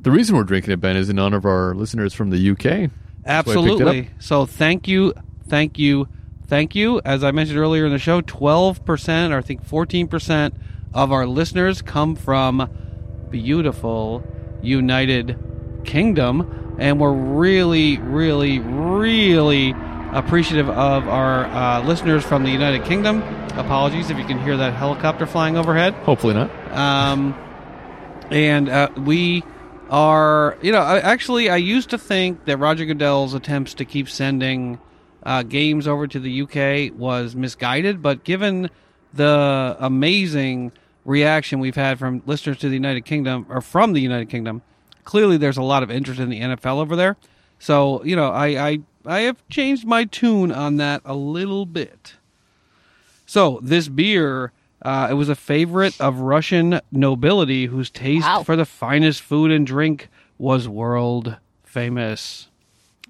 [SPEAKER 2] the reason we're drinking it, Ben, is in honor of our listeners from the UK. That's why I picked it up.
[SPEAKER 1] Absolutely. So thank you, thank you, thank you. As I mentioned earlier in the show, twelve percent, or I think fourteen percent, of our listeners come from beautiful United Kingdom, and we're really, really, really appreciative of our uh, listeners from the United Kingdom. Apologies if you can hear that helicopter flying overhead.
[SPEAKER 2] Hopefully not.
[SPEAKER 1] Um, and uh, we are, you know, I, actually, I used to think that Roger Goodell's attempts to keep sending uh, games over to the UK was misguided, but given the amazing reaction we've had from listeners to the United Kingdom or from the United Kingdom, clearly there's a lot of interest in the NFL over there. So, you know, I, I, I have changed my tune on that a little bit. So this beer, uh, it was a favorite of Russian nobility whose taste
[SPEAKER 3] Wow.
[SPEAKER 1] for the finest food and drink was world famous.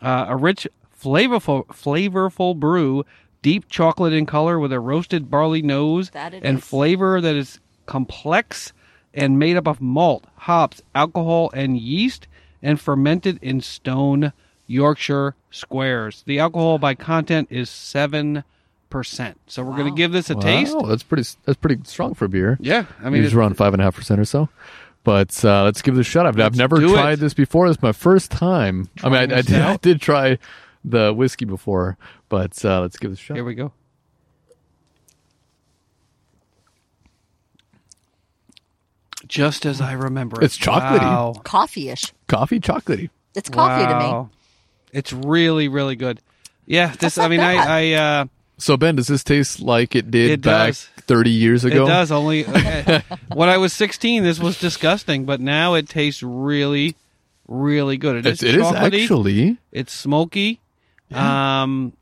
[SPEAKER 1] Uh, a rich, flavorful, flavorful brew, deep chocolate in color with a roasted barley nose
[SPEAKER 3] That it
[SPEAKER 1] and
[SPEAKER 3] is.
[SPEAKER 1] flavor that is complex and made up of malt, hops, alcohol, and yeast, and fermented in stone Yorkshire squares. The alcohol by content is 7%. So we're going to give this a taste.
[SPEAKER 2] Wow, that's pretty. That's pretty strong for beer.
[SPEAKER 1] Yeah. I
[SPEAKER 2] I
[SPEAKER 1] mean,
[SPEAKER 2] mean,
[SPEAKER 1] it's-
[SPEAKER 2] it's around five and a half percent or so. But uh, let's give this a shot. I've, I've never
[SPEAKER 1] do it.
[SPEAKER 2] tried this before. It's my first time. I
[SPEAKER 1] Trying
[SPEAKER 2] mean, I, I,
[SPEAKER 1] this
[SPEAKER 2] did, I
[SPEAKER 1] out.
[SPEAKER 2] did try the whiskey before, but uh, let's give this a shot.
[SPEAKER 1] here we go. Just as I remember it.
[SPEAKER 2] It's chocolatey.
[SPEAKER 1] Wow.
[SPEAKER 3] Coffee-ish.
[SPEAKER 2] Coffee, chocolatey.
[SPEAKER 3] It's coffee to me.
[SPEAKER 1] Wow. It's really, really good. Yeah, this.
[SPEAKER 3] not
[SPEAKER 1] I mean,
[SPEAKER 3] bad.
[SPEAKER 1] I, I uh,
[SPEAKER 2] So Ben, does this taste like it did
[SPEAKER 1] It
[SPEAKER 2] back
[SPEAKER 1] does.
[SPEAKER 2] thirty years
[SPEAKER 1] it
[SPEAKER 2] ago?
[SPEAKER 1] does only uh, when I was sixteen. This was disgusting, but now it tastes really, really good. It
[SPEAKER 2] It's,
[SPEAKER 1] is
[SPEAKER 2] it is
[SPEAKER 1] chocolatey.
[SPEAKER 2] actually.
[SPEAKER 1] It's smoky. Um,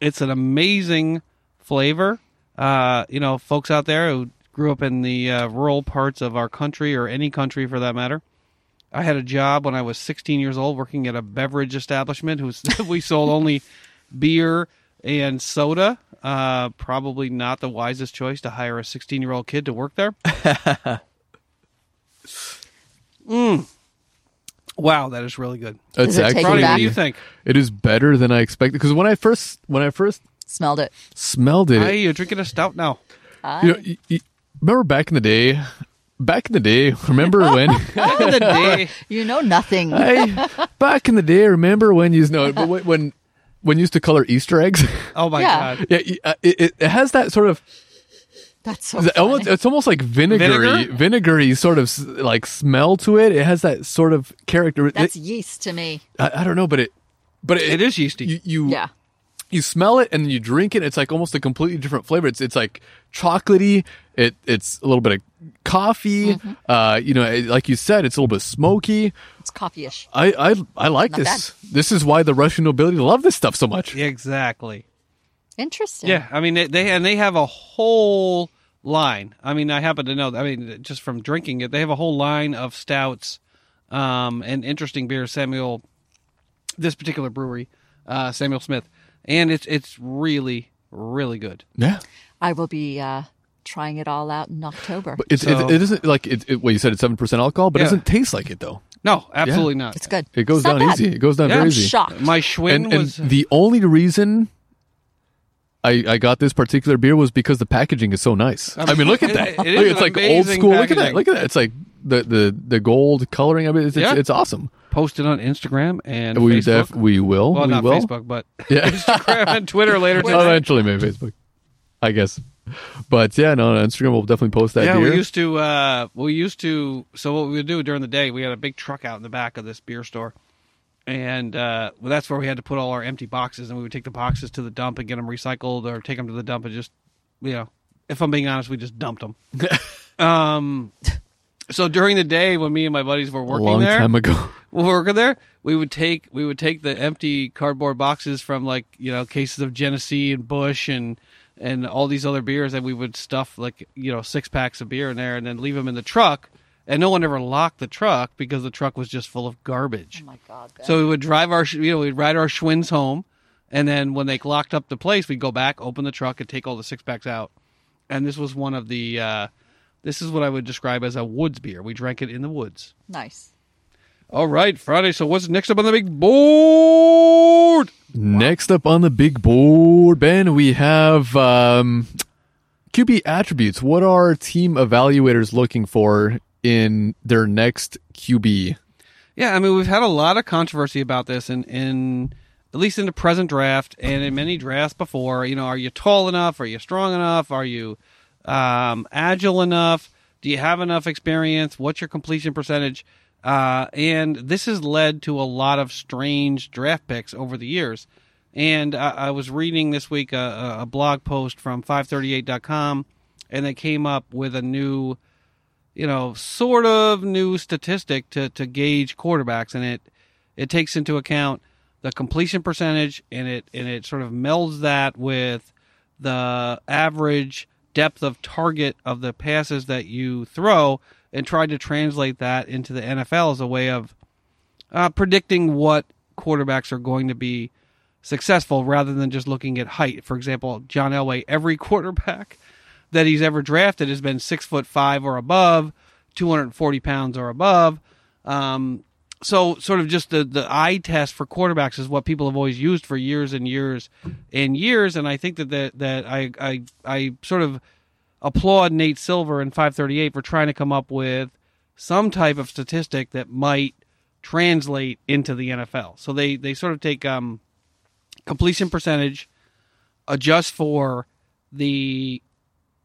[SPEAKER 1] it's an amazing flavor. Uh, you know, folks out there who grew up in the uh, rural parts of our country or any country for that matter. I had a job when I was 16 years old working at a beverage establishment. Who was, *laughs* we sold only beer and soda. Uh, probably not the wisest choice to hire a 16 year old kid to work there. mm. Mm. Wow, that is really good.
[SPEAKER 2] It's
[SPEAKER 3] it take you
[SPEAKER 1] Ronnie, what
[SPEAKER 2] actually.
[SPEAKER 3] back?
[SPEAKER 1] do you think?
[SPEAKER 2] It is better than I expected because when I first when I first
[SPEAKER 3] Smelled it.
[SPEAKER 2] smelled it,
[SPEAKER 1] Hey, you're drinking a stout now. *laughs*
[SPEAKER 2] you know, y- y- remember back in the day. Back in the day, remember when?
[SPEAKER 1] Back in the
[SPEAKER 2] Oh.
[SPEAKER 1] day,
[SPEAKER 3] You know
[SPEAKER 1] *laughs*
[SPEAKER 3] nothing.
[SPEAKER 2] I, back in the day, remember when you know but when- when when you used to color Easter eggs? *laughs*
[SPEAKER 1] oh my
[SPEAKER 3] Yeah.
[SPEAKER 1] god,
[SPEAKER 2] yeah, y- uh, it, it- it has that sort of
[SPEAKER 3] That's so
[SPEAKER 2] it's almost,
[SPEAKER 3] funny.
[SPEAKER 2] it's almost like vinegary,
[SPEAKER 1] Vinegar?
[SPEAKER 2] vinegary sort of s- like smell to it. It has that sort of character.
[SPEAKER 3] That's
[SPEAKER 2] it,
[SPEAKER 3] yeast to me.
[SPEAKER 2] I, I don't know, but it but it,
[SPEAKER 1] it is yeasty.
[SPEAKER 2] you you,
[SPEAKER 3] Yeah.
[SPEAKER 2] you smell it and then you drink it. It's like almost a completely different flavor. It's it's like chocolatey. It it's a little bit of coffee.
[SPEAKER 3] Mm-hmm.
[SPEAKER 2] Uh, you know, it, like you said, it's a little bit smoky.
[SPEAKER 3] It's coffee-ish.
[SPEAKER 2] I I, I like
[SPEAKER 3] Not
[SPEAKER 2] this. This is why the Russian nobility love this stuff so much.
[SPEAKER 1] exactly.
[SPEAKER 3] Interesting.
[SPEAKER 1] Yeah, I mean they, they and they have a whole line. I mean, I happen to know. I mean, just from drinking it, they have a whole line of stouts um, and interesting beers. Samuel, this particular brewery, uh, Samuel Smith, and it's it's really really good.
[SPEAKER 2] Yeah.
[SPEAKER 3] I will be uh, trying it all out in October.
[SPEAKER 2] But it's,
[SPEAKER 1] So-
[SPEAKER 2] it, it isn't like it, it, well, you said it's seven percent alcohol, but
[SPEAKER 1] Yeah.
[SPEAKER 2] it doesn't taste like it though.
[SPEAKER 1] No, absolutely not.
[SPEAKER 3] it's good.
[SPEAKER 2] It goes
[SPEAKER 3] It's not
[SPEAKER 2] down
[SPEAKER 3] bad.
[SPEAKER 2] easy. It goes down
[SPEAKER 1] Yeah.
[SPEAKER 2] very
[SPEAKER 1] I'm
[SPEAKER 3] I'm
[SPEAKER 2] easy.
[SPEAKER 3] shocked.
[SPEAKER 1] My Schwinn
[SPEAKER 2] And, and
[SPEAKER 1] was uh,
[SPEAKER 2] the only reason I, I got this particular beer was because the packaging is so nice.
[SPEAKER 1] I mean,
[SPEAKER 2] I mean, look at that.
[SPEAKER 1] it- it is
[SPEAKER 2] Look,
[SPEAKER 1] an
[SPEAKER 2] it's like old
[SPEAKER 1] amazing
[SPEAKER 2] school. Look at that.
[SPEAKER 1] packaging.
[SPEAKER 2] Look at that. It's like the the, the gold coloring of it. It's, it's,
[SPEAKER 1] Yeah.
[SPEAKER 2] it's awesome.
[SPEAKER 1] posted on Instagram and
[SPEAKER 2] We
[SPEAKER 1] Facebook.
[SPEAKER 2] def, we will.
[SPEAKER 1] well,
[SPEAKER 2] we
[SPEAKER 1] not
[SPEAKER 2] will.
[SPEAKER 1] Facebook, but
[SPEAKER 2] *laughs* Yeah.
[SPEAKER 1] Instagram and Twitter later today.
[SPEAKER 2] Eventually, maybe Facebook. I guess. But yeah, no, on Instagram we'll definitely post that
[SPEAKER 1] yeah,
[SPEAKER 2] beer.
[SPEAKER 1] we used to. Uh, we used to. So what we would do during the day, we had a big truck out in the back of this beer store, and uh, well, that's where we had to put all our empty boxes, and we would take the boxes to the dump and get them recycled, or take them to the dump and just, you know, if I'm being honest, we just dumped
[SPEAKER 2] *laughs*
[SPEAKER 1] them. um, so during the day, when me and my buddies were
[SPEAKER 2] a
[SPEAKER 1] working
[SPEAKER 2] long
[SPEAKER 1] there,
[SPEAKER 2] time ago. *laughs*
[SPEAKER 1] we were working there, we would take we would take the empty cardboard boxes from like you know cases of Genesee and Bush and and all these other beers, and we would stuff like you know six packs of beer in there, and then leave them in the truck. And no one ever locked the truck because the truck was just full of garbage.
[SPEAKER 3] Oh my God. Ben.
[SPEAKER 1] So we would drive our, you know, we'd ride our Schwins home, and then when they locked up the place, we'd go back, open the truck, and take all the six packs out. And this was one of the, uh, this is what I would describe as a woods beer. We drank it in the woods.
[SPEAKER 3] nice.
[SPEAKER 1] All right, Friday. So what's next up on the big board?
[SPEAKER 2] Next up on the big board, Ben, we have um, QB attributes. What are team evaluators looking for in their next QB?
[SPEAKER 1] Yeah, I mean we've had a lot of controversy about this, in, in at least in the present draft and in many drafts before. You know, are you tall enough? Are you strong enough? Are you um, agile enough? Do you have enough experience? What's your completion percentage? Uh, and this has led to a lot of strange draft picks over the years. And I, I was reading this week a, a- a blog post from 538.com, and they came up with a new you know, sort of new statistic to, to gauge quarterbacks, and it it takes into account the completion percentage, and it and it sort of melds that with the average depth of target of the passes that you throw, and tried to translate that into the NFL as a way of uh, predicting what quarterbacks are going to be successful rather than just looking at height. For example, John *laughs* Elway, every quarterback that he's ever drafted has been six foot five or above, 240 pounds or above. Um, so sort of just the, the eye test for quarterbacks is what people have always used for years and years and years. And I think that that, that I, I I sort of applaud Nate Silver and 538 for trying to come up with some type of statistic that might translate into the NFL. So they they sort of take um, completion percentage, adjust for the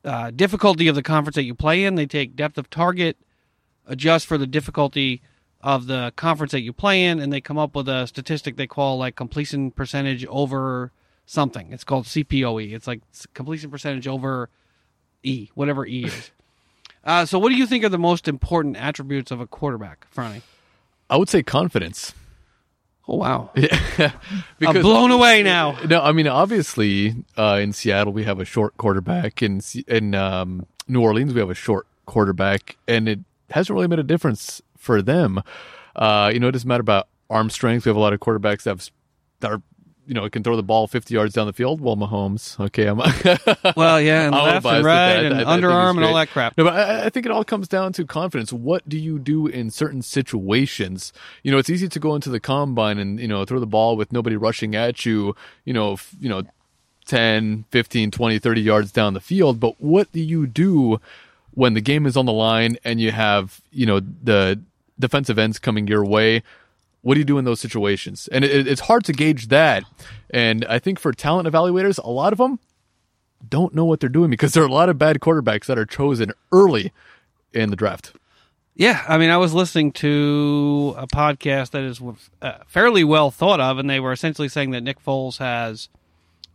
[SPEAKER 1] uh, difficulty of the conference that you play in. They take depth of target, adjust for the difficulty of the conference that you play in, and they come up with a statistic they call like completion percentage over something. It's called CPOE. E. It's like s- completion percentage over E, whatever E is. *laughs* Uh, so, what do you think are the most important attributes of a quarterback, Franny?
[SPEAKER 2] I would say confidence.
[SPEAKER 1] Oh
[SPEAKER 2] *laughs*
[SPEAKER 1] wow! I'm
[SPEAKER 2] Because
[SPEAKER 1] blown away
[SPEAKER 2] *laughs*
[SPEAKER 1] now.
[SPEAKER 2] no, I mean obviously uh, in Seattle we have a short quarterback, in Se- in um, New Orleans we have a short quarterback, and it hasn't really made a difference for them. Uh, you know, it doesn't matter about arm strength. We have a lot of quarterbacks that, have, s- that are you know can throw the ball 50 yards down the field. Well, Mahomes, okay, I'm *laughs*
[SPEAKER 1] Well, yeah, and
[SPEAKER 2] I'm
[SPEAKER 1] left
[SPEAKER 2] biased
[SPEAKER 1] and
[SPEAKER 2] with
[SPEAKER 1] right
[SPEAKER 2] that.
[SPEAKER 1] and
[SPEAKER 2] I- I think
[SPEAKER 1] underarm
[SPEAKER 2] it's
[SPEAKER 1] and all
[SPEAKER 2] great.
[SPEAKER 1] that crap.
[SPEAKER 2] No, but I, I think it all comes down to confidence. What do you do in certain situations? You know, it's easy to go into the combine and, you know, throw the ball with nobody rushing at you, you know, f- you know, 10, 15, 20, 30 yards down the field. But what do you do when the game is on the line and you have, you know, the defensive ends coming your way? What do you do in those situations? And it, it's hard to gauge that. And I think for talent evaluators, a lot of them, don't know what they're doing because there are a lot of bad quarterbacks that are chosen early in the draft.
[SPEAKER 1] Yeah, I mean, I was listening to a podcast that is uh, fairly well thought of, and they were essentially saying that Nick Foles has,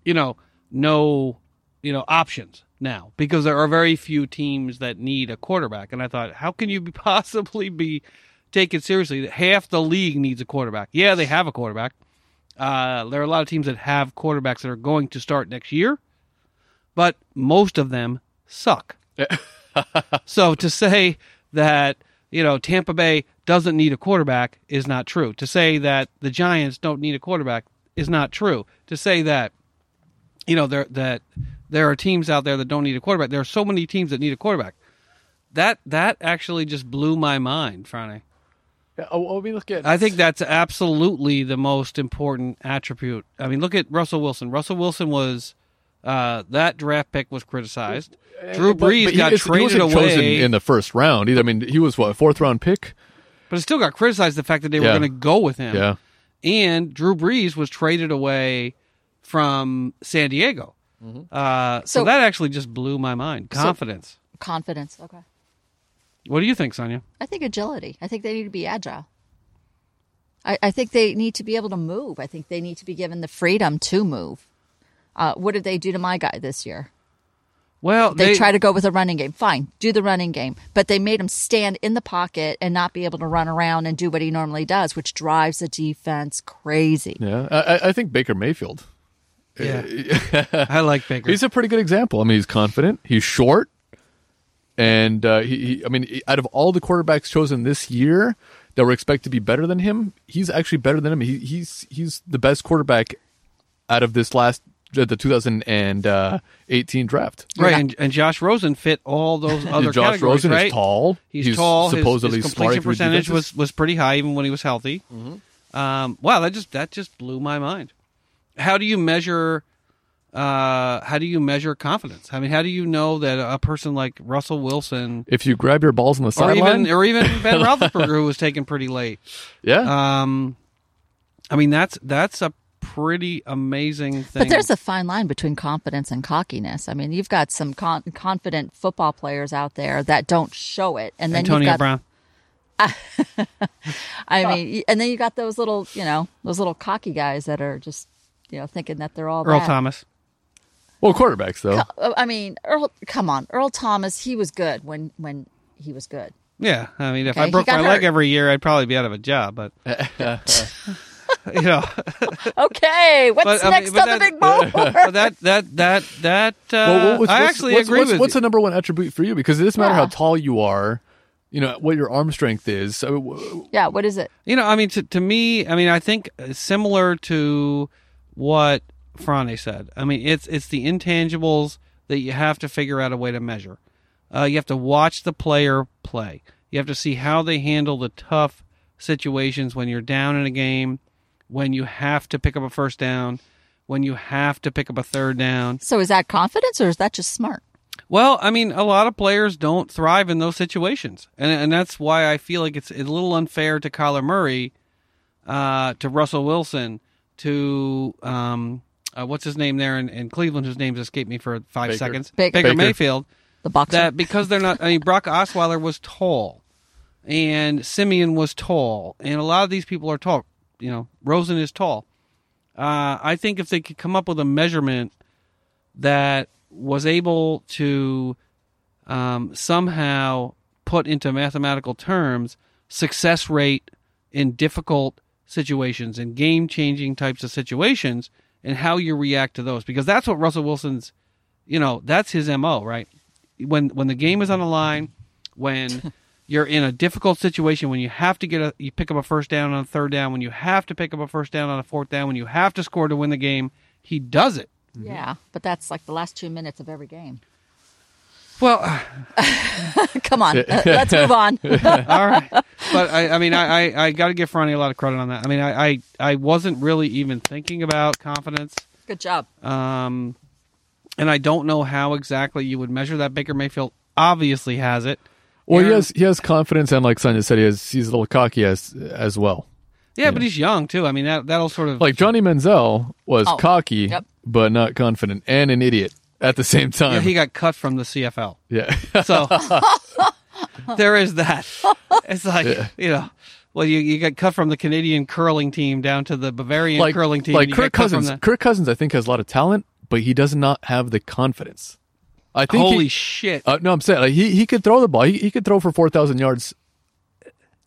[SPEAKER 1] you know, no, you know, options now because there are very few teams that need a quarterback. And I thought, how can you be *laughs* possibly be taken seriously? that Half the league needs a quarterback. Yeah, they have a quarterback. Uh, there are a lot of teams that have quarterbacks that are going to start next year, but most of them suck. So to say that you know Tampa Bay doesn't need a quarterback is not true. To say that the Giants don't need a quarterback is not true. To say that you know there that there are teams out there that don't need a quarterback. There are so many teams that need a quarterback. That that actually just blew my mind, Friday.
[SPEAKER 2] Oh, we look at.
[SPEAKER 1] I think that's absolutely the most important attribute. I mean, look at Russell Wilson. Russell Wilson was uh, that draft pick was criticized. Drew Brees got traded
[SPEAKER 2] he wasn't
[SPEAKER 1] away
[SPEAKER 2] chosen in the first round. Either. I mean, he was what fourth round pick.
[SPEAKER 1] But it still got criticized the fact that they
[SPEAKER 2] Yeah.
[SPEAKER 1] were going to go with him.
[SPEAKER 2] Yeah.
[SPEAKER 1] And Drew Brees was traded away from San Diego.
[SPEAKER 2] Mm-hmm.
[SPEAKER 1] Uh, so,
[SPEAKER 3] So-
[SPEAKER 1] that actually just blew my mind. Confidence.
[SPEAKER 3] Confidence. Okay.
[SPEAKER 1] what do you think, Sonia?
[SPEAKER 3] I think agility. I think they need to be agile. I, I think they need to be able to move. I think they need to be given the freedom to move. Uh, what did they do to my guy this year?
[SPEAKER 1] Well,
[SPEAKER 3] They, try to go with a running game. Fine, do the running game. But they made him stand in the pocket and not be able to run around and do what he normally does, which drives the defense crazy.
[SPEAKER 2] Yeah, I, I- I think Baker Mayfield.
[SPEAKER 1] Yeah. *laughs* I like Baker.
[SPEAKER 2] He's a pretty good example. I mean, he's confident. He's short, and uh, he, he. I mean, he- out of all the quarterbacks chosen this year that were expected to be better than him, he's actually better than him. He, he's he's the best quarterback out of this last uh, the 2018 uh, draft.
[SPEAKER 1] right. And, and Josh Rosen fit all
[SPEAKER 3] *laughs*
[SPEAKER 1] those other
[SPEAKER 2] Josh
[SPEAKER 1] categories.
[SPEAKER 2] Rosen is
[SPEAKER 1] right?
[SPEAKER 2] tall.
[SPEAKER 1] He's,
[SPEAKER 2] He's
[SPEAKER 1] tall. His-
[SPEAKER 2] supposedly
[SPEAKER 1] his,
[SPEAKER 2] smart. He Mm-hmm.
[SPEAKER 1] completion
[SPEAKER 2] can read
[SPEAKER 1] percentage was,
[SPEAKER 2] defenses.
[SPEAKER 1] was pretty high even when he was healthy. Um, wow, that just that just blew my mind. How do you measure? Uh, how do you measure confidence? I mean, how do you know that a person like Russell Wilson
[SPEAKER 2] If you grab your balls on the
[SPEAKER 1] or
[SPEAKER 2] sideline,
[SPEAKER 1] even or
[SPEAKER 2] *laughs*
[SPEAKER 1] even Ben Roethlisberger, who was taken pretty late?
[SPEAKER 2] yeah,
[SPEAKER 1] Um, I mean, that's that's a pretty amazing thing.
[SPEAKER 3] But there's a fine line between confidence and cockiness. I mean, you've got some con- confident football players out there that don't show it, and then
[SPEAKER 1] Antonio
[SPEAKER 3] you've got,
[SPEAKER 1] Brown.
[SPEAKER 3] I mean, y- and then you got those little, you know, those little cocky guys that are just, you know, thinking that they're all
[SPEAKER 1] Earl
[SPEAKER 3] that.
[SPEAKER 1] Thomas.
[SPEAKER 2] well, quarterbacks though.
[SPEAKER 3] Uh, I mean, Earl, come on, Earl Thomas. He was good when when he was good. *laughs*
[SPEAKER 1] Yeah, I mean, if
[SPEAKER 3] Okay,
[SPEAKER 1] I
[SPEAKER 3] he
[SPEAKER 1] broke my
[SPEAKER 3] got
[SPEAKER 1] leg
[SPEAKER 3] hurt.
[SPEAKER 1] every year, I'd probably be out of a job.
[SPEAKER 2] *laughs*
[SPEAKER 1] But you know,
[SPEAKER 3] Okay, what's
[SPEAKER 1] But, I mean,
[SPEAKER 3] next
[SPEAKER 1] but
[SPEAKER 3] on the
[SPEAKER 1] that- *laughs*
[SPEAKER 3] big board?
[SPEAKER 1] but that that that that uh,
[SPEAKER 2] Well, what's-
[SPEAKER 1] I
[SPEAKER 2] what's-
[SPEAKER 1] actually
[SPEAKER 2] what's,
[SPEAKER 1] agree
[SPEAKER 2] what's,
[SPEAKER 1] with
[SPEAKER 2] what's
[SPEAKER 1] you.
[SPEAKER 2] the number one attribute for you because it doesn't matter how
[SPEAKER 3] Yeah.
[SPEAKER 2] tall you are, you know what your arm strength is. I mean, w-
[SPEAKER 3] yeah, what is it?
[SPEAKER 1] you know, I mean, to, to me, I mean, I think uh, similar to what Franny said. I mean, it's it's the intangibles that you have to figure out a way to measure. Uh, you have to watch the player play. You have to see how they handle the tough situations when you're down in a game, when you have to pick up a first down, when you have to pick up a third down.
[SPEAKER 3] So is that confidence or is that just smart?
[SPEAKER 1] Well, I mean, a lot of players don't thrive in those situations, and and that's why I feel like it's a little unfair to Kyler Murray, uh, to Russell Wilson, to um, uh, what's his name there in, in Cleveland, whose name's escaped me for five
[SPEAKER 2] Baker.
[SPEAKER 1] seconds,
[SPEAKER 3] Baker.
[SPEAKER 1] Baker
[SPEAKER 2] Baker.
[SPEAKER 1] Mayfield,
[SPEAKER 3] The boxer.
[SPEAKER 1] that because they're not. I mean, Brock Osweiler was tall, and Simeon was tall, and a lot of these people are tall. You know, Rosen is tall. Uh, I think if they could come up with a measurement that was able to um, somehow put into mathematical terms success rate in difficult situations and game changing types of situations and how you react to those because that's what Russell Wilson's you know that's his MO right when when the game is on the line when you're in a difficult situation when you have to get a you pick up a first down on a third down when you have to pick up a first down on a fourth down when you have to score to win the game he does it
[SPEAKER 3] yeah, but that's like the last two minutes of every game. *laughs*
[SPEAKER 1] well
[SPEAKER 3] Come on, *laughs* let's move on.
[SPEAKER 1] *laughs* All right, but I, I mean, I, I, I got to give Franny a lot of credit on that. I mean, I, I, I wasn't really even thinking about confidence,
[SPEAKER 3] Good job.
[SPEAKER 1] um, and I don't know how exactly you would measure that. Baker Mayfield obviously has it.
[SPEAKER 2] Well, he
[SPEAKER 1] Aaron-
[SPEAKER 2] has he has confidence, and like Sonia said, he has he's a little cocky as as well.
[SPEAKER 1] yeah, but he's young too. I mean, that that'll sort of
[SPEAKER 2] Like Johnny Manziel was
[SPEAKER 3] Oh,
[SPEAKER 2] cocky,
[SPEAKER 3] yep.
[SPEAKER 2] but not confident, and an idiot at the same time.
[SPEAKER 1] yeah, he got cut from the CFL,
[SPEAKER 2] Yeah.
[SPEAKER 1] so *laughs* there is that. It's like you know. Well, you, you got cut from the Canadian curling team down to the Bavarian
[SPEAKER 2] *laughs* like
[SPEAKER 1] curling team.
[SPEAKER 2] like
[SPEAKER 1] and you got
[SPEAKER 2] Kirk
[SPEAKER 1] cut from
[SPEAKER 2] Cousins.
[SPEAKER 1] the-
[SPEAKER 2] Kirk Cousins, I think, has a lot of talent, but he does not have the confidence. I think.
[SPEAKER 1] Holy
[SPEAKER 2] he,
[SPEAKER 1] shit!
[SPEAKER 2] uh, no, I'm saying like, he he could throw the ball. He, he could throw for four thousand yards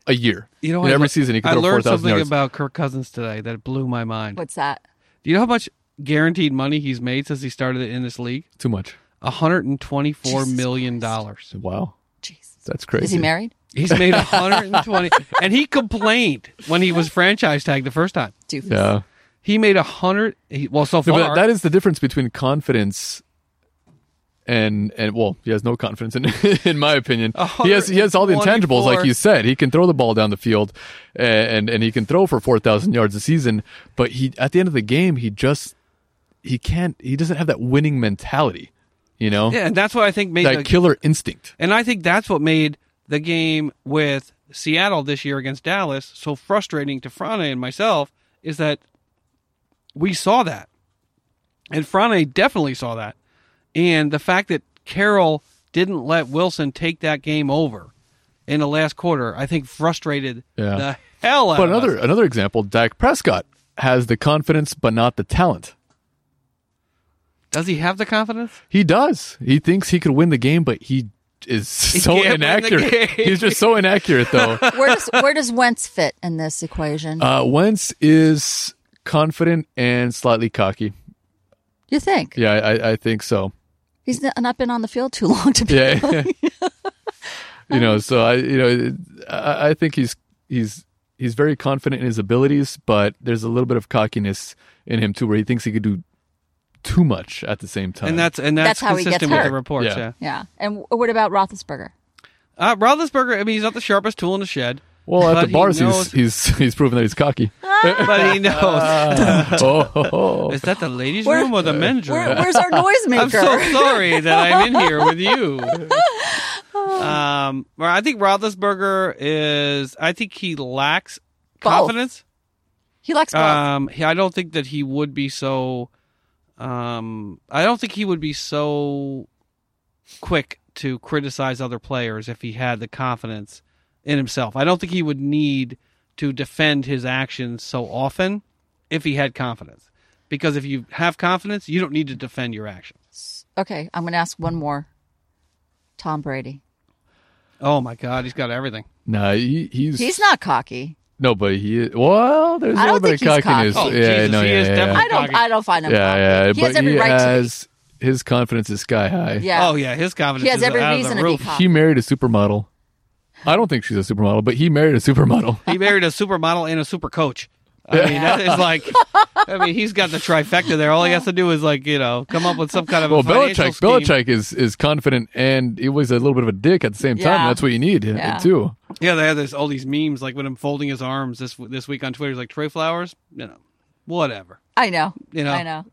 [SPEAKER 2] a year.
[SPEAKER 1] You know,
[SPEAKER 2] In
[SPEAKER 1] I
[SPEAKER 2] every
[SPEAKER 1] lear-
[SPEAKER 2] season he could
[SPEAKER 1] I
[SPEAKER 2] throw four
[SPEAKER 1] learned
[SPEAKER 2] thousand
[SPEAKER 1] something
[SPEAKER 2] yards.
[SPEAKER 1] about Kirk Cousins today that blew my mind.
[SPEAKER 3] What's that?
[SPEAKER 1] Do you know how much guaranteed money he's made since he started in this league?
[SPEAKER 2] Too much.
[SPEAKER 1] One hundred and twenty-four
[SPEAKER 3] Jesus
[SPEAKER 1] million dollars.
[SPEAKER 2] Wow,
[SPEAKER 3] Jeez.
[SPEAKER 2] that's crazy.
[SPEAKER 3] Is he married?
[SPEAKER 1] He's made one hundred and twenty, *laughs* and he complained when he was franchise tagged the first time.
[SPEAKER 3] Doofus.
[SPEAKER 2] Yeah.
[SPEAKER 1] He made a hundred. he- Well, so
[SPEAKER 2] No,
[SPEAKER 1] far,
[SPEAKER 2] but that is the difference between confidence and and well, he has no confidence in *laughs* in my opinion. He has he has all the intangibles, like
[SPEAKER 1] 124.
[SPEAKER 2] you said. He can throw the ball down the field, and and he can throw for four thousand yards a season. But he at the end of the game, he just he can't. He doesn't have that winning mentality, you know,
[SPEAKER 1] yeah, and that's what I think made
[SPEAKER 2] that
[SPEAKER 1] the,
[SPEAKER 2] killer instinct.
[SPEAKER 1] And I think that's what made the game with Seattle this year against Dallas so frustrating to Frane and myself is that we saw that. And Frane definitely saw that. And the fact that Carroll didn't let Wilson take that game over in the last quarter, I think frustrated
[SPEAKER 2] Yeah.
[SPEAKER 1] the hell out
[SPEAKER 2] But
[SPEAKER 1] of
[SPEAKER 2] another
[SPEAKER 1] us.
[SPEAKER 2] another example, Dak Prescott has the confidence, but not the talent.
[SPEAKER 1] Does he have the confidence?
[SPEAKER 2] He does. He thinks he could win the game, but he is *laughs* so
[SPEAKER 1] can't win the
[SPEAKER 2] inaccurate.
[SPEAKER 1] game.
[SPEAKER 2] He's just so inaccurate,
[SPEAKER 1] *laughs*
[SPEAKER 2] though.
[SPEAKER 3] *laughs* Where does where does Wentz fit in this equation?
[SPEAKER 2] Uh, Wentz is confident and slightly cocky.
[SPEAKER 3] you think
[SPEAKER 2] Yeah, I, I think so.
[SPEAKER 3] he's n- not been on the field too *laughs* long to be?
[SPEAKER 2] Yeah, *laughs* you know, so I, you know, I, I think he's he's he's very confident in his abilities, but there's a little bit of cockiness in him too, where he thinks he could do too much at the same time.
[SPEAKER 1] And that's and that's,
[SPEAKER 3] That's how he gets
[SPEAKER 1] consistent with the
[SPEAKER 3] hurt.
[SPEAKER 1] reports.
[SPEAKER 2] Yeah.
[SPEAKER 1] Yeah.
[SPEAKER 3] Yeah. And w- what about Roethlisberger?
[SPEAKER 1] Uh, Roethlisberger. I mean, he's not the sharpest tool in the shed.
[SPEAKER 2] well, at
[SPEAKER 1] but
[SPEAKER 2] the
[SPEAKER 1] he
[SPEAKER 2] bars,
[SPEAKER 1] knows-
[SPEAKER 2] he's he's *laughs* he's proven that he's cocky.
[SPEAKER 1] But he knows.
[SPEAKER 2] oh, ho, ho.
[SPEAKER 1] is that the ladies'
[SPEAKER 3] Where-
[SPEAKER 1] room or the men's room?
[SPEAKER 3] Where, where's our
[SPEAKER 1] I'm
[SPEAKER 3] noisemaker?
[SPEAKER 1] *laughs* so sorry that I'm in here with you. Um, well, I think Roethlisberger is. I think he lacks
[SPEAKER 3] Both.
[SPEAKER 1] confidence.
[SPEAKER 3] he likes both.
[SPEAKER 1] Um, he, I don't think that he would be so. Um, I don't think he would be so quick to criticize other players if he had the confidence in himself. I don't think he would need to defend his actions so often if he had confidence. Because if you have confidence, you don't need to defend your actions.
[SPEAKER 3] okay, I'm going to ask one more. Tom Brady.
[SPEAKER 1] Oh my God, he's got everything.
[SPEAKER 2] Nah, he, he's
[SPEAKER 3] He's not cocky.
[SPEAKER 2] no, but he is. Well, there's a
[SPEAKER 3] I
[SPEAKER 2] little
[SPEAKER 3] don't
[SPEAKER 2] bit of
[SPEAKER 3] think he's
[SPEAKER 2] cockiness.
[SPEAKER 1] cocky. Oh,
[SPEAKER 2] yeah,
[SPEAKER 1] Jesus,
[SPEAKER 2] no,
[SPEAKER 1] he
[SPEAKER 2] yeah,
[SPEAKER 1] is
[SPEAKER 2] yeah,
[SPEAKER 1] definitely
[SPEAKER 2] yeah.
[SPEAKER 3] I don't.
[SPEAKER 1] cocky.
[SPEAKER 3] I don't find him.
[SPEAKER 2] yeah,
[SPEAKER 3] cocky.
[SPEAKER 2] yeah.
[SPEAKER 3] He
[SPEAKER 2] but
[SPEAKER 3] has every
[SPEAKER 2] he
[SPEAKER 3] right to.
[SPEAKER 2] has his confidence is sky high.
[SPEAKER 3] Be. Yeah.
[SPEAKER 1] Oh yeah, his confidence.
[SPEAKER 3] He has
[SPEAKER 1] is
[SPEAKER 3] every
[SPEAKER 1] out of
[SPEAKER 3] reason
[SPEAKER 1] the
[SPEAKER 3] to be
[SPEAKER 1] roof.
[SPEAKER 3] cocky.
[SPEAKER 2] He married a supermodel. I don't think she's a supermodel, but he married a supermodel.
[SPEAKER 1] He married a supermodel and a super coach. I mean, that is like, I mean, he's got the trifecta there. All he has to do is like, you know, come up with some kind of
[SPEAKER 2] Well,
[SPEAKER 1] a financial
[SPEAKER 2] Belichick,
[SPEAKER 1] scheme.
[SPEAKER 2] Belichick is is confident, and he was a little bit of a dick at the same time.
[SPEAKER 3] Yeah.
[SPEAKER 2] That's what you need uh,
[SPEAKER 3] Yeah.
[SPEAKER 2] too.
[SPEAKER 1] Yeah, they had this all these memes like with him folding his arms this this week on Twitter. He's like Trey Flowers, you know, whatever,
[SPEAKER 3] I know.
[SPEAKER 1] You know.
[SPEAKER 3] I know.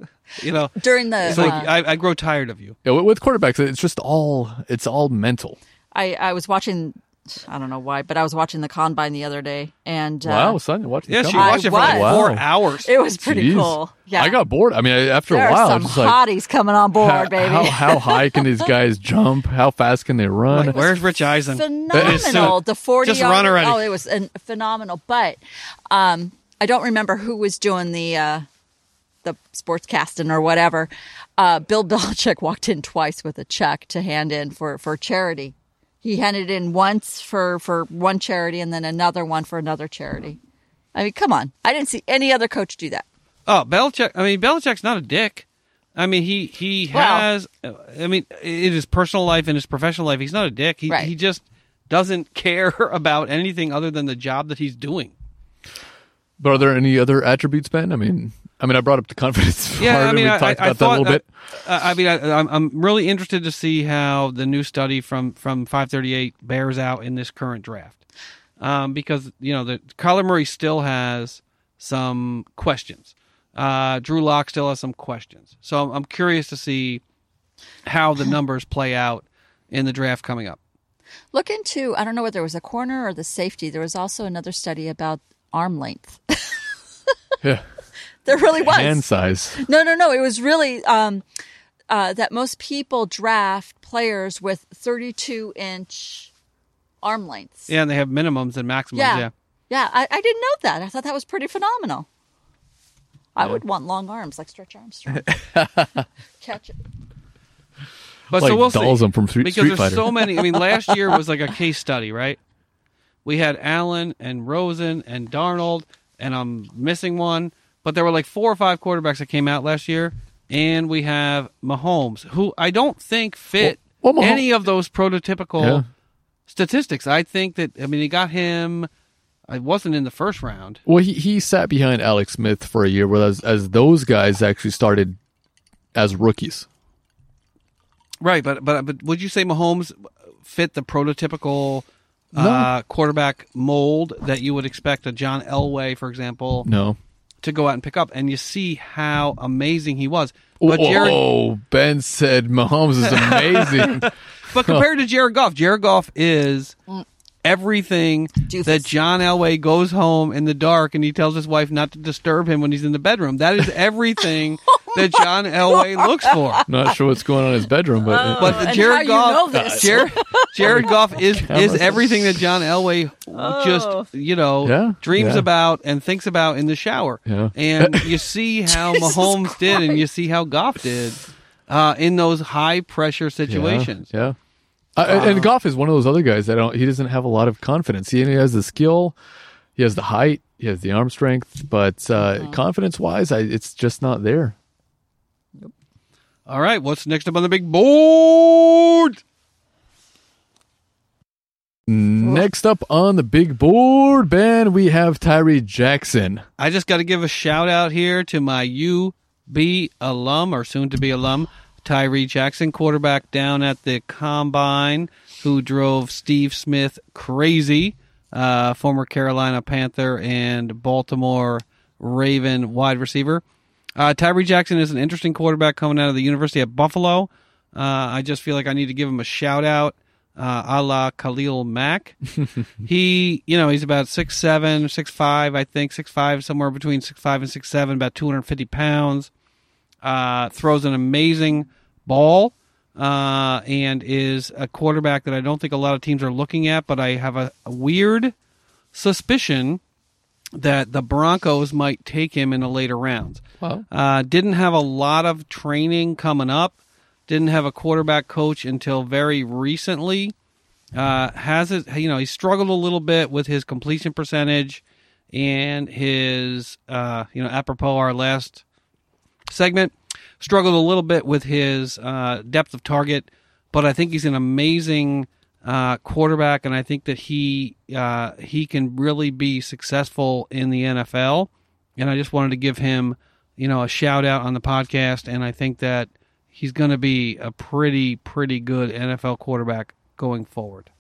[SPEAKER 1] you know.
[SPEAKER 3] During the,
[SPEAKER 1] It's like
[SPEAKER 3] uh,
[SPEAKER 1] I, I grow tired of you.
[SPEAKER 2] Yeah, with- with quarterbacks, it's just all it's all mental.
[SPEAKER 3] I, I was watching, I don't know why, but I was watching the combine the other day, and uh,
[SPEAKER 2] Wow, son, watch the
[SPEAKER 1] Yeah, she
[SPEAKER 2] combine.
[SPEAKER 3] I
[SPEAKER 1] watched it for like
[SPEAKER 2] was.
[SPEAKER 1] four
[SPEAKER 2] Wow.
[SPEAKER 1] hours.
[SPEAKER 3] it was pretty
[SPEAKER 2] Jeez.
[SPEAKER 3] cool. Yeah,
[SPEAKER 2] I got bored. I mean, I- after
[SPEAKER 3] there
[SPEAKER 2] a while,
[SPEAKER 3] are
[SPEAKER 2] I
[SPEAKER 3] some
[SPEAKER 2] was just like,
[SPEAKER 3] hotties coming on board,
[SPEAKER 2] how,
[SPEAKER 1] *laughs*
[SPEAKER 3] baby.
[SPEAKER 2] how
[SPEAKER 3] *laughs*
[SPEAKER 2] how high can these guys jump? How fast can they run?
[SPEAKER 1] like, where's Rich Eisen?
[SPEAKER 3] phenomenal. the forty
[SPEAKER 1] just run already.
[SPEAKER 3] Oh, it was an, phenomenal. But um, I don't remember who was doing the uh, the sports casting or whatever. Uh, Bill *laughs* Belichick walked in twice with a check to hand in for for charity. He handed in once for for one charity and then another one for another charity. I mean, come on! I didn't see any other coach do that.
[SPEAKER 1] Oh, Belichick. I mean, Belichick's not a dick. I mean, he he
[SPEAKER 3] Well-
[SPEAKER 1] has. I mean, in his personal life and his professional life, he's not a dick. He
[SPEAKER 3] Right.
[SPEAKER 1] he just doesn't *laughs* care about anything other than the job that he's doing.
[SPEAKER 2] But are there any other attributes, Ben? I mean, I mean, I brought up
[SPEAKER 1] *laughs*
[SPEAKER 2] the confidence. part, and we talked about that a little bit.
[SPEAKER 1] uh, I, I mean, I, I'm, I'm really interested to see how the new study from from 538 bears out in this current draft, um, because you know the Kyler Murray still has some questions. Uh, Drew Lock still has some questions, so I'm, I'm curious to see how the numbers play out in the draft coming up.
[SPEAKER 3] Look into I don't know whether it was a corner or the safety. There was also another study about arm length.
[SPEAKER 2] *laughs* Yeah.
[SPEAKER 3] there really was
[SPEAKER 2] Hand size.
[SPEAKER 3] No, no, no. It was really um, uh, that most people draft players with 32 inch arm lengths.
[SPEAKER 1] Yeah, and they have minimums and maximums.
[SPEAKER 3] Yeah.
[SPEAKER 1] Yeah,
[SPEAKER 3] Yeah, I, I didn't know that. I thought that was pretty phenomenal. I would want long arms, like Stretch
[SPEAKER 1] *laughs*
[SPEAKER 3] Armstrong. Catch it.
[SPEAKER 1] but
[SPEAKER 2] like
[SPEAKER 1] so we'll
[SPEAKER 2] dolls
[SPEAKER 1] see.
[SPEAKER 2] them from Street,
[SPEAKER 1] because
[SPEAKER 2] Street
[SPEAKER 1] there's
[SPEAKER 2] Fighter.
[SPEAKER 1] so many. I
[SPEAKER 2] *laughs*
[SPEAKER 1] mean, last year was like a case study, right? We had Allen and Rosen and Darnold, and I'm missing one, but there were like four or five quarterbacks that came out last year, and we have Mahomes, who I don't think fit
[SPEAKER 2] Well- well, Mahomes-
[SPEAKER 1] any of those prototypical
[SPEAKER 2] Yeah.
[SPEAKER 1] statistics. I think that I mean, he got him. I wasn't in the first round.
[SPEAKER 2] Well, he, he sat behind Alex Smith for a year, whereas as those guys actually started as rookies.
[SPEAKER 1] Right, but but but would you say Mahomes fit the prototypical uh, quarterback mold that you would expect a John Elway, for example,
[SPEAKER 2] No.
[SPEAKER 1] to go out and pick up? And you see how amazing he was. But Jared,
[SPEAKER 2] *laughs* Oh, Ben said Mahomes is
[SPEAKER 3] *laughs*
[SPEAKER 2] amazing.
[SPEAKER 1] but compared to Jared Goff, Jared Goff is everything
[SPEAKER 3] Doofus.
[SPEAKER 1] that John Elway goes home in the dark and he tells his wife not to disturb him when he's in the bedroom. That is everything that John Elway looks for.
[SPEAKER 2] Not sure what's going on in his bedroom, but
[SPEAKER 1] But
[SPEAKER 3] Uh, and how
[SPEAKER 1] Jared
[SPEAKER 3] you
[SPEAKER 1] Goff,
[SPEAKER 3] know
[SPEAKER 1] *laughs*
[SPEAKER 3] this.
[SPEAKER 1] Jared, Jared
[SPEAKER 2] *laughs*
[SPEAKER 1] Goff is is
[SPEAKER 2] Cameras.
[SPEAKER 1] everything that John Elway
[SPEAKER 3] Oh.
[SPEAKER 1] just you know
[SPEAKER 2] Yeah,
[SPEAKER 1] dreams
[SPEAKER 2] yeah.
[SPEAKER 1] about and thinks about in the shower.
[SPEAKER 2] Yeah.
[SPEAKER 1] And
[SPEAKER 2] *laughs*
[SPEAKER 1] you see how
[SPEAKER 3] Jesus
[SPEAKER 1] Mahomes did, and
[SPEAKER 3] Christ.
[SPEAKER 1] you see how Goff did uh, in those high pressure situations. Um,
[SPEAKER 2] Yeah. yeah. I- I- and Goff is one of those other guys that don't, he doesn't have a lot of confidence. He, he has the skill, he has the height, he has the arm strength, but uh,
[SPEAKER 1] Uh-huh.
[SPEAKER 2] confidence wise, I, it's just not there.
[SPEAKER 1] All right, what's next up on the big board?
[SPEAKER 2] Next up on the big board, Ben, we have Tyree Jackson.
[SPEAKER 1] I just got to give a shout out here to my UB alum or soon to be alum, Tyree Jackson, quarterback down at the combine, who drove Steve Smith crazy, uh, former Carolina Panther and Baltimore Raven wide receiver. Uh, Tyree Jackson is an interesting quarterback coming out of the University of Buffalo. Uh, I just feel like I need to give him a shout out, uh, a la Khalil Mack. he, you know, he's about six seven, six five, I think, six five, somewhere between six five and six seven, about two hundred fifty pounds. Uh, throws an amazing ball, uh, and is a quarterback that I don't think a lot of teams are looking at. But I have a, a weird suspicion that the Broncos might take him in the later rounds.
[SPEAKER 2] Wow.
[SPEAKER 1] Uh, didn't have a lot of training coming up. Didn't have a quarterback coach until very recently. Uh, has it? You know, he struggled a little bit with his completion percentage and his. Uh, you know, apropos our last segment, struggled a little bit with his uh, depth of target, but I think he's an amazing uh, quarterback, and I think that he uh, he can really be successful in the NFL. and I just wanted to give him, you know, a shout out on the podcast. And I think that he's going to be a pretty, pretty good NFL quarterback going forward.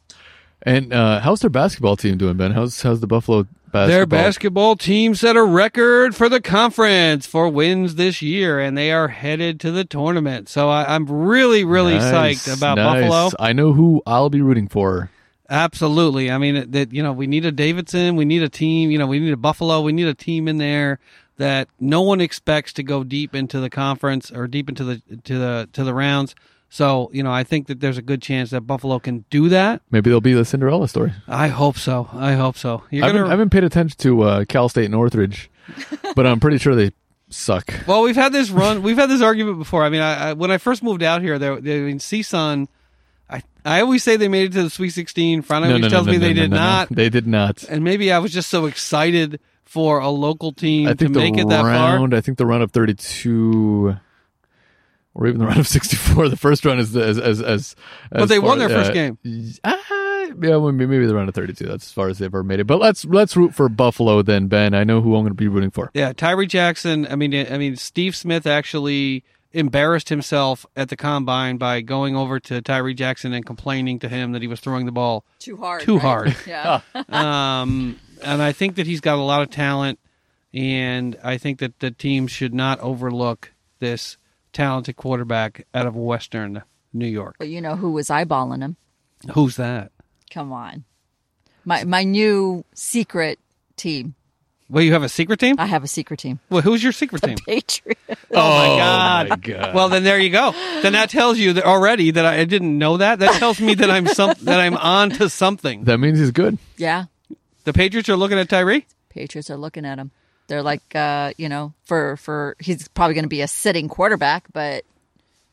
[SPEAKER 2] And uh, how's their basketball team doing, Ben? How's how's the Buffalo basketball?
[SPEAKER 1] Their basketball team set a record for the conference for wins this year, and they are headed to the tournament. So I, I'm really, really
[SPEAKER 2] Nice,
[SPEAKER 1] psyched about
[SPEAKER 2] nice.
[SPEAKER 1] Buffalo.
[SPEAKER 2] I know who I'll be rooting for.
[SPEAKER 1] Absolutely. I mean, it- that you know, we need a Davidson, we need a team, you know, we need a Buffalo, we need a team in there that no one expects to go deep into the conference or deep into the to the to the rounds. So, you know, I think that there's a good chance that Buffalo can do that.
[SPEAKER 2] Maybe they'll be the Cinderella story.
[SPEAKER 1] I hope so. I hope so. You're
[SPEAKER 2] I haven't, I
[SPEAKER 1] gonna.
[SPEAKER 2] haven't paid attention to uh, Cal State Northridge, but I'm pretty sure they suck.
[SPEAKER 1] Well, we've had this run. We've had this argument before. I mean, I, I when I first moved out here, there, there in CSUN, I I always say they made it to the Sweet 16. Fran always tells me they did
[SPEAKER 2] no, no.
[SPEAKER 1] not.
[SPEAKER 2] They did not.
[SPEAKER 1] and maybe I was just so excited for a local team
[SPEAKER 2] I
[SPEAKER 1] to
[SPEAKER 2] think the
[SPEAKER 1] make it that far.
[SPEAKER 2] round. I think the round of 32, or even the round of *laughs* 64. The first round is the, as as as.
[SPEAKER 1] But
[SPEAKER 2] as
[SPEAKER 1] they won
[SPEAKER 2] far-
[SPEAKER 1] their first
[SPEAKER 2] uh,
[SPEAKER 1] game.
[SPEAKER 2] Ah, yeah, well, maybe maybe the round of 32. That's as far as they've ever made it. But let's let's root for Buffalo then, Ben. I know who I'm going to be rooting for.
[SPEAKER 1] Yeah, Tyree Jackson. I mean, I mean, Steve Smith actually embarrassed himself at the combine by going over to Tyree Jackson and complaining to him that he was throwing the ball
[SPEAKER 3] Too hard.
[SPEAKER 1] Too
[SPEAKER 3] right?
[SPEAKER 1] hard.
[SPEAKER 3] *laughs* Yeah.
[SPEAKER 1] um, and I think that he's got a lot of talent, and I think that the team should not overlook this talented quarterback out of Western New York.
[SPEAKER 3] but you know who was eyeballing him?
[SPEAKER 1] Who's that?
[SPEAKER 3] Come on. My my new secret team.
[SPEAKER 1] Well, you have a secret team.
[SPEAKER 3] I have a secret team. *laughs*
[SPEAKER 1] Well, who's your secret team?
[SPEAKER 3] Patriot.
[SPEAKER 2] *laughs* Oh,
[SPEAKER 1] God.
[SPEAKER 2] my God.
[SPEAKER 1] Well, then there you go. Then that tells you that already that I, I didn't know that. That tells me that I'm some that I'm on to something.
[SPEAKER 2] that means he's good.
[SPEAKER 3] Yeah.
[SPEAKER 1] The Patriots are looking at Tyree.
[SPEAKER 3] Patriots are looking at him. They're like, uh, you know, for for he's probably going to be a sitting quarterback, but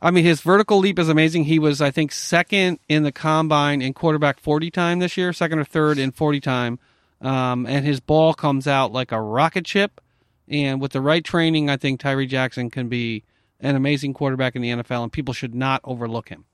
[SPEAKER 1] I mean, his vertical leap is amazing. He was, I think, second in the combine in quarterback 40 time this year, second or third in 40 time. Um, and his ball comes out like a rocket ship. And with the right training, I think Tyree Jackson can be an amazing quarterback in the NFL, and people should not overlook him.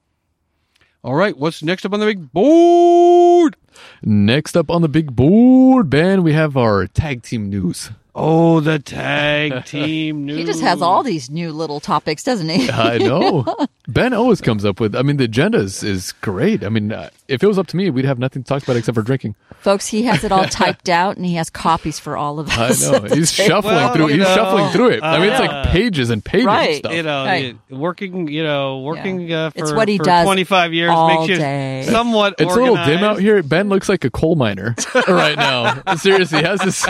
[SPEAKER 1] All right, what's next up on the big board?
[SPEAKER 2] Next up on the big board, Ben, we have our tag team news.
[SPEAKER 1] Oh, the *laughs* tag team news.
[SPEAKER 3] he just has all these new little topics, doesn't he?
[SPEAKER 2] I know. ben always comes up with. I mean, the agenda is, is great. I mean, uh, if it was up to me, we'd have nothing to talk about except for drinking.
[SPEAKER 3] Folks, he
[SPEAKER 2] *laughs*
[SPEAKER 3] has it all typed out and he has copies for all
[SPEAKER 1] *laughs*
[SPEAKER 3] of
[SPEAKER 2] I
[SPEAKER 3] us.
[SPEAKER 2] know.
[SPEAKER 3] *laughs*
[SPEAKER 2] He's shuffling
[SPEAKER 1] Well,
[SPEAKER 2] through.
[SPEAKER 1] you
[SPEAKER 2] He's
[SPEAKER 1] know,
[SPEAKER 2] shuffling through it. I mean, it's
[SPEAKER 1] uh,
[SPEAKER 2] like pages and pages of
[SPEAKER 3] Right.
[SPEAKER 2] stuff.
[SPEAKER 1] you know,
[SPEAKER 3] Hey.
[SPEAKER 1] you- working, you know, working uh, for,
[SPEAKER 3] It's what he
[SPEAKER 1] for
[SPEAKER 3] does
[SPEAKER 1] 25 years
[SPEAKER 3] all
[SPEAKER 1] makes you
[SPEAKER 3] day.
[SPEAKER 1] somewhat
[SPEAKER 2] it's a little
[SPEAKER 1] organized.
[SPEAKER 2] dim out here. Ben looks like a coal miner *laughs* right now. Seriously, he has this.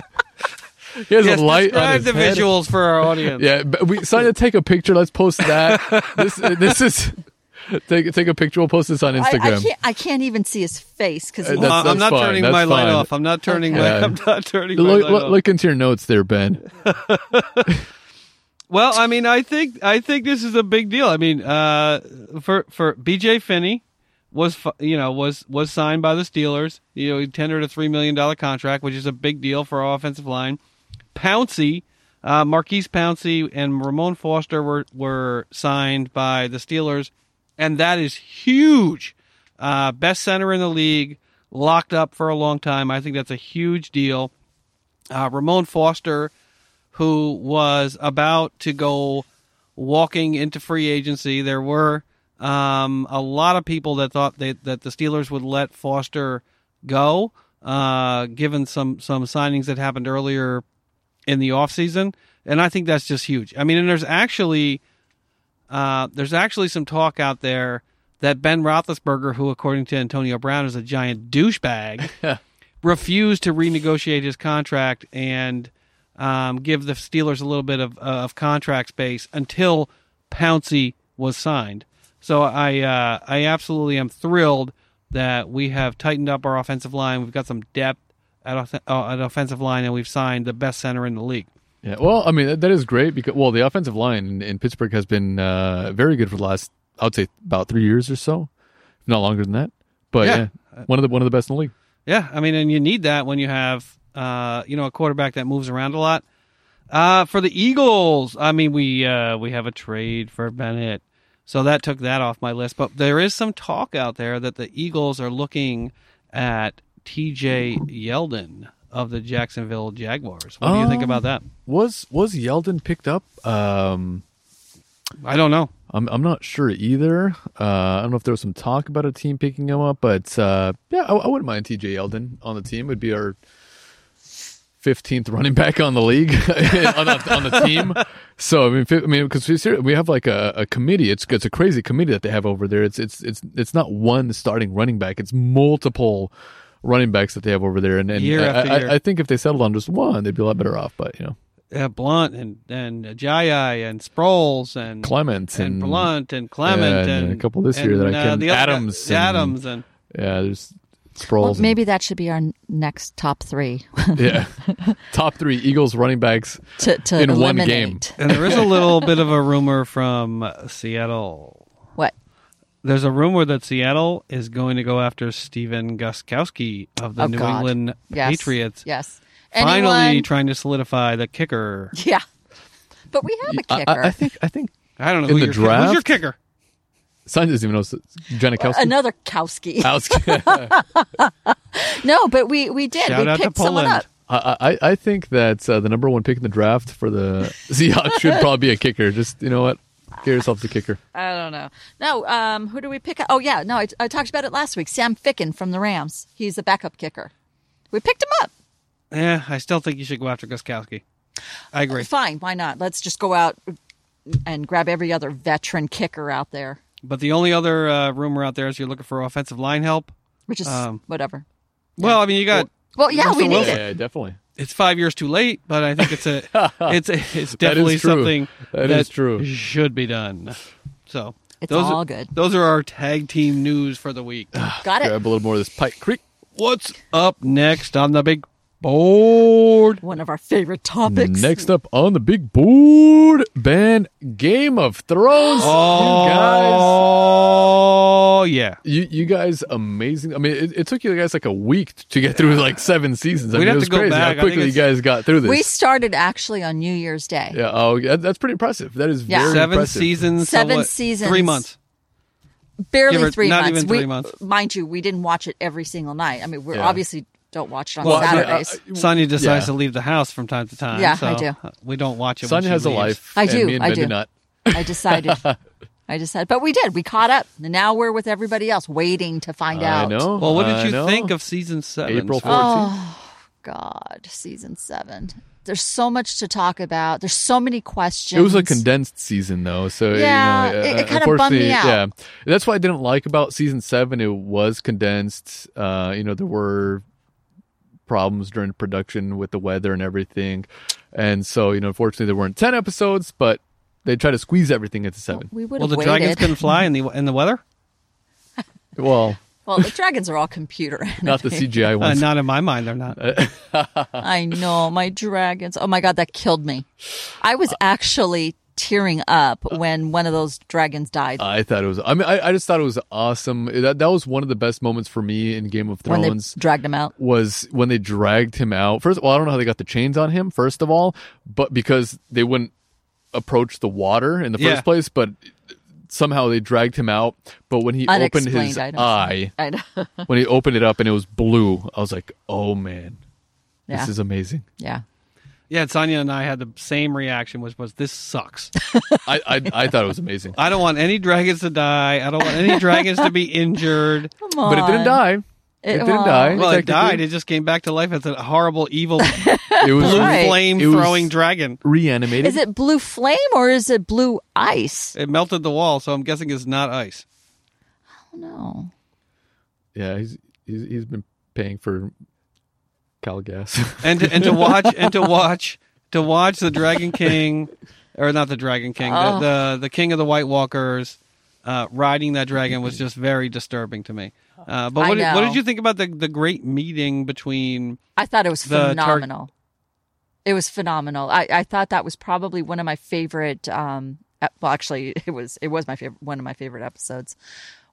[SPEAKER 2] He has
[SPEAKER 1] Yes,
[SPEAKER 2] a light on
[SPEAKER 1] describe
[SPEAKER 2] his
[SPEAKER 1] the
[SPEAKER 2] head.
[SPEAKER 1] visuals for our audience.
[SPEAKER 2] Yeah, but we decided to take a picture. Let's
[SPEAKER 1] *laughs*
[SPEAKER 2] post that. this this is take take a picture. We'll post this on
[SPEAKER 3] I, I
[SPEAKER 2] Instagram.
[SPEAKER 3] can't, I can't even see his face because
[SPEAKER 2] Uh,
[SPEAKER 3] he
[SPEAKER 1] Uh,
[SPEAKER 2] that's-
[SPEAKER 1] I'm not
[SPEAKER 2] fine,
[SPEAKER 1] turning
[SPEAKER 2] that's
[SPEAKER 1] my light
[SPEAKER 2] fine.
[SPEAKER 1] off. I'm not turning my. *laughs*
[SPEAKER 2] Yeah.
[SPEAKER 1] I'm not turning my
[SPEAKER 2] Look,
[SPEAKER 1] light
[SPEAKER 2] look,
[SPEAKER 1] off.
[SPEAKER 2] look into your notes there, Ben.
[SPEAKER 1] Well, I mean, I think I think this is a big deal. I mean, uh, for for BJ Finney was fi- you know was was signed by the Steelers. You know, he tendered a three million dollar contract, which is a big deal for our offensive line. Pouncey, uh, Marquise Pouncey, and Ramon Foster were were signed by the Steelers, and that is huge. Uh, best center in the league, locked up for a long time. I think that's a huge deal. Uh, Ramon Foster who was about to go walking into free agency. There were um, a lot of people that thought they, that the Steelers would let Foster go, uh, given some some signings that happened earlier in the offseason. and I think that's just huge. I mean, and there's actually uh, there's actually some talk out there that Ben Roethlisberger, who according to Antonio Brown is a giant douchebag refused to renegotiate his contract and um, give the Steelers a little bit of, uh, of contract space until Pouncey was signed. So I uh, I absolutely am thrilled that we have tightened up our offensive line. We've got some depth at, off- uh, at offensive line, and we've signed the best center in the league.
[SPEAKER 2] Yeah, well, I mean that, that is great because well, the offensive line in, in Pittsburgh has been uh, very good for the last, I'd say, about three years or so, if not longer than that. But
[SPEAKER 1] Yeah.
[SPEAKER 2] yeah, one of the one of the best in the league.
[SPEAKER 1] Yeah, I mean, and you need that when you have uh, you know a quarterback that moves around a lot. Uh, for the Eagles, I mean, we uh, we have a trade for Bennett, so that took that off my list. But there is some talk out there that the Eagles are looking at T.J. Yeldon, of the Jacksonville Jaguars. What do you think
[SPEAKER 2] Um,
[SPEAKER 1] about that?
[SPEAKER 2] Was was Yeldon picked up? Um,
[SPEAKER 1] I don't know.
[SPEAKER 2] I'm I'm not sure either. Uh, I don't know if there was some talk about a team picking him up, but uh, yeah, I, I wouldn't mind T.J. Yeldon on the team. Would be our fifteenth running back on the league *laughs* on, the, on the team. So I mean, fi- I mean, because we ser- we have like a, a committee. It's it's a crazy committee that they have over there. It's it's it's it's not one starting running back. It's multiple running backs that they have over there. And, and
[SPEAKER 1] Year
[SPEAKER 2] I,
[SPEAKER 1] after
[SPEAKER 2] I-
[SPEAKER 1] year.
[SPEAKER 2] I think if they settled on just one, they'd be a lot better off. But you know,
[SPEAKER 1] Uh, Blunt and and Ajayi and Sproles and
[SPEAKER 2] Clement
[SPEAKER 1] and
[SPEAKER 2] and,
[SPEAKER 1] Blunt and Clement
[SPEAKER 2] Yeah,
[SPEAKER 1] and, uh,
[SPEAKER 2] and a couple this year that I can-
[SPEAKER 1] the other guy-
[SPEAKER 2] Adams and-
[SPEAKER 1] Adams and
[SPEAKER 2] yeah, there's Sproles.
[SPEAKER 3] Well,
[SPEAKER 2] and-
[SPEAKER 3] maybe that should be our n- next top three *laughs*
[SPEAKER 2] yeah. Top three Eagles running backs.
[SPEAKER 3] to, to
[SPEAKER 2] In one
[SPEAKER 3] eliminate.
[SPEAKER 1] and there is a little bit of a rumor from Seattle.
[SPEAKER 3] What?
[SPEAKER 1] There's a rumor that Seattle is going to go after Steven Guskowski of the
[SPEAKER 3] Oh,
[SPEAKER 1] New
[SPEAKER 3] God.
[SPEAKER 1] England
[SPEAKER 3] Yes.
[SPEAKER 1] Patriots.
[SPEAKER 3] Yes.
[SPEAKER 1] Finally
[SPEAKER 3] Anyone-
[SPEAKER 1] trying to solidify the kicker.
[SPEAKER 3] Yeah. But we have a
[SPEAKER 2] I,
[SPEAKER 3] kicker.
[SPEAKER 2] I- I think I think
[SPEAKER 1] I don't know
[SPEAKER 2] In
[SPEAKER 1] who
[SPEAKER 2] the
[SPEAKER 1] your kicker- who's your
[SPEAKER 2] draft?
[SPEAKER 1] kicker.
[SPEAKER 2] Sign doesn't even know s- Janikowski. *laughs*
[SPEAKER 3] Another Kowski.
[SPEAKER 2] Kowski.
[SPEAKER 3] no, but we, we did.
[SPEAKER 1] Shout
[SPEAKER 3] we
[SPEAKER 1] out to
[SPEAKER 3] picked someone
[SPEAKER 1] Poland.
[SPEAKER 3] up.
[SPEAKER 2] I, I I think that uh, the number one pick in the draft for the Seahawks should probably be a kicker. Just you know what, get yourself a kicker.
[SPEAKER 3] I don't know. No, um, who do we pick up? Oh, yeah. No, I, I talked about it last week. Sam Ficken from the Rams. He's a backup kicker. We picked him up.
[SPEAKER 1] Yeah, Eh, I still think you should go after Guskowski. I agree.
[SPEAKER 3] Fine. Why not? Let's just go out and grab every other veteran kicker out there,
[SPEAKER 1] But the only other uh, rumor out there is you're looking for offensive line help.
[SPEAKER 3] which is
[SPEAKER 1] Um,
[SPEAKER 3] whatever.
[SPEAKER 1] Well, I mean, you got
[SPEAKER 3] Well, yeah,
[SPEAKER 1] Russell
[SPEAKER 3] we need
[SPEAKER 1] Wilson.
[SPEAKER 3] it.
[SPEAKER 2] Yeah, definitely.
[SPEAKER 1] it's five years too late, but I think it's
[SPEAKER 2] *laughs*
[SPEAKER 1] a it's a, it's definitely
[SPEAKER 2] true.
[SPEAKER 1] something
[SPEAKER 2] That is true.
[SPEAKER 1] should be done. So
[SPEAKER 3] It's
[SPEAKER 1] those
[SPEAKER 3] all
[SPEAKER 1] are,
[SPEAKER 3] good.
[SPEAKER 1] Those are our tag team news for the week.
[SPEAKER 3] Got it.
[SPEAKER 2] Grab a little more of this Pike Creek.
[SPEAKER 1] What's up next on the big board?
[SPEAKER 3] One of our favorite topics.
[SPEAKER 2] Next up on the big board, Ben, Game of Thrones.
[SPEAKER 1] Oh,
[SPEAKER 2] guys.
[SPEAKER 1] yeah.
[SPEAKER 2] You, you guys amazing. I mean, it, it took you guys like a week to get through like seven seasons. I
[SPEAKER 1] We'd
[SPEAKER 2] mean,
[SPEAKER 1] have
[SPEAKER 2] it was
[SPEAKER 1] to go
[SPEAKER 2] crazy
[SPEAKER 1] back. I
[SPEAKER 2] how
[SPEAKER 1] think
[SPEAKER 2] quickly you
[SPEAKER 1] it's-
[SPEAKER 2] guys got through this.
[SPEAKER 3] We started actually on New Year's Day.
[SPEAKER 2] Yeah. Oh, yeah, that's pretty impressive. That is
[SPEAKER 3] Yeah.
[SPEAKER 2] very
[SPEAKER 1] Seven
[SPEAKER 2] impressive.
[SPEAKER 1] seasons. so
[SPEAKER 3] Seven
[SPEAKER 1] what,
[SPEAKER 3] seasons.
[SPEAKER 1] Three months. Give
[SPEAKER 3] Barely
[SPEAKER 1] or-
[SPEAKER 3] three
[SPEAKER 1] not
[SPEAKER 3] months.
[SPEAKER 1] even
[SPEAKER 3] We-
[SPEAKER 1] three months.
[SPEAKER 3] Mind you, we didn't watch it every single night. I mean, we are
[SPEAKER 2] Yeah.
[SPEAKER 3] obviously don't watch it on
[SPEAKER 2] Well, I mean,
[SPEAKER 3] Saturdays.
[SPEAKER 2] I-
[SPEAKER 1] Sonia decides to
[SPEAKER 2] Yeah.
[SPEAKER 1] leave the house from time to time.
[SPEAKER 3] Yeah,
[SPEAKER 1] so uh,
[SPEAKER 3] I do.
[SPEAKER 1] We don't watch it. when
[SPEAKER 2] Sonia
[SPEAKER 1] she
[SPEAKER 2] has
[SPEAKER 1] leaves.
[SPEAKER 2] a life.
[SPEAKER 3] I
[SPEAKER 2] and
[SPEAKER 3] do,
[SPEAKER 2] me and
[SPEAKER 3] I
[SPEAKER 2] Ben
[SPEAKER 3] do.
[SPEAKER 2] not. *laughs*
[SPEAKER 3] I decided. I decided. But we did. We caught up. And now we're with everybody else waiting to find
[SPEAKER 2] I
[SPEAKER 3] out. Oh,
[SPEAKER 2] know.
[SPEAKER 1] Well, what did
[SPEAKER 2] I
[SPEAKER 1] you
[SPEAKER 2] know.
[SPEAKER 1] think of season seven?
[SPEAKER 2] April
[SPEAKER 1] Sonia?
[SPEAKER 2] 14th?
[SPEAKER 3] God, season seven. There's so much to talk about. There's so many questions.
[SPEAKER 2] It was a condensed season, though, so
[SPEAKER 3] Yeah,
[SPEAKER 2] you know,
[SPEAKER 3] it- it
[SPEAKER 2] uh,
[SPEAKER 3] kinda bummed
[SPEAKER 2] unfortunately,
[SPEAKER 3] me out.
[SPEAKER 2] Yeah, that's what I didn't like about season seven. It was condensed. Uh, you know, there were problems during production with the weather and everything, and so you know, unfortunately, there weren't ten episodes, but they tried to squeeze everything into seven.
[SPEAKER 3] We would
[SPEAKER 1] Well, the
[SPEAKER 3] have
[SPEAKER 1] dragons
[SPEAKER 3] waited.
[SPEAKER 1] couldn't fly in the in the weather.
[SPEAKER 3] *laughs*
[SPEAKER 2] Well,
[SPEAKER 3] well, the dragons are
[SPEAKER 1] *laughs*
[SPEAKER 3] all computer. *laughs*
[SPEAKER 2] not the CGI
[SPEAKER 1] Uh,
[SPEAKER 2] ones.
[SPEAKER 1] not in my mind, they're not.
[SPEAKER 3] I know my dragons. Oh my god, that killed me. I
[SPEAKER 2] Uh,
[SPEAKER 3] was actually tearing up when one of those dragons died.
[SPEAKER 2] I thought it was. I mean, I, I just thought it was awesome. That that was one of the best moments for me in Game of
[SPEAKER 3] when they
[SPEAKER 2] Thrones.
[SPEAKER 3] dragged
[SPEAKER 2] *laughs*
[SPEAKER 3] him out.
[SPEAKER 2] was when they dragged him out. First of all, I don't know how they got the chains on him. First of all, but because they wouldn't approach the water in the
[SPEAKER 1] Yeah.
[SPEAKER 2] first place, but somehow they dragged him out. But when he opened
[SPEAKER 3] Unexplained
[SPEAKER 2] his
[SPEAKER 3] items.
[SPEAKER 2] eye,
[SPEAKER 3] I know. *laughs*
[SPEAKER 2] when he opened it up and it was blue, I was like, "Oh man,
[SPEAKER 3] Yeah.
[SPEAKER 2] this is amazing."
[SPEAKER 3] yeah.
[SPEAKER 1] Yeah, Sonia and I had the same reaction, which was this sucks.
[SPEAKER 2] I I, I thought it was
[SPEAKER 3] *laughs*
[SPEAKER 2] amazing,
[SPEAKER 1] I don't want any dragons to die. I don't want any dragons to be injured.
[SPEAKER 3] Come on.
[SPEAKER 2] but it didn't die. It,
[SPEAKER 3] It-
[SPEAKER 2] didn't
[SPEAKER 3] well-
[SPEAKER 2] die.
[SPEAKER 1] Well, it died.
[SPEAKER 2] technically.
[SPEAKER 1] It just came back to life as a horrible, evil,
[SPEAKER 2] It was
[SPEAKER 1] blue
[SPEAKER 3] *laughs* Right.
[SPEAKER 1] flame
[SPEAKER 2] It was-
[SPEAKER 1] throwing dragon.
[SPEAKER 2] reanimated.
[SPEAKER 3] Is it blue flame or is it blue ice?
[SPEAKER 1] It melted the wall, so I'm guessing it's not ice.
[SPEAKER 3] No.
[SPEAKER 2] Yeah, he's, he's he's been paying for Cal gas. *laughs*
[SPEAKER 1] And to, and to watch and to watch to watch the Dragon King, or not the Dragon King, the,
[SPEAKER 3] Oh.
[SPEAKER 1] the the King of the White Walkers, uh, riding that dragon was just very disturbing to me. Uh, but
[SPEAKER 3] I
[SPEAKER 1] what did, what
[SPEAKER 3] know.
[SPEAKER 1] did you think about the the great meeting between?
[SPEAKER 3] I thought it was
[SPEAKER 1] The tar-
[SPEAKER 3] phenomenal. it was phenomenal. I, I thought that was probably one of my favorite. Um, ep- well, actually, *laughs* it was it was my favorite one of my favorite episodes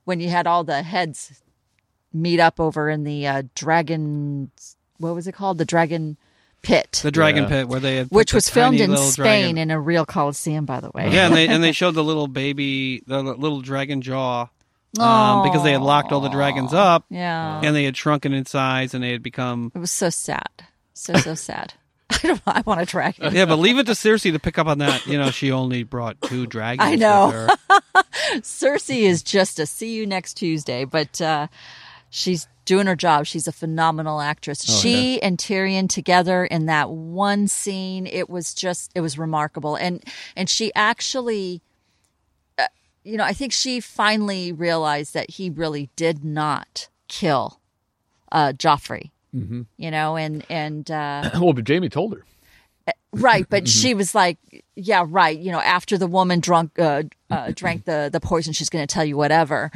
[SPEAKER 3] when you had all the heads meet up over in the uh, dragon. What was it called? The dragon pit,
[SPEAKER 1] The Dragon
[SPEAKER 2] Yeah.
[SPEAKER 1] Pit, where they had put
[SPEAKER 3] which
[SPEAKER 1] the
[SPEAKER 3] was filmed
[SPEAKER 1] tiny
[SPEAKER 3] in
[SPEAKER 1] little
[SPEAKER 3] Spain
[SPEAKER 1] dragon-
[SPEAKER 3] in a real coliseum, by the way.
[SPEAKER 1] yeah, and they and they showed the little baby, the little dragon jaw, um, because they had locked all the dragons up
[SPEAKER 3] yeah.
[SPEAKER 1] and they had shrunken in size and they had become
[SPEAKER 3] It was so sad. So so *laughs* sad. I don't. I want to track it.
[SPEAKER 1] Yeah, but leave it to Cersei to pick up on that. You know, she only brought two dragons.
[SPEAKER 3] I know.
[SPEAKER 1] with her.
[SPEAKER 3] Cersei is just a see you next Tuesday, but uh, she's doing her job. She's a phenomenal actress. she and Tyrion together in that one scene, it was just it was remarkable. And and she actually uh, you know, I think she finally realized that he really did not kill uh Joffrey. You know, and and uh
[SPEAKER 2] well, but Jamie told *laughs* her.
[SPEAKER 3] Right, but she was like, "Yeah, right." You know, after the woman drunk uh, uh, drank the the poison, she's going to tell you whatever.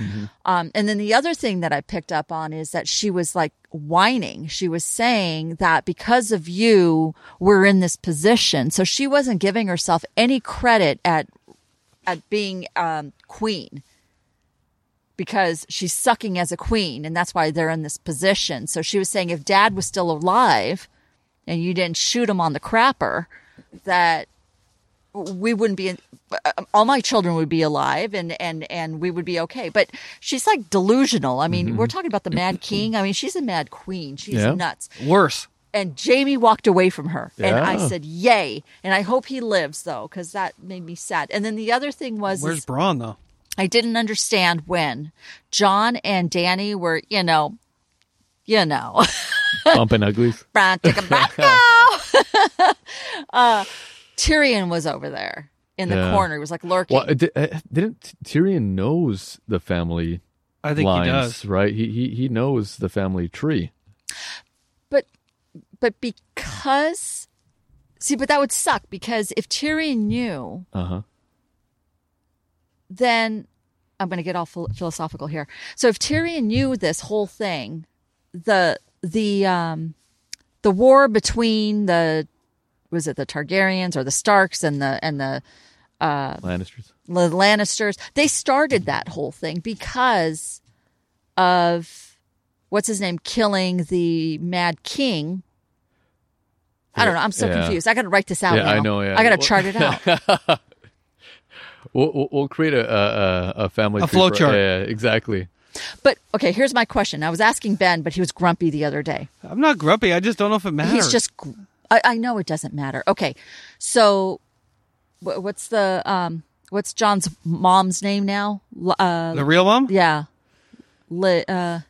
[SPEAKER 3] Um, and then the other thing that I picked up on is that she was like whining. She was saying that because of you, we're in this position. So she wasn't giving herself any credit at at being um, queen because she's sucking as a queen, and that's why they're in this position. So she was saying, if Dad was still alive and you didn't shoot him on the crapper, that we wouldn't be in, uh, all my children would be alive and and and we would be okay but she's like delusional i mean we're talking about the mad king i mean she's a mad queen she's
[SPEAKER 2] Yeah.
[SPEAKER 3] nuts *laughs*
[SPEAKER 1] Worse.
[SPEAKER 3] and jamie walked away from her and i
[SPEAKER 2] Yeah.
[SPEAKER 3] said yay and i hope he lives though because that made me sad and then the other thing was
[SPEAKER 1] Where's
[SPEAKER 3] is
[SPEAKER 1] Braun though?
[SPEAKER 3] i didn't understand when john and danny were you know you know *laughs*
[SPEAKER 2] Bumping uglies.
[SPEAKER 3] brown chicken back now. uh,
[SPEAKER 2] *laughs*
[SPEAKER 3] *laughs* Tyrion was over there in the
[SPEAKER 2] Yeah.
[SPEAKER 3] corner. He was like lurking.
[SPEAKER 2] Well, did, didn't Tyrion knows the family
[SPEAKER 1] I think
[SPEAKER 2] lines,
[SPEAKER 1] he does.
[SPEAKER 2] right? He, he he knows the family tree.
[SPEAKER 3] But but because see, but that would suck because if Tyrion knew,
[SPEAKER 2] Uh huh.
[SPEAKER 3] then I'm going to get all phil- philosophical here. So if Tyrion knew this whole thing, the the um the war between the was it the Targaryens or the Starks and the and the
[SPEAKER 2] Lannisters.
[SPEAKER 3] the Lannisters. They started that whole thing because of what's his name killing the Mad King. I don't know. I'm so
[SPEAKER 2] Yeah.
[SPEAKER 3] confused. I got to write this out.
[SPEAKER 2] Yeah, I
[SPEAKER 3] now.
[SPEAKER 2] know, yeah.
[SPEAKER 3] I got
[SPEAKER 2] Well-
[SPEAKER 3] to chart
[SPEAKER 2] *laughs*
[SPEAKER 3] it out.
[SPEAKER 2] We'll, we'll, we'll create a a, a- a family
[SPEAKER 1] A
[SPEAKER 2] tree
[SPEAKER 1] flow
[SPEAKER 2] for-
[SPEAKER 1] chart.
[SPEAKER 2] Yeah, exactly.
[SPEAKER 3] But okay, here's my question. I was asking Ben, but he was grumpy the other day.
[SPEAKER 1] I'm not grumpy. I just don't know if it matters.
[SPEAKER 3] He's just. gr- I, I know it doesn't matter. Okay, so wh- what's the um what's John's mom's name now? L- Uh,
[SPEAKER 1] the real mom.
[SPEAKER 3] yeah, Li, uh,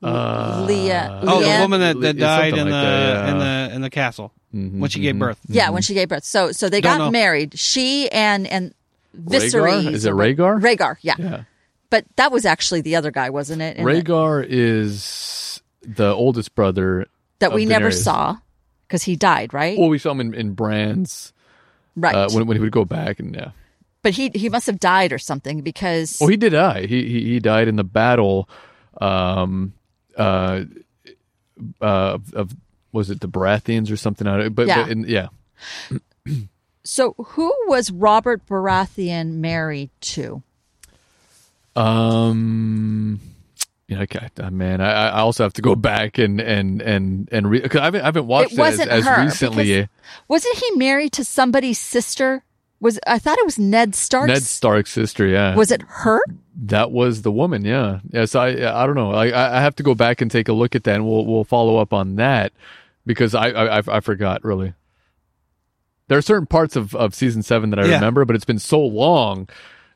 [SPEAKER 3] Leah.
[SPEAKER 1] Oh,
[SPEAKER 3] Leanne?
[SPEAKER 1] the woman that, that
[SPEAKER 2] Something
[SPEAKER 1] died in
[SPEAKER 2] like
[SPEAKER 1] the
[SPEAKER 2] that, yeah. Mm-hmm,
[SPEAKER 1] in the in the castle when she gave birth.
[SPEAKER 3] Yeah, when she gave birth. So so they
[SPEAKER 1] Don't
[SPEAKER 3] got
[SPEAKER 1] know.
[SPEAKER 3] married. She and and Viserys.
[SPEAKER 2] Is it Rhaegar?
[SPEAKER 3] Rhaegar, yeah.
[SPEAKER 2] Yeah.
[SPEAKER 3] But that was actually the other guy, wasn't it? And that-
[SPEAKER 2] Rhaegar is the oldest brother
[SPEAKER 3] that we
[SPEAKER 2] of
[SPEAKER 3] never
[SPEAKER 2] Daenerys.
[SPEAKER 3] saw because he died, right?
[SPEAKER 2] Well, we saw him in, in Bran's
[SPEAKER 3] right.
[SPEAKER 2] uh, when when he would go back and yeah.
[SPEAKER 3] but he he must have died or something because
[SPEAKER 2] Oh, he did die. He he, he died in the battle. Um, uh, uh, of was it the Baratheons or something? I don't- But
[SPEAKER 3] Yeah.
[SPEAKER 2] but in, yeah.
[SPEAKER 3] so who was Robert Baratheon married to?
[SPEAKER 2] Um. Yeah, okay, uh, man. I, I also have to go back and and and and re- cause I haven't I haven't watched
[SPEAKER 3] it wasn't
[SPEAKER 2] as, as
[SPEAKER 3] her.
[SPEAKER 2] recently.
[SPEAKER 3] because- wasn't he married to somebody's sister? Was I thought it was Ned Stark's
[SPEAKER 2] Ned Stark's sister, yeah,
[SPEAKER 3] was it her?
[SPEAKER 2] that was the woman, yeah. Yeah, so I I don't know. I I I have to go back and take a look at that, and we'll we'll follow up on that because I I I, I forgot really. There are certain parts of, of season seven that I
[SPEAKER 1] Yeah.
[SPEAKER 2] remember, but it's been so long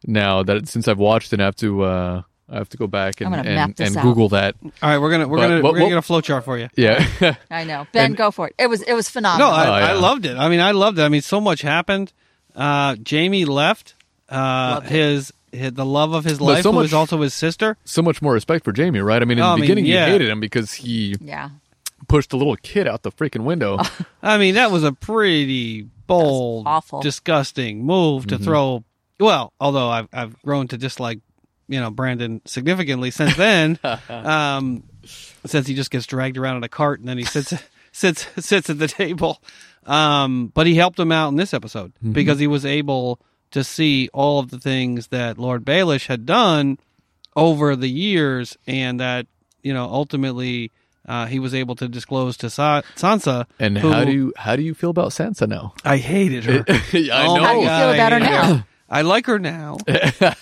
[SPEAKER 2] now that it, since I've watched it, I have to uh, I have to go back and
[SPEAKER 3] gonna map
[SPEAKER 2] and,
[SPEAKER 3] this
[SPEAKER 2] and
[SPEAKER 3] out.
[SPEAKER 2] Google that.
[SPEAKER 1] All right, we're gonna we're
[SPEAKER 2] But
[SPEAKER 1] gonna
[SPEAKER 2] what-
[SPEAKER 1] we're gonna
[SPEAKER 2] what-
[SPEAKER 1] get a flow chart for you.
[SPEAKER 2] Yeah. *laughs*
[SPEAKER 3] I know. Ben, go for it. It was it was
[SPEAKER 1] No,
[SPEAKER 3] phenomenal.
[SPEAKER 1] I,
[SPEAKER 2] Oh, yeah.
[SPEAKER 1] I loved it. I mean, I loved it. I mean, so much happened. Uh, Jamie left. Uh, his, his the love of his life,
[SPEAKER 2] so
[SPEAKER 1] who
[SPEAKER 2] much-
[SPEAKER 1] is also his sister.
[SPEAKER 2] so much more respect for Jamie, right? I mean, in
[SPEAKER 1] Oh, I
[SPEAKER 2] the
[SPEAKER 1] mean,
[SPEAKER 2] beginning,
[SPEAKER 1] yeah.
[SPEAKER 2] you hated him because he
[SPEAKER 3] yeah.
[SPEAKER 2] pushed a little kid out the freaking
[SPEAKER 3] *laughs*
[SPEAKER 2] window.
[SPEAKER 1] I mean, that was a pretty bold,
[SPEAKER 3] awful.
[SPEAKER 1] disgusting move
[SPEAKER 2] Mm-hmm.
[SPEAKER 1] to throw. Well, although I've I've grown to dislike, you know, Brandon significantly since
[SPEAKER 2] *laughs*
[SPEAKER 1] then. um, since he just gets dragged around in a cart and then he sits *laughs* sits sits at the table. Um, but he helped him out in this episode because he was able to see all of the things that Lord Baelish had done over the years, and that you know ultimately. Uh, he was able to disclose to Sa- Sansa,
[SPEAKER 2] and
[SPEAKER 1] who-
[SPEAKER 2] how do you how do you feel about Sansa now?
[SPEAKER 1] *laughs* I hated her.
[SPEAKER 2] I
[SPEAKER 1] Oh
[SPEAKER 2] know.
[SPEAKER 1] my
[SPEAKER 3] How do you
[SPEAKER 1] God,
[SPEAKER 3] feel about
[SPEAKER 1] I
[SPEAKER 3] her
[SPEAKER 1] hated
[SPEAKER 3] now?
[SPEAKER 1] *laughs* I like her
[SPEAKER 2] *laughs*
[SPEAKER 1] now,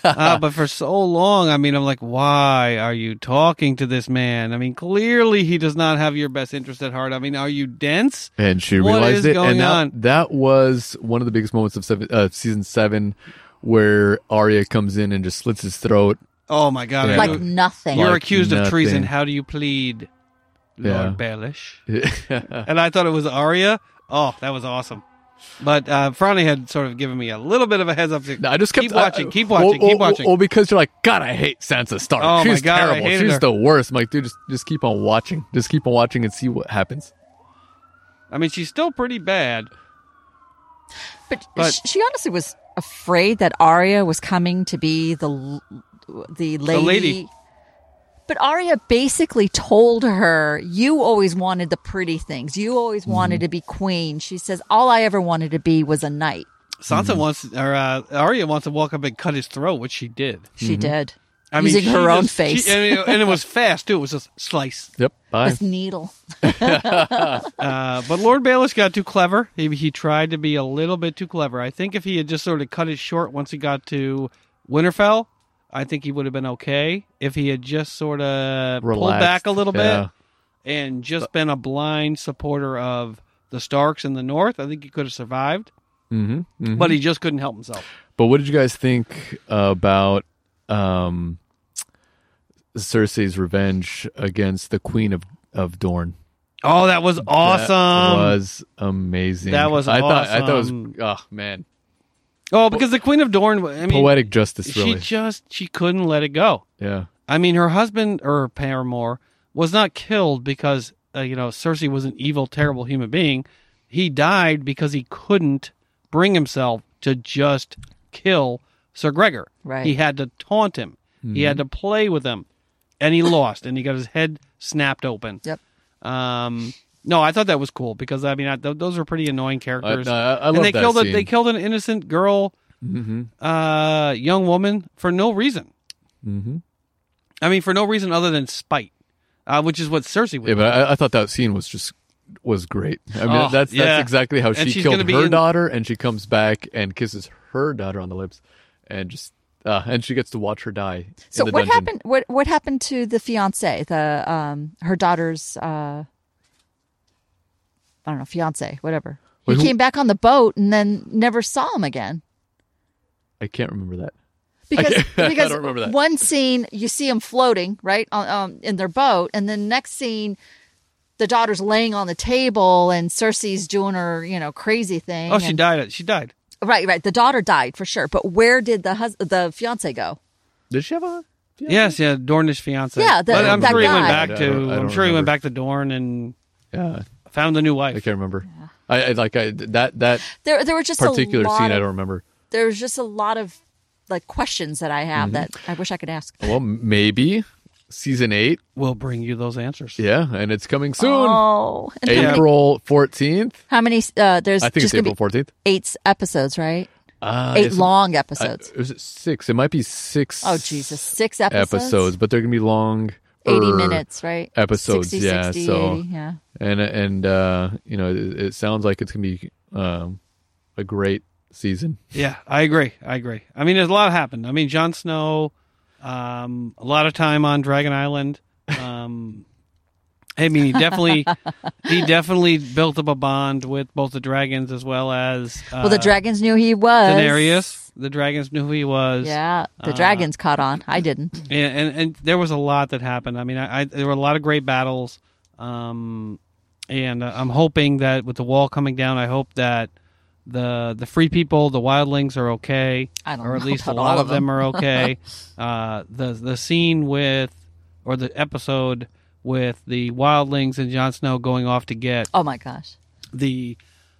[SPEAKER 1] uh, but for so long, I mean, I'm like, why are you talking to this man? I mean, clearly he does not have your best interest at heart. I mean, are you dense?
[SPEAKER 2] and she
[SPEAKER 1] What
[SPEAKER 2] realized
[SPEAKER 1] is
[SPEAKER 2] it.
[SPEAKER 1] going
[SPEAKER 2] and that,
[SPEAKER 1] on?
[SPEAKER 2] that was one of the biggest moments of seven, uh, season seven, where Arya comes in and just slits his throat. *laughs*
[SPEAKER 1] Oh my god!
[SPEAKER 2] Yeah.
[SPEAKER 1] I
[SPEAKER 3] like
[SPEAKER 1] knew-
[SPEAKER 3] nothing.
[SPEAKER 2] Like
[SPEAKER 1] you're accused of treason.
[SPEAKER 2] nothing.
[SPEAKER 1] How do you plead,
[SPEAKER 2] Yeah.
[SPEAKER 1] Lord Baelish?
[SPEAKER 2] yeah,
[SPEAKER 1] And I thought it was Arya. Oh, that was awesome. But uh, Franny had sort of given me a little bit of a
[SPEAKER 2] *laughs*
[SPEAKER 1] heads up. To,
[SPEAKER 2] No, I just kept
[SPEAKER 1] keep watching,
[SPEAKER 2] I-
[SPEAKER 1] keep watching,
[SPEAKER 2] well,
[SPEAKER 1] keep
[SPEAKER 2] well,
[SPEAKER 1] watching.
[SPEAKER 2] Well, because you're like, God, I hate Sansa Stark.
[SPEAKER 1] Oh my
[SPEAKER 2] She's
[SPEAKER 1] God, I
[SPEAKER 2] terrible.
[SPEAKER 1] hated
[SPEAKER 2] She's
[SPEAKER 1] her."
[SPEAKER 2] the worst. I'm like, dude, just just keep on watching. Just keep on watching and see what happens.
[SPEAKER 1] I mean, she's still pretty bad.
[SPEAKER 3] But,
[SPEAKER 1] But-
[SPEAKER 3] sh- she honestly was afraid that Arya was coming to be the l- the lady.
[SPEAKER 1] lady.
[SPEAKER 3] But Arya basically told her, "You always wanted the pretty things. You always
[SPEAKER 1] Mm-hmm.
[SPEAKER 3] wanted to be queen." She says, "All I ever wanted to be was a knight."
[SPEAKER 2] Mm-hmm.
[SPEAKER 1] Sansa wants, or uh, Arya wants to walk up and cut his throat, which she did.
[SPEAKER 3] She did.
[SPEAKER 1] I
[SPEAKER 3] using
[SPEAKER 1] mean, she
[SPEAKER 3] her own
[SPEAKER 1] just- she-
[SPEAKER 3] face
[SPEAKER 1] and, it, and it was fast too. It was just slice.
[SPEAKER 2] Yep. Bye.
[SPEAKER 3] with needle.
[SPEAKER 1] Uh, but Lord Baelish got too clever. He, he tried to be a little bit too clever. I think if he had just sort of cut it short once he got to Winterfell, I think he would have been okay. If he had just sort of pulled
[SPEAKER 2] Relaxed.
[SPEAKER 1] back a little bit
[SPEAKER 2] Yeah.
[SPEAKER 1] and just been a blind supporter of the Starks in the North, I think he could have survived.
[SPEAKER 2] Mm-hmm.
[SPEAKER 1] But he just couldn't help himself.
[SPEAKER 2] But what did you guys think about um, Cersei's revenge against the Queen of of Dorne?
[SPEAKER 1] Oh, that was awesome!
[SPEAKER 2] That was amazing.
[SPEAKER 1] That was
[SPEAKER 2] I thought I thought
[SPEAKER 1] awesome.
[SPEAKER 2] it was oh man,
[SPEAKER 1] oh, because the Queen of Dorne. I mean,
[SPEAKER 2] poetic justice
[SPEAKER 1] she
[SPEAKER 2] really.
[SPEAKER 1] just she couldn't let it go.
[SPEAKER 2] yeah.
[SPEAKER 1] I mean, her husband or her paramour was not killed because uh, you know Cersei was an evil, terrible human being. He died because he couldn't bring himself to just kill Sir Gregor.
[SPEAKER 3] Right.
[SPEAKER 1] He had to taunt him. He
[SPEAKER 2] Hmm.
[SPEAKER 1] had to play with him, and he lost, and he got his head snapped open.
[SPEAKER 3] Yep.
[SPEAKER 1] Um, no, I thought that was cool because I mean I, th- those are pretty annoying characters.
[SPEAKER 2] no, I- I
[SPEAKER 1] and
[SPEAKER 2] love
[SPEAKER 1] they
[SPEAKER 2] that
[SPEAKER 1] killed A,
[SPEAKER 2] scene. Mm-hmm.
[SPEAKER 1] they killed an innocent girl, uh, young woman for no reason. Mm-hmm. I mean, for no reason other than spite, uh, which is what Cersei would.
[SPEAKER 2] Yeah, but I, I thought that scene was just was great. I mean,
[SPEAKER 1] Oh,
[SPEAKER 2] that's
[SPEAKER 1] yeah.
[SPEAKER 2] that's exactly how
[SPEAKER 1] And
[SPEAKER 2] she
[SPEAKER 1] she's
[SPEAKER 2] killed
[SPEAKER 1] gonna be
[SPEAKER 2] her
[SPEAKER 1] in-
[SPEAKER 2] daughter, and she comes back and kisses her daughter on the lips, and just uh, and she gets to watch her die.
[SPEAKER 3] So
[SPEAKER 2] in the
[SPEAKER 3] what
[SPEAKER 2] dungeon.
[SPEAKER 3] happened? What what happened to the fiance? The um her daughter's uh I don't know fiance, whatever.
[SPEAKER 2] Wait,
[SPEAKER 3] he
[SPEAKER 2] who-
[SPEAKER 3] came back on the boat and then never saw him again
[SPEAKER 2] I can't remember that.
[SPEAKER 3] because
[SPEAKER 2] can't- *laughs* I
[SPEAKER 3] because
[SPEAKER 2] don't remember that.
[SPEAKER 3] one scene you see him floating right on um, in their boat, and then next scene. The daughter's laying on the table, and Cersei's doing her, you know, crazy thing.
[SPEAKER 1] Oh, she
[SPEAKER 3] and-
[SPEAKER 1] died. She died.
[SPEAKER 3] Right, right. The daughter died for sure, but where did the hus- the fiance go?
[SPEAKER 2] Did she have a?
[SPEAKER 1] Yes, yeah, Dornish fiance.
[SPEAKER 3] Yeah, the-
[SPEAKER 1] but I'm
[SPEAKER 2] that
[SPEAKER 1] sure he went
[SPEAKER 2] guy.
[SPEAKER 1] back
[SPEAKER 2] I
[SPEAKER 1] to.
[SPEAKER 2] don't- I
[SPEAKER 1] I'm
[SPEAKER 2] don't
[SPEAKER 1] sure he went
[SPEAKER 2] remember.
[SPEAKER 1] back to Dorne and
[SPEAKER 2] Yeah,
[SPEAKER 1] found a new
[SPEAKER 2] I
[SPEAKER 1] wife.
[SPEAKER 2] can't remember. I, I like I that that
[SPEAKER 3] There, there were just
[SPEAKER 2] particular
[SPEAKER 3] a lot
[SPEAKER 2] scene.
[SPEAKER 3] of
[SPEAKER 2] I don't remember.
[SPEAKER 3] there's just a lot of like questions that I have
[SPEAKER 2] Mm-hmm.
[SPEAKER 3] that I wish I could ask.
[SPEAKER 2] Well, maybe season eight.
[SPEAKER 1] We'll bring you those answers.
[SPEAKER 2] Yeah, and it's coming soon.
[SPEAKER 3] Oh, and how many?
[SPEAKER 2] April fourteenth.
[SPEAKER 3] How many uh, there's
[SPEAKER 2] I think it's
[SPEAKER 3] just going to
[SPEAKER 2] April
[SPEAKER 3] be
[SPEAKER 2] fourteenth.
[SPEAKER 3] eight s- episodes, right?
[SPEAKER 2] Uh,
[SPEAKER 3] eight
[SPEAKER 2] it's-
[SPEAKER 3] long
[SPEAKER 2] I-
[SPEAKER 3] episodes.
[SPEAKER 2] is it six? It might be six.
[SPEAKER 3] oh Jesus, six episodes.
[SPEAKER 2] episodes, but they're gonna be long. er,
[SPEAKER 3] 80 minutes, right?
[SPEAKER 2] episodes,
[SPEAKER 3] 60,
[SPEAKER 2] yeah,
[SPEAKER 3] 60,
[SPEAKER 2] so-
[SPEAKER 3] 80, yeah.
[SPEAKER 2] and and uh, you know it, it sounds like it's gonna be um, a great season.
[SPEAKER 1] Yeah, I agree. I agree. I mean, there's a lot happened. I mean, Jon Snow, um, a lot of time on Dragon Island. Um, I mean, he definitely, he definitely built up a bond with both the dragons as well as uh,
[SPEAKER 3] Well, the dragons knew he was
[SPEAKER 1] Daenerys. The dragons knew who he was.
[SPEAKER 3] Yeah, the
[SPEAKER 1] Uh,
[SPEAKER 3] dragons caught on. I didn't. *laughs*
[SPEAKER 1] and, and and there was a lot that happened. I mean, I, I there were a lot of great battles, um, and uh, I'm hoping that with the wall coming down, I hope that the the free people, the wildlings, are okay,
[SPEAKER 3] I don't
[SPEAKER 1] or at
[SPEAKER 3] know
[SPEAKER 1] least a
[SPEAKER 3] about
[SPEAKER 1] lot
[SPEAKER 3] all
[SPEAKER 1] of
[SPEAKER 3] of
[SPEAKER 1] them are
[SPEAKER 3] *laughs*
[SPEAKER 1] okay. uh, the the scene with or the episode with the wildlings and Jon Snow going off to get
[SPEAKER 3] Oh my gosh.
[SPEAKER 1] the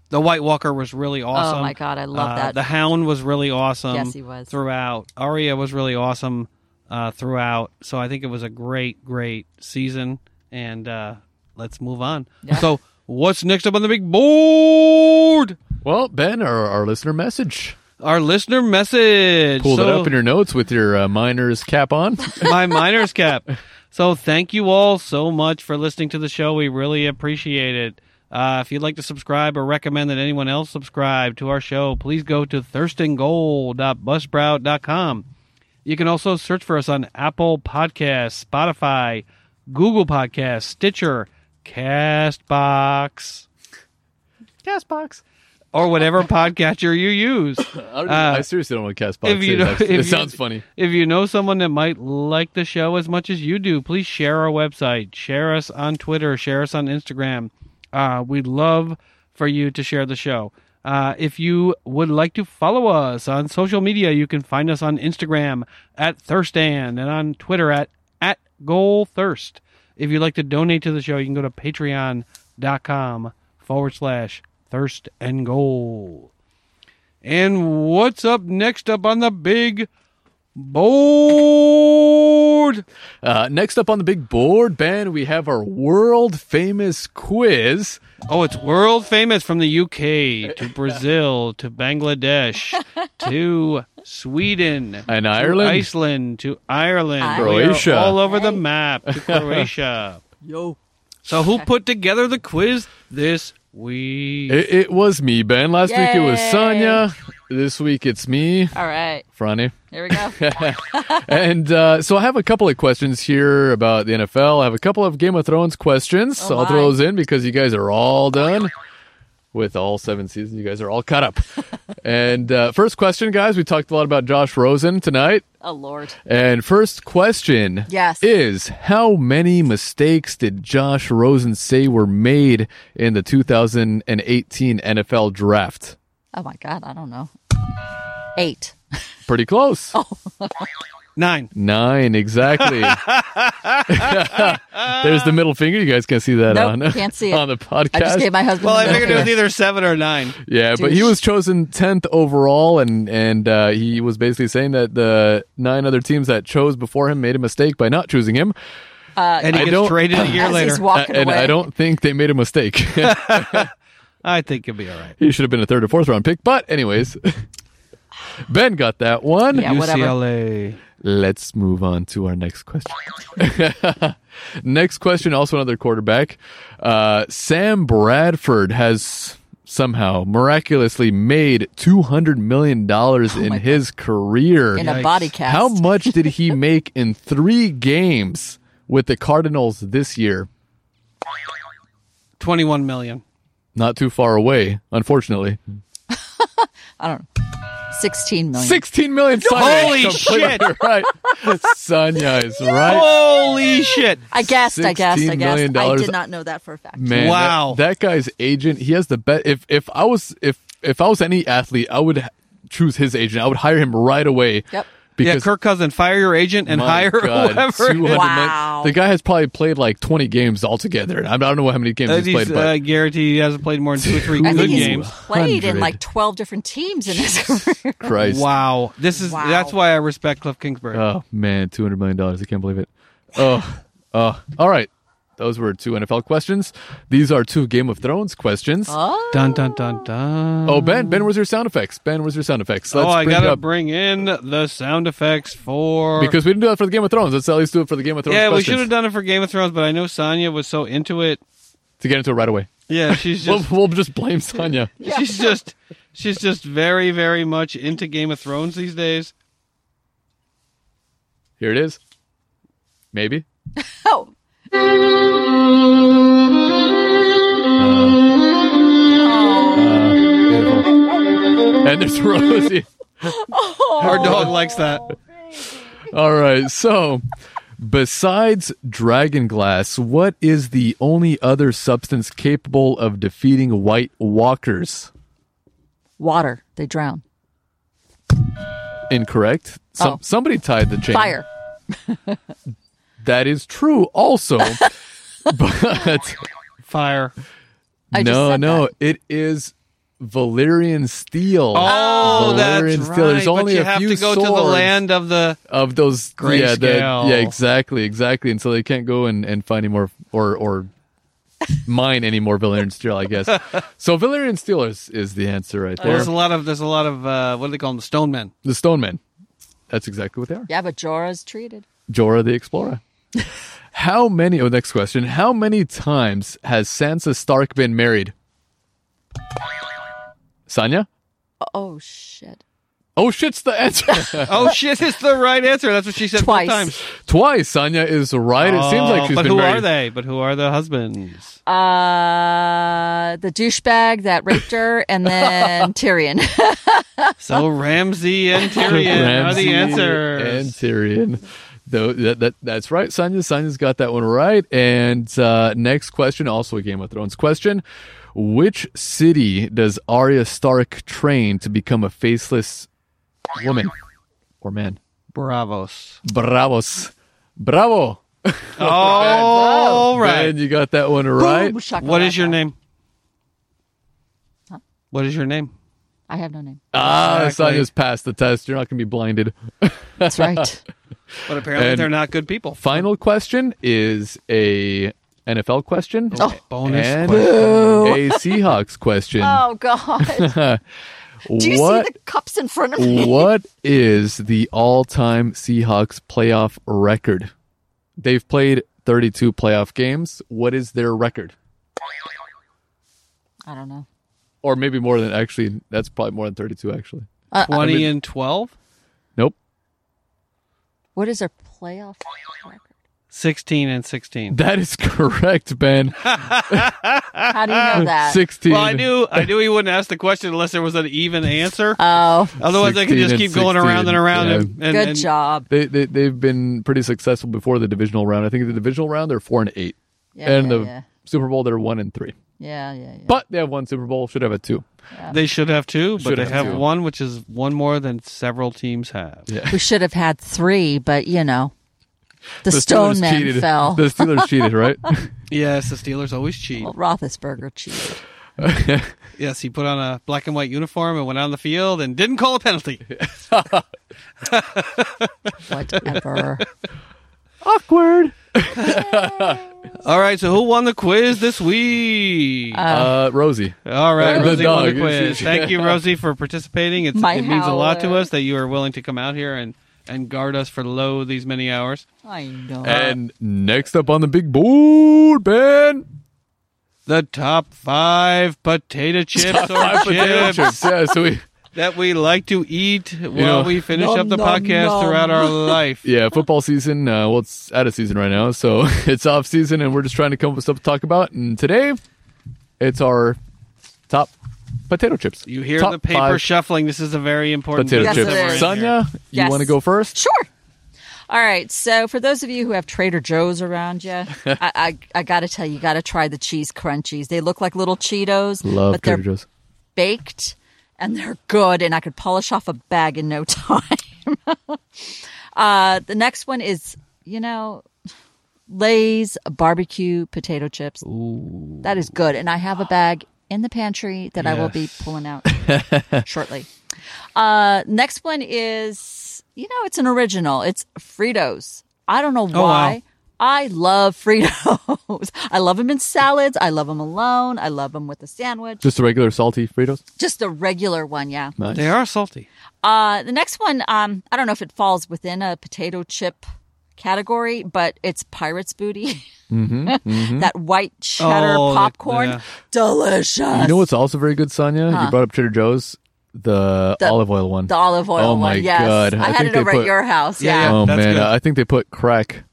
[SPEAKER 1] the White Walker was really awesome.
[SPEAKER 3] Oh my God, I love
[SPEAKER 1] Uh,
[SPEAKER 3] that.
[SPEAKER 1] The Hound was really awesome.
[SPEAKER 3] Yes, he was.
[SPEAKER 1] throughout. Arya was really awesome uh, throughout. So I think it was a great, great season. And uh, let's move on. So what's next up on the big board?
[SPEAKER 2] Well, Ben, our, our listener message.
[SPEAKER 1] Our listener message.
[SPEAKER 2] Pulled it
[SPEAKER 1] So-
[SPEAKER 2] up in your notes with your uh, miner's
[SPEAKER 1] *laughs*
[SPEAKER 2] cap on.
[SPEAKER 1] my miner's cap. So thank you all so much for listening to the show. We really appreciate it. Uh, if you'd like to subscribe or recommend that anyone else subscribe to our show, please go to thirstinggold.buzzsprout.com. You can also search for us on Apple Podcasts, Spotify, Google Podcasts, Stitcher, Castbox, Castbox, or whatever podcatcher you use.
[SPEAKER 2] I, don't- I seriously don't know what Castbox
[SPEAKER 1] Ah. if you
[SPEAKER 2] is.
[SPEAKER 1] don't-
[SPEAKER 2] actually.
[SPEAKER 1] if
[SPEAKER 2] it
[SPEAKER 1] you-
[SPEAKER 2] sounds funny.
[SPEAKER 1] If you know someone that might like the show as much as you do, please share our website, share us on Twitter, share us on Instagram. Uh, we'd love for you to share the show. Uh, if you would like to follow us on social media, you can find us on Instagram at Thirstan and on Twitter at, at GoalThirst. If you'd like to donate to the show, you can go to patreon.com forward slash thirst and goal. And what's up next up on the big board.
[SPEAKER 2] Uh, next up on the big board, Ben, we have our world famous quiz.
[SPEAKER 1] Oh, it's world famous from the UK to *laughs* Brazil to
[SPEAKER 3] *laughs*
[SPEAKER 1] Bangladesh to Sweden
[SPEAKER 2] And
[SPEAKER 1] to
[SPEAKER 2] Ireland.
[SPEAKER 1] Iceland to Ireland, We are
[SPEAKER 2] Croatia.
[SPEAKER 1] all over the map
[SPEAKER 3] *laughs*
[SPEAKER 1] to Croatia.
[SPEAKER 2] Yo.
[SPEAKER 1] So, who put together the quiz this week?
[SPEAKER 2] It, it was me, Ben. Last week it was
[SPEAKER 3] Yay.
[SPEAKER 2] Sonia. This week it's me,
[SPEAKER 3] All right.
[SPEAKER 2] Franny.
[SPEAKER 3] Here we go.
[SPEAKER 2] and uh, so I have a couple of questions here about the NFL. I have a couple of Game of Thrones questions.
[SPEAKER 3] Oh,
[SPEAKER 2] so I'll throw
[SPEAKER 3] my.
[SPEAKER 2] those in because you guys are all done with all seven seasons. You guys are all caught up.
[SPEAKER 3] *laughs*
[SPEAKER 2] and uh, first question, guys, we talked a lot about Josh Rosen tonight.
[SPEAKER 3] oh, Lord.
[SPEAKER 2] And first question
[SPEAKER 3] Yes.
[SPEAKER 2] is how many mistakes did Josh Rosen say were made in the 2018 NFL draft?
[SPEAKER 3] Oh, my God. I don't know. Eight.
[SPEAKER 2] Pretty close.
[SPEAKER 3] Oh.
[SPEAKER 1] Nine.
[SPEAKER 2] Nine,
[SPEAKER 3] *laughs*
[SPEAKER 2] exactly. There's the middle finger. You guys can see that
[SPEAKER 3] Nope,
[SPEAKER 2] on *laughs*
[SPEAKER 3] can't see it.
[SPEAKER 2] on the podcast.
[SPEAKER 3] I just gave my husband
[SPEAKER 1] Well, I
[SPEAKER 3] the
[SPEAKER 1] figured it was
[SPEAKER 3] middle
[SPEAKER 1] either seven or nine.
[SPEAKER 2] yeah, but he
[SPEAKER 3] douche.
[SPEAKER 2] was chosen tenth overall, and and uh, he was basically saying that the nine other teams that chose before him made a mistake by not choosing him,
[SPEAKER 3] Uh,
[SPEAKER 1] And he
[SPEAKER 2] I
[SPEAKER 1] gets
[SPEAKER 2] don't-
[SPEAKER 1] traded a
[SPEAKER 3] finger.
[SPEAKER 1] year
[SPEAKER 3] As
[SPEAKER 1] later.
[SPEAKER 3] he's walking
[SPEAKER 2] and
[SPEAKER 3] away.
[SPEAKER 2] I don't think they made a mistake. *laughs*
[SPEAKER 1] I think he'll be all right.
[SPEAKER 2] he should have been a third or fourth round pick, but anyways, *laughs* Ben got that one.
[SPEAKER 3] Yeah, whatever.
[SPEAKER 1] UCLA.
[SPEAKER 2] Let's move on to our next question. *laughs* next question, also another quarterback. Uh, Sam Bradford has somehow miraculously made $200 million in his career.
[SPEAKER 3] in
[SPEAKER 1] Yikes.
[SPEAKER 3] a body cast.
[SPEAKER 2] How much did he make in three games with the Cardinals this year?
[SPEAKER 1] 21 million.
[SPEAKER 2] Not too far away, unfortunately.
[SPEAKER 3] 16 million.
[SPEAKER 2] 16 million. Sonia
[SPEAKER 1] Holy
[SPEAKER 2] is completely
[SPEAKER 1] shit.
[SPEAKER 2] *laughs* Right. Sonia is right.
[SPEAKER 1] Holy shit.
[SPEAKER 3] I guessed, I guessed, I
[SPEAKER 2] $16 million
[SPEAKER 3] guessed. I did not know that for a fact.
[SPEAKER 2] Man,
[SPEAKER 1] Wow.
[SPEAKER 2] that, that guy's agent. He has the best. If if I was if if I was any athlete, I would h- choose his agent. I would hire him right away.
[SPEAKER 3] Yep.
[SPEAKER 1] Yeah,
[SPEAKER 2] Because
[SPEAKER 1] Kirk Cousin, fire your agent and
[SPEAKER 2] my
[SPEAKER 1] hire
[SPEAKER 2] God,
[SPEAKER 1] whoever.
[SPEAKER 2] 200 million
[SPEAKER 3] Wow.
[SPEAKER 2] The guy has probably played like twenty games altogether. and I don't know how many games
[SPEAKER 1] Uh,
[SPEAKER 2] he's played,
[SPEAKER 1] he's,
[SPEAKER 2] but
[SPEAKER 1] uh, guarantee he hasn't played more than two or three
[SPEAKER 3] I
[SPEAKER 1] good
[SPEAKER 3] think he's
[SPEAKER 1] games.
[SPEAKER 3] played in
[SPEAKER 2] 100.
[SPEAKER 3] like 12 different teams in his career.
[SPEAKER 2] Christ.
[SPEAKER 1] uh, Wow, this is
[SPEAKER 3] Wow.
[SPEAKER 1] that's why I respect Cliff Kingsbury.
[SPEAKER 2] Oh man, two hundred million dollars. I can't believe it. Oh, oh. All right. Those were two NFL questions. These are two Game of Thrones questions.
[SPEAKER 3] *laughs* Oh,
[SPEAKER 1] dun dun dun dun.
[SPEAKER 2] Oh, Ben, Ben, where's your sound effects? Ben, where's your sound effects?
[SPEAKER 1] Oh, I
[SPEAKER 2] bring
[SPEAKER 1] gotta
[SPEAKER 2] up-
[SPEAKER 1] bring in the sound effects for
[SPEAKER 2] because we didn't do that for the Game of Thrones. Let's at least do it for the Game of Thrones.
[SPEAKER 1] yeah, we
[SPEAKER 2] questions.
[SPEAKER 1] should have done it for Game of Thrones, but I know Sonya was so into it.
[SPEAKER 2] to get into it right away. *laughs*
[SPEAKER 1] Yeah, she's just
[SPEAKER 2] we'll, we'll just blame Sonya.
[SPEAKER 1] she's just she's just very very much into Game of Thrones these days.
[SPEAKER 2] Here it is. Maybe.
[SPEAKER 3] Oh.
[SPEAKER 2] Beautiful. And there's Rosie.
[SPEAKER 1] Our dog likes that.
[SPEAKER 2] All right. So, besides dragon glass, what is the only other substance capable of defeating White Walkers?
[SPEAKER 3] Water. They drown.
[SPEAKER 2] Incorrect. Some,
[SPEAKER 3] Oh.
[SPEAKER 2] Somebody tied the chain.
[SPEAKER 3] Fire.
[SPEAKER 2] That is true.
[SPEAKER 3] *laughs*
[SPEAKER 2] Also, but
[SPEAKER 1] Fire.
[SPEAKER 3] I
[SPEAKER 2] no,
[SPEAKER 3] just said
[SPEAKER 2] no,
[SPEAKER 3] that.
[SPEAKER 2] it is Valyrian steel.
[SPEAKER 1] Oh, that's
[SPEAKER 2] Valerian
[SPEAKER 1] right.
[SPEAKER 2] still. There's
[SPEAKER 1] but
[SPEAKER 2] only
[SPEAKER 1] you
[SPEAKER 2] a
[SPEAKER 1] have
[SPEAKER 2] few
[SPEAKER 1] to go to the
[SPEAKER 2] swords.
[SPEAKER 1] land of the
[SPEAKER 2] of those yeah, the-
[SPEAKER 1] Grayscale.
[SPEAKER 2] yeah, exactly, exactly. And so they can't go and, and find any more or
[SPEAKER 1] *laughs*
[SPEAKER 2] or mine any more Valyrian steel, I guess. so Valyrian steel is, is the answer right there.
[SPEAKER 1] There's a lot of there's a lot of uh, what do they call them? Stone men.
[SPEAKER 2] the Stone Men. That's exactly what they are.
[SPEAKER 3] Yeah, but Jorah's treated.
[SPEAKER 1] *laughs*
[SPEAKER 2] Jorah the Explorer. How many? Oh, next question. How many times has Sansa Stark been married? Sanya.
[SPEAKER 3] Oh shit.
[SPEAKER 2] Oh shit's the answer. *laughs*
[SPEAKER 1] Oh *laughs* shit! It's the right answer. That's what she said
[SPEAKER 3] Twice.
[SPEAKER 1] Four times.
[SPEAKER 2] Twice. Sanya is right. It seems like
[SPEAKER 1] Oh,
[SPEAKER 2] she's
[SPEAKER 1] but
[SPEAKER 2] been
[SPEAKER 1] who
[SPEAKER 2] married.
[SPEAKER 1] are they? But who are the husbands?
[SPEAKER 3] Uh, the douchebag that raped her,
[SPEAKER 2] *laughs*
[SPEAKER 3] and then Tyrion.
[SPEAKER 1] *laughs* So Ramsey *laughs* and Tyrion are
[SPEAKER 2] Ramsay
[SPEAKER 1] the answers.
[SPEAKER 2] And Tyrion. Though that, that that's right, Sonya. Sonya's got that one right. And uh, next question, also a Game of Thrones question: Which city does Arya Stark train to become a faceless woman or man?
[SPEAKER 1] Bravos.
[SPEAKER 2] Bravos, bravo!
[SPEAKER 1] All right.
[SPEAKER 2] Ben, you got that one right.
[SPEAKER 3] Boom, *laughs* shakalaka.
[SPEAKER 1] What is your name? What is your name?
[SPEAKER 3] I have no name.
[SPEAKER 2] Ah,
[SPEAKER 1] Exactly.
[SPEAKER 2] Sonya's passed the test. You're not going to be blinded. *laughs*
[SPEAKER 3] That's right.
[SPEAKER 1] But apparently
[SPEAKER 2] And-
[SPEAKER 1] they're not good people.
[SPEAKER 2] Final question is a NFL question.
[SPEAKER 3] Oh.
[SPEAKER 1] Bonus
[SPEAKER 2] and
[SPEAKER 1] question.
[SPEAKER 2] a Seahawks question.
[SPEAKER 3] oh god. Do you
[SPEAKER 2] what
[SPEAKER 3] see the cups in front of me?
[SPEAKER 2] *laughs* what is the all-time Seahawks playoff record? They've played 32 playoff games. What is their record?
[SPEAKER 3] I don't know.
[SPEAKER 2] Or maybe more than actually that's probably more than 32 actually.
[SPEAKER 3] Uh,
[SPEAKER 1] Twenty and twelve.
[SPEAKER 2] Nope. *laughs*
[SPEAKER 3] What is their playoff record?
[SPEAKER 1] 16 and 16.
[SPEAKER 2] That is correct,
[SPEAKER 3] *laughs*
[SPEAKER 2] Ben.
[SPEAKER 3] How do
[SPEAKER 2] *laughs*
[SPEAKER 3] you know that?
[SPEAKER 2] 16.
[SPEAKER 1] Well, I knew I knew he wouldn't ask the question unless there was an even
[SPEAKER 3] *laughs*
[SPEAKER 1] answer.
[SPEAKER 3] Oh,
[SPEAKER 1] Otherwise, I could
[SPEAKER 2] 16
[SPEAKER 1] just
[SPEAKER 2] and
[SPEAKER 1] keep going around
[SPEAKER 2] 16,
[SPEAKER 1] and around.
[SPEAKER 2] yeah.
[SPEAKER 1] And, and-
[SPEAKER 3] good
[SPEAKER 1] and-
[SPEAKER 3] job.
[SPEAKER 2] They, they they've been pretty successful before the divisional round. I think the divisional round they're 4 and 8.
[SPEAKER 3] Yeah,
[SPEAKER 2] and
[SPEAKER 3] yeah,
[SPEAKER 2] the
[SPEAKER 3] yeah.
[SPEAKER 2] Super Bowl they're 1 and 3.
[SPEAKER 3] Yeah, yeah, yeah.
[SPEAKER 2] But they have one Super Bowl, should have a 2.
[SPEAKER 1] They should have two, but
[SPEAKER 2] Should
[SPEAKER 1] they
[SPEAKER 2] have
[SPEAKER 1] have
[SPEAKER 2] two.
[SPEAKER 1] one, which is one more than several teams have.
[SPEAKER 3] we should have had three, but you know, the,
[SPEAKER 2] The
[SPEAKER 3] Stone
[SPEAKER 2] Steelers
[SPEAKER 3] Men
[SPEAKER 2] cheated.
[SPEAKER 3] fell.
[SPEAKER 2] The Steelers cheated,
[SPEAKER 3] *laughs*
[SPEAKER 2] right?
[SPEAKER 1] Yes, the Steelers always cheat.
[SPEAKER 3] well, Roethlisberger cheated.
[SPEAKER 1] Yes, he put on a black and white uniform and went on the field and didn't call a penalty.
[SPEAKER 3] Whatever.
[SPEAKER 2] Awkward.
[SPEAKER 1] All right, so who won the quiz this week?
[SPEAKER 2] Uh, Rosie.
[SPEAKER 1] All right,
[SPEAKER 2] the
[SPEAKER 1] Rosie won the
[SPEAKER 2] dog.
[SPEAKER 1] quiz.
[SPEAKER 2] *laughs*
[SPEAKER 1] Thank you, Rosie, for participating. It's,
[SPEAKER 3] My
[SPEAKER 1] it means a lot to
[SPEAKER 3] howler.
[SPEAKER 1] us that you are willing to come out here and, and guard us for lo these many hours.
[SPEAKER 3] *laughs* I know.
[SPEAKER 2] And next up on the big board, Ben.
[SPEAKER 1] The top five potato chips or
[SPEAKER 2] Five potato
[SPEAKER 1] chips
[SPEAKER 2] chips. Yeah, so we,
[SPEAKER 1] that we like to eat while
[SPEAKER 2] know,
[SPEAKER 1] we finish
[SPEAKER 3] nom,
[SPEAKER 1] up the
[SPEAKER 3] nom,
[SPEAKER 1] podcast
[SPEAKER 3] nom.
[SPEAKER 1] throughout
[SPEAKER 3] *laughs*
[SPEAKER 1] our life.
[SPEAKER 2] yeah, football season. Uh, well, it's out of season right now, so *laughs* it's off season, and we're just trying to come up with stuff to talk about. And today, it's our top potato chips.
[SPEAKER 1] You hear
[SPEAKER 2] Top
[SPEAKER 1] the paper
[SPEAKER 2] five
[SPEAKER 1] shuffling. This is a very important
[SPEAKER 2] potato
[SPEAKER 1] piece
[SPEAKER 3] Yes,
[SPEAKER 1] of
[SPEAKER 2] chips.
[SPEAKER 3] it
[SPEAKER 1] information
[SPEAKER 3] is.
[SPEAKER 1] here.
[SPEAKER 2] Sonia, you
[SPEAKER 3] Yes.
[SPEAKER 2] want to go first?
[SPEAKER 3] Sure. All right. So, for those of you who have Trader Joe's around *laughs* you, I, I, I got to tell you, you got to try the cheese crunchies. They look like little Cheetos,
[SPEAKER 2] Love
[SPEAKER 3] but they're
[SPEAKER 2] Trader Joe's.
[SPEAKER 3] baked and they're good, and I could polish off a bag in no *laughs* time. uh, the next one is, you know, Lay's barbecue potato chips. That is good. And I have a bag in the pantry that I will be
[SPEAKER 1] Yes.
[SPEAKER 3] pulling
[SPEAKER 1] *laughs*
[SPEAKER 3] out shortly. Uh, next one is, you know, it's an original. It's Fritos. I don't know
[SPEAKER 1] Oh, wow.
[SPEAKER 3] why. I love *laughs* Fritos. I love them in salads. I love them alone. I love them with a sandwich.
[SPEAKER 2] Just the regular salty Fritos.
[SPEAKER 3] Just the regular one, yeah.
[SPEAKER 2] Nice.
[SPEAKER 1] They are salty.
[SPEAKER 3] Uh, the next one, um, I don't know if it falls within a potato chip category, but it's Pirates Booty. *laughs*
[SPEAKER 2] Mm-hmm,
[SPEAKER 3] that white cheddar
[SPEAKER 1] Oh, that-
[SPEAKER 3] popcorn.
[SPEAKER 1] yeah.
[SPEAKER 3] Delicious.
[SPEAKER 2] You know what's also very good, Sonia? You brought up Trader Joe's, the, olive oil one.
[SPEAKER 3] the olive oil
[SPEAKER 2] Oh
[SPEAKER 3] one.
[SPEAKER 2] my
[SPEAKER 3] yes.
[SPEAKER 2] God. I
[SPEAKER 3] I, had
[SPEAKER 2] think
[SPEAKER 3] it
[SPEAKER 2] they
[SPEAKER 3] over
[SPEAKER 2] put-
[SPEAKER 3] at your house.
[SPEAKER 1] Yeah,
[SPEAKER 3] Yeah.
[SPEAKER 1] yeah.
[SPEAKER 2] Oh
[SPEAKER 1] That's
[SPEAKER 2] man,
[SPEAKER 1] good.
[SPEAKER 2] I think they put
[SPEAKER 3] *laughs*
[SPEAKER 2] crack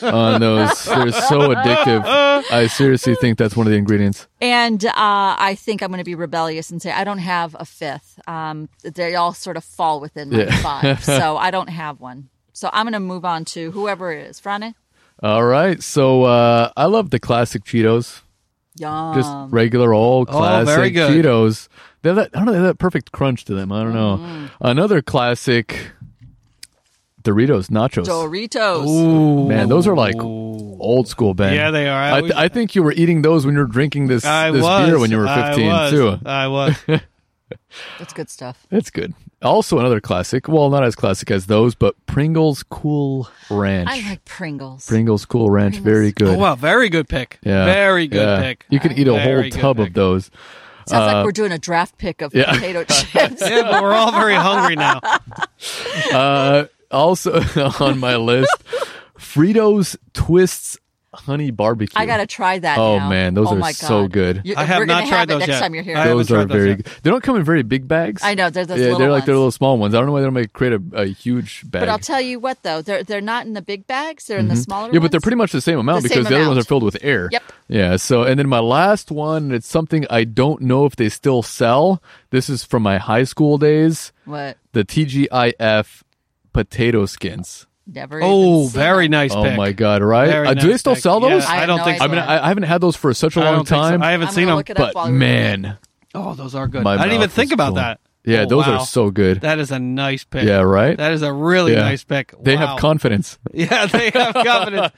[SPEAKER 2] on those. They're so addictive. I seriously think that's one of the ingredients.
[SPEAKER 3] And uh, I think I'm going to be rebellious and say I don't have a fifth. Um, they all sort of fall within my
[SPEAKER 2] Yeah. *laughs*
[SPEAKER 3] five, so I don't have one. So I'm going to move on to whoever it is. Franny?
[SPEAKER 2] All right, so uh, I love the classic Cheetos,
[SPEAKER 3] Yum.
[SPEAKER 2] just regular old
[SPEAKER 1] Oh,
[SPEAKER 2] classic
[SPEAKER 1] very good.
[SPEAKER 2] Cheetos. They have that. I don't know. They have that perfect crunch to them. I don't know.
[SPEAKER 3] Mm.
[SPEAKER 2] Another classic, Doritos Nachos.
[SPEAKER 3] Doritos.
[SPEAKER 1] Ooh.
[SPEAKER 2] Man, those are like old school, Ben.
[SPEAKER 1] Yeah, they are. I
[SPEAKER 2] I,
[SPEAKER 1] always-
[SPEAKER 2] I think you were eating those when you were drinking this,
[SPEAKER 1] I
[SPEAKER 2] this
[SPEAKER 1] was
[SPEAKER 2] beer when you were
[SPEAKER 1] I
[SPEAKER 2] 15,
[SPEAKER 1] was,
[SPEAKER 2] too.
[SPEAKER 1] I
[SPEAKER 2] *laughs*
[SPEAKER 1] was.
[SPEAKER 3] That's good stuff.
[SPEAKER 2] That's good. Also, another classic. Well, not as classic as those, but Pringles Cool Ranch.
[SPEAKER 3] I like Pringles.
[SPEAKER 2] Pringles Cool Ranch. Very good.
[SPEAKER 1] Oh, wow, very good pick.
[SPEAKER 2] Yeah.
[SPEAKER 1] Very good
[SPEAKER 2] Yeah.
[SPEAKER 1] pick.
[SPEAKER 2] You could eat a
[SPEAKER 1] Very
[SPEAKER 2] whole
[SPEAKER 1] good
[SPEAKER 2] tub
[SPEAKER 1] pick.
[SPEAKER 2] of those.
[SPEAKER 3] Sounds like we're doing a draft pick of
[SPEAKER 2] uh, yeah. *laughs*
[SPEAKER 3] potato chips.
[SPEAKER 1] Yeah, but we're
[SPEAKER 3] *laughs*
[SPEAKER 1] all very hungry now.
[SPEAKER 2] *laughs* Uh, also on my list, Fritos Twists Honey Barbecue.
[SPEAKER 3] I gotta try that.
[SPEAKER 2] Oh,
[SPEAKER 3] now.
[SPEAKER 2] man, those
[SPEAKER 3] Oh,
[SPEAKER 2] are
[SPEAKER 3] my
[SPEAKER 2] so
[SPEAKER 3] God.
[SPEAKER 2] good.
[SPEAKER 3] You-
[SPEAKER 1] I have
[SPEAKER 3] we're
[SPEAKER 1] not
[SPEAKER 3] gonna
[SPEAKER 1] tried
[SPEAKER 3] have it
[SPEAKER 1] those
[SPEAKER 3] next
[SPEAKER 1] yet.
[SPEAKER 3] time you're here.
[SPEAKER 1] I haven't
[SPEAKER 2] those are
[SPEAKER 1] tried those
[SPEAKER 2] very
[SPEAKER 1] yet.
[SPEAKER 2] good. They don't come in very big bags.
[SPEAKER 3] I know, they're those
[SPEAKER 2] yeah,
[SPEAKER 3] little
[SPEAKER 2] they're like they're
[SPEAKER 3] ones.
[SPEAKER 2] little small ones. I don't know why they don't make create a, a huge bag.
[SPEAKER 3] but I'll tell you what, though, they're they're not in the big bags; they're in the smaller.
[SPEAKER 2] Mm-hmm. yeah, but they're
[SPEAKER 3] ones.
[SPEAKER 2] pretty much the same amount
[SPEAKER 3] The
[SPEAKER 2] because
[SPEAKER 3] same
[SPEAKER 2] the other ones
[SPEAKER 3] amount.
[SPEAKER 2] are filled with air.
[SPEAKER 3] Yep.
[SPEAKER 2] Yeah. So, and then my last one, it's something I don't know if they still sell. This is from my high school days.
[SPEAKER 3] What?
[SPEAKER 2] The TGIF potato skins.
[SPEAKER 3] Never.
[SPEAKER 1] Oh,
[SPEAKER 3] even seen
[SPEAKER 1] very
[SPEAKER 3] them.
[SPEAKER 1] nice.
[SPEAKER 2] Oh
[SPEAKER 1] pick.
[SPEAKER 2] my god! Right?
[SPEAKER 1] Very
[SPEAKER 2] Uh, do they
[SPEAKER 1] nice
[SPEAKER 2] still
[SPEAKER 1] pick.
[SPEAKER 2] sell those?
[SPEAKER 1] Yeah,
[SPEAKER 3] I
[SPEAKER 1] I,
[SPEAKER 3] have
[SPEAKER 1] don't
[SPEAKER 3] no
[SPEAKER 1] think.
[SPEAKER 2] I
[SPEAKER 1] So.
[SPEAKER 2] mean,
[SPEAKER 3] idea.
[SPEAKER 2] I, I haven't had those for such a
[SPEAKER 1] I
[SPEAKER 2] long
[SPEAKER 1] don't think so.
[SPEAKER 2] time.
[SPEAKER 1] I haven't
[SPEAKER 3] I'm
[SPEAKER 1] seen
[SPEAKER 3] gonna
[SPEAKER 1] them.
[SPEAKER 3] look it up while
[SPEAKER 2] but
[SPEAKER 3] we-
[SPEAKER 2] man,
[SPEAKER 1] Oh, those are good.
[SPEAKER 2] My
[SPEAKER 1] I didn't even
[SPEAKER 2] mouth
[SPEAKER 1] think
[SPEAKER 2] is
[SPEAKER 1] about
[SPEAKER 2] full.
[SPEAKER 1] that.
[SPEAKER 2] yeah,
[SPEAKER 1] Oh,
[SPEAKER 2] those
[SPEAKER 1] wow.
[SPEAKER 2] are so good.
[SPEAKER 1] That is a nice pick.
[SPEAKER 2] Yeah, right?
[SPEAKER 1] That is a really
[SPEAKER 2] Yeah.
[SPEAKER 1] nice pick.
[SPEAKER 2] they
[SPEAKER 1] Wow.
[SPEAKER 2] have confidence.
[SPEAKER 1] *laughs* yeah, they have
[SPEAKER 2] *laughs*
[SPEAKER 1] confidence.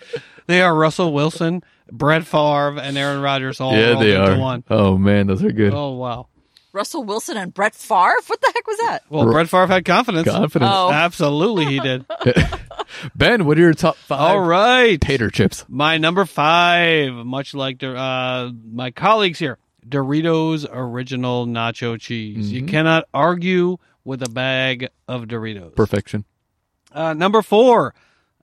[SPEAKER 1] they are Russell Wilson, Brett Favre, and Aaron Rodgers all
[SPEAKER 2] yeah,
[SPEAKER 1] rolled
[SPEAKER 2] they
[SPEAKER 1] into
[SPEAKER 2] are.
[SPEAKER 1] one.
[SPEAKER 2] Oh man, those are good.
[SPEAKER 1] Oh wow.
[SPEAKER 3] Russell Wilson and Brett Favre. What the heck was that?
[SPEAKER 1] Well, Brett Favre had confidence.
[SPEAKER 2] Confidence.
[SPEAKER 3] Oh.
[SPEAKER 1] Absolutely, he did.
[SPEAKER 2] Ben, what are your top five
[SPEAKER 1] All right.
[SPEAKER 2] tater chips?
[SPEAKER 1] My number five, much like the- uh, my colleagues here, Doritos Original Nacho Cheese.
[SPEAKER 2] Mm-hmm.
[SPEAKER 1] You cannot argue with a bag of Doritos.
[SPEAKER 2] Perfection.
[SPEAKER 1] Uh, number four,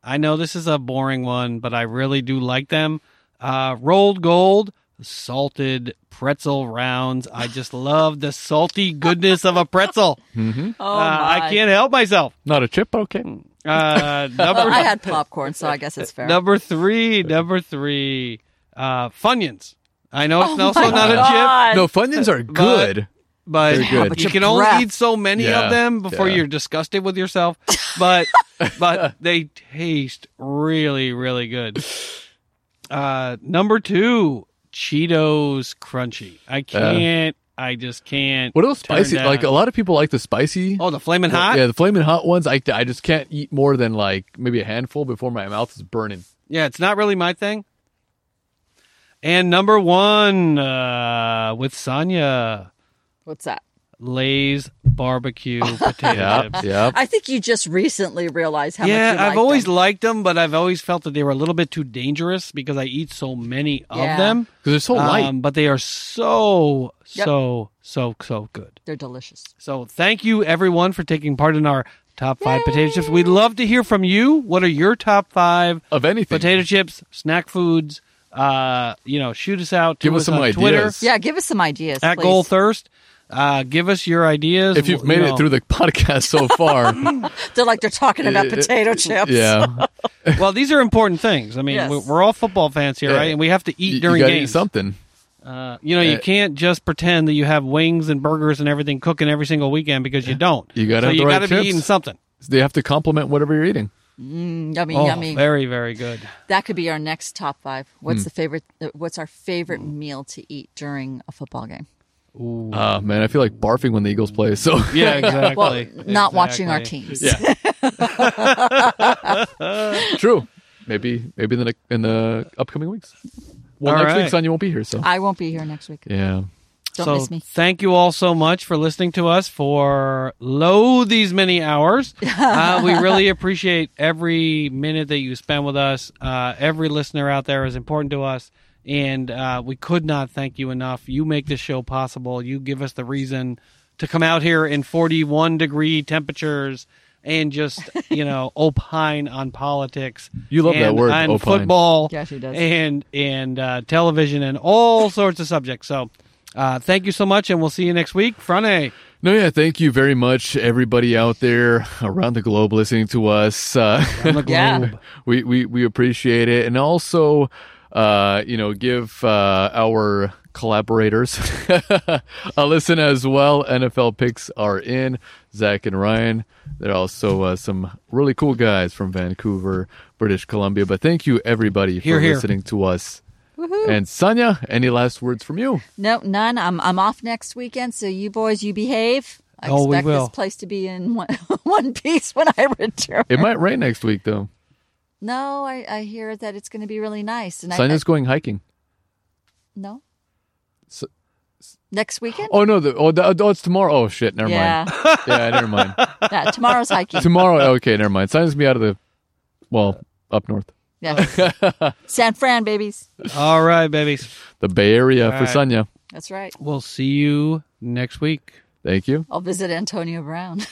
[SPEAKER 1] I know this is a boring one, but I really do like them. Uh, rolled gold, salted pretzel rounds. I
[SPEAKER 3] *laughs*
[SPEAKER 1] just love the salty goodness of a pretzel.
[SPEAKER 3] Oh
[SPEAKER 1] Uh,
[SPEAKER 3] my!
[SPEAKER 1] I can't help myself.
[SPEAKER 2] Not a chip, but okay.
[SPEAKER 3] *laughs*
[SPEAKER 1] Uh, *laughs* number
[SPEAKER 3] Well, I had popcorn, so I guess
[SPEAKER 1] *laughs*
[SPEAKER 3] it's fair.
[SPEAKER 1] Number three, number three, uh, Funyuns. I know it's also
[SPEAKER 3] Oh my
[SPEAKER 1] not a chip,
[SPEAKER 3] God.
[SPEAKER 2] No, Funyuns are good.
[SPEAKER 1] but,
[SPEAKER 2] They're good. But
[SPEAKER 1] you
[SPEAKER 3] your
[SPEAKER 1] can
[SPEAKER 3] breath.
[SPEAKER 1] only eat so many
[SPEAKER 2] Yeah,
[SPEAKER 1] of them before
[SPEAKER 2] yeah.
[SPEAKER 1] you're disgusted with yourself.
[SPEAKER 2] *laughs*
[SPEAKER 1] But but they taste really really good. Uh, number two, Cheetos Crunchy. I can't. I just can't.
[SPEAKER 2] What are those
[SPEAKER 1] turn
[SPEAKER 2] spicy?
[SPEAKER 1] down.
[SPEAKER 2] Like a lot of people like the spicy.
[SPEAKER 1] oh, the flaming hot.
[SPEAKER 2] Yeah,
[SPEAKER 1] Yeah,
[SPEAKER 2] the flaming hot ones. I, I just can't eat more than like maybe a handful before my mouth is
[SPEAKER 1] *laughs*
[SPEAKER 2] burning.
[SPEAKER 1] it's not really my thing. And number one uh, with Sonya.
[SPEAKER 3] What's that?
[SPEAKER 1] Lay's
[SPEAKER 2] *laughs*
[SPEAKER 1] barbecue potato
[SPEAKER 2] Yep,
[SPEAKER 1] chips.
[SPEAKER 2] yep.
[SPEAKER 3] I think you just recently realized how
[SPEAKER 1] yeah,
[SPEAKER 3] much. you
[SPEAKER 1] I've
[SPEAKER 3] like
[SPEAKER 1] always
[SPEAKER 3] them.
[SPEAKER 1] liked them, but I've always felt that they were a little bit too dangerous because I eat so many
[SPEAKER 3] Yeah.
[SPEAKER 1] of them.
[SPEAKER 2] Because they're so Oh, light.
[SPEAKER 1] Um, but they are so,
[SPEAKER 3] Yep.
[SPEAKER 1] so, so, so good.
[SPEAKER 3] They're delicious.
[SPEAKER 1] So thank you, everyone, for taking part in our top five potato chips. We'd love to hear from you. What are your top five
[SPEAKER 2] of anything.
[SPEAKER 1] potato chips, snack foods? Uh, you know, shoot us out.
[SPEAKER 2] Give
[SPEAKER 1] to
[SPEAKER 2] us some
[SPEAKER 1] on
[SPEAKER 2] ideas.
[SPEAKER 1] Twitter
[SPEAKER 3] Yeah, give us some ideas.
[SPEAKER 1] at
[SPEAKER 3] please.
[SPEAKER 1] Goal Thirst. Uh, give us your ideas.
[SPEAKER 2] If you've
[SPEAKER 1] You
[SPEAKER 2] made
[SPEAKER 1] know.
[SPEAKER 2] it through the podcast
[SPEAKER 1] *laughs*
[SPEAKER 2] so far,
[SPEAKER 3] They're like they're talking about
[SPEAKER 2] Uh,
[SPEAKER 3] potato chips.
[SPEAKER 2] yeah,
[SPEAKER 1] well, these are important things. I mean,
[SPEAKER 3] Yes.
[SPEAKER 1] we're, we're all football fans here,
[SPEAKER 2] Yeah.
[SPEAKER 1] right? And we have to eat
[SPEAKER 2] you,
[SPEAKER 1] during
[SPEAKER 2] you gotta eat
[SPEAKER 1] games.
[SPEAKER 2] something.
[SPEAKER 1] uh, you know, you
[SPEAKER 2] Uh,
[SPEAKER 1] can't just pretend that you have wings and burgers and everything cooking every single weekend because you don't.
[SPEAKER 2] You gotta
[SPEAKER 1] so
[SPEAKER 2] have
[SPEAKER 1] you
[SPEAKER 2] the right
[SPEAKER 1] gotta
[SPEAKER 2] chips.
[SPEAKER 1] be eating something.
[SPEAKER 2] They have to complement whatever you're eating.
[SPEAKER 3] Mm, yummy,
[SPEAKER 1] Oh,
[SPEAKER 3] yummy.
[SPEAKER 1] very, Hmm. very good.
[SPEAKER 3] That could be our next top five. What's the favorite? uh, What's our favorite meal to eat during a football game?
[SPEAKER 2] Ah, man, I feel like barfing when the Eagles play. So *laughs*
[SPEAKER 1] *laughs* Yeah, exactly.
[SPEAKER 3] Well, not watching our
[SPEAKER 1] e-, Exactly.
[SPEAKER 3] teams.
[SPEAKER 2] Yeah. *laughs* True. Maybe maybe in the ne- in the upcoming weeks. Well,
[SPEAKER 1] All
[SPEAKER 2] next week,
[SPEAKER 1] right.
[SPEAKER 2] son, you won't be here, so
[SPEAKER 3] I won't be here next week.
[SPEAKER 2] yeah.
[SPEAKER 3] Don't
[SPEAKER 1] so
[SPEAKER 3] miss me.
[SPEAKER 1] thank you all so much for listening to us for lo these many
[SPEAKER 3] *laughs*
[SPEAKER 1] hours. uh, we really appreciate every minute that you spend with us. Uh, every listener out there is important to us, and uh, we could not thank you enough. You make this show possible. You give us the reason to come out here in 41 degree temperatures and just *laughs* you know opine on politics.
[SPEAKER 2] You love
[SPEAKER 1] and,
[SPEAKER 2] that word,
[SPEAKER 1] and
[SPEAKER 2] opine.
[SPEAKER 1] football
[SPEAKER 3] Yeah, she does.
[SPEAKER 1] and and uh, television and all sorts of subjects. So, uh, thank you so much, and we'll see you next week. Front A.
[SPEAKER 2] No, yeah, thank you very much, everybody out there around the globe listening to us. Uh,
[SPEAKER 3] *laughs* Yeah.
[SPEAKER 2] we, we we appreciate it, and also, uh, you know, give uh, our collaborators *laughs* a listen as well. NFL picks are in. Zach and Ryan. They're also uh, some really cool guys from Vancouver, British Columbia. But thank you, everybody, for
[SPEAKER 1] Hear, hear.
[SPEAKER 2] listening to us. And Sonia, any last words from you?
[SPEAKER 3] No, none. I'm I'm off next weekend, so you boys, you behave. I
[SPEAKER 1] Oh, we
[SPEAKER 3] expect
[SPEAKER 1] will.
[SPEAKER 3] this place to be in one, *laughs* one piece when I return.
[SPEAKER 2] It might rain next week, though.
[SPEAKER 3] No, I, I hear that it's going to be really nice. And I, I
[SPEAKER 2] Sonia's going hiking.
[SPEAKER 3] no.
[SPEAKER 2] So-
[SPEAKER 3] next weekend?
[SPEAKER 2] Oh no! The, oh, the, oh, it's tomorrow. Oh shit! Never
[SPEAKER 3] yeah.
[SPEAKER 2] mind. *laughs* Yeah, never mind.
[SPEAKER 3] yeah. Tomorrow's
[SPEAKER 1] *laughs*
[SPEAKER 3] hiking.
[SPEAKER 2] Tomorrow. Okay, never mind. Signs me out of the, well, up north,
[SPEAKER 3] Yeah. San Fran, babies.
[SPEAKER 1] All right, babies.
[SPEAKER 2] the Bay Area for
[SPEAKER 1] right.
[SPEAKER 2] Sonia.
[SPEAKER 3] That's right.
[SPEAKER 1] We'll see you next week.
[SPEAKER 2] Thank you.
[SPEAKER 3] I'll visit Antonio Brown.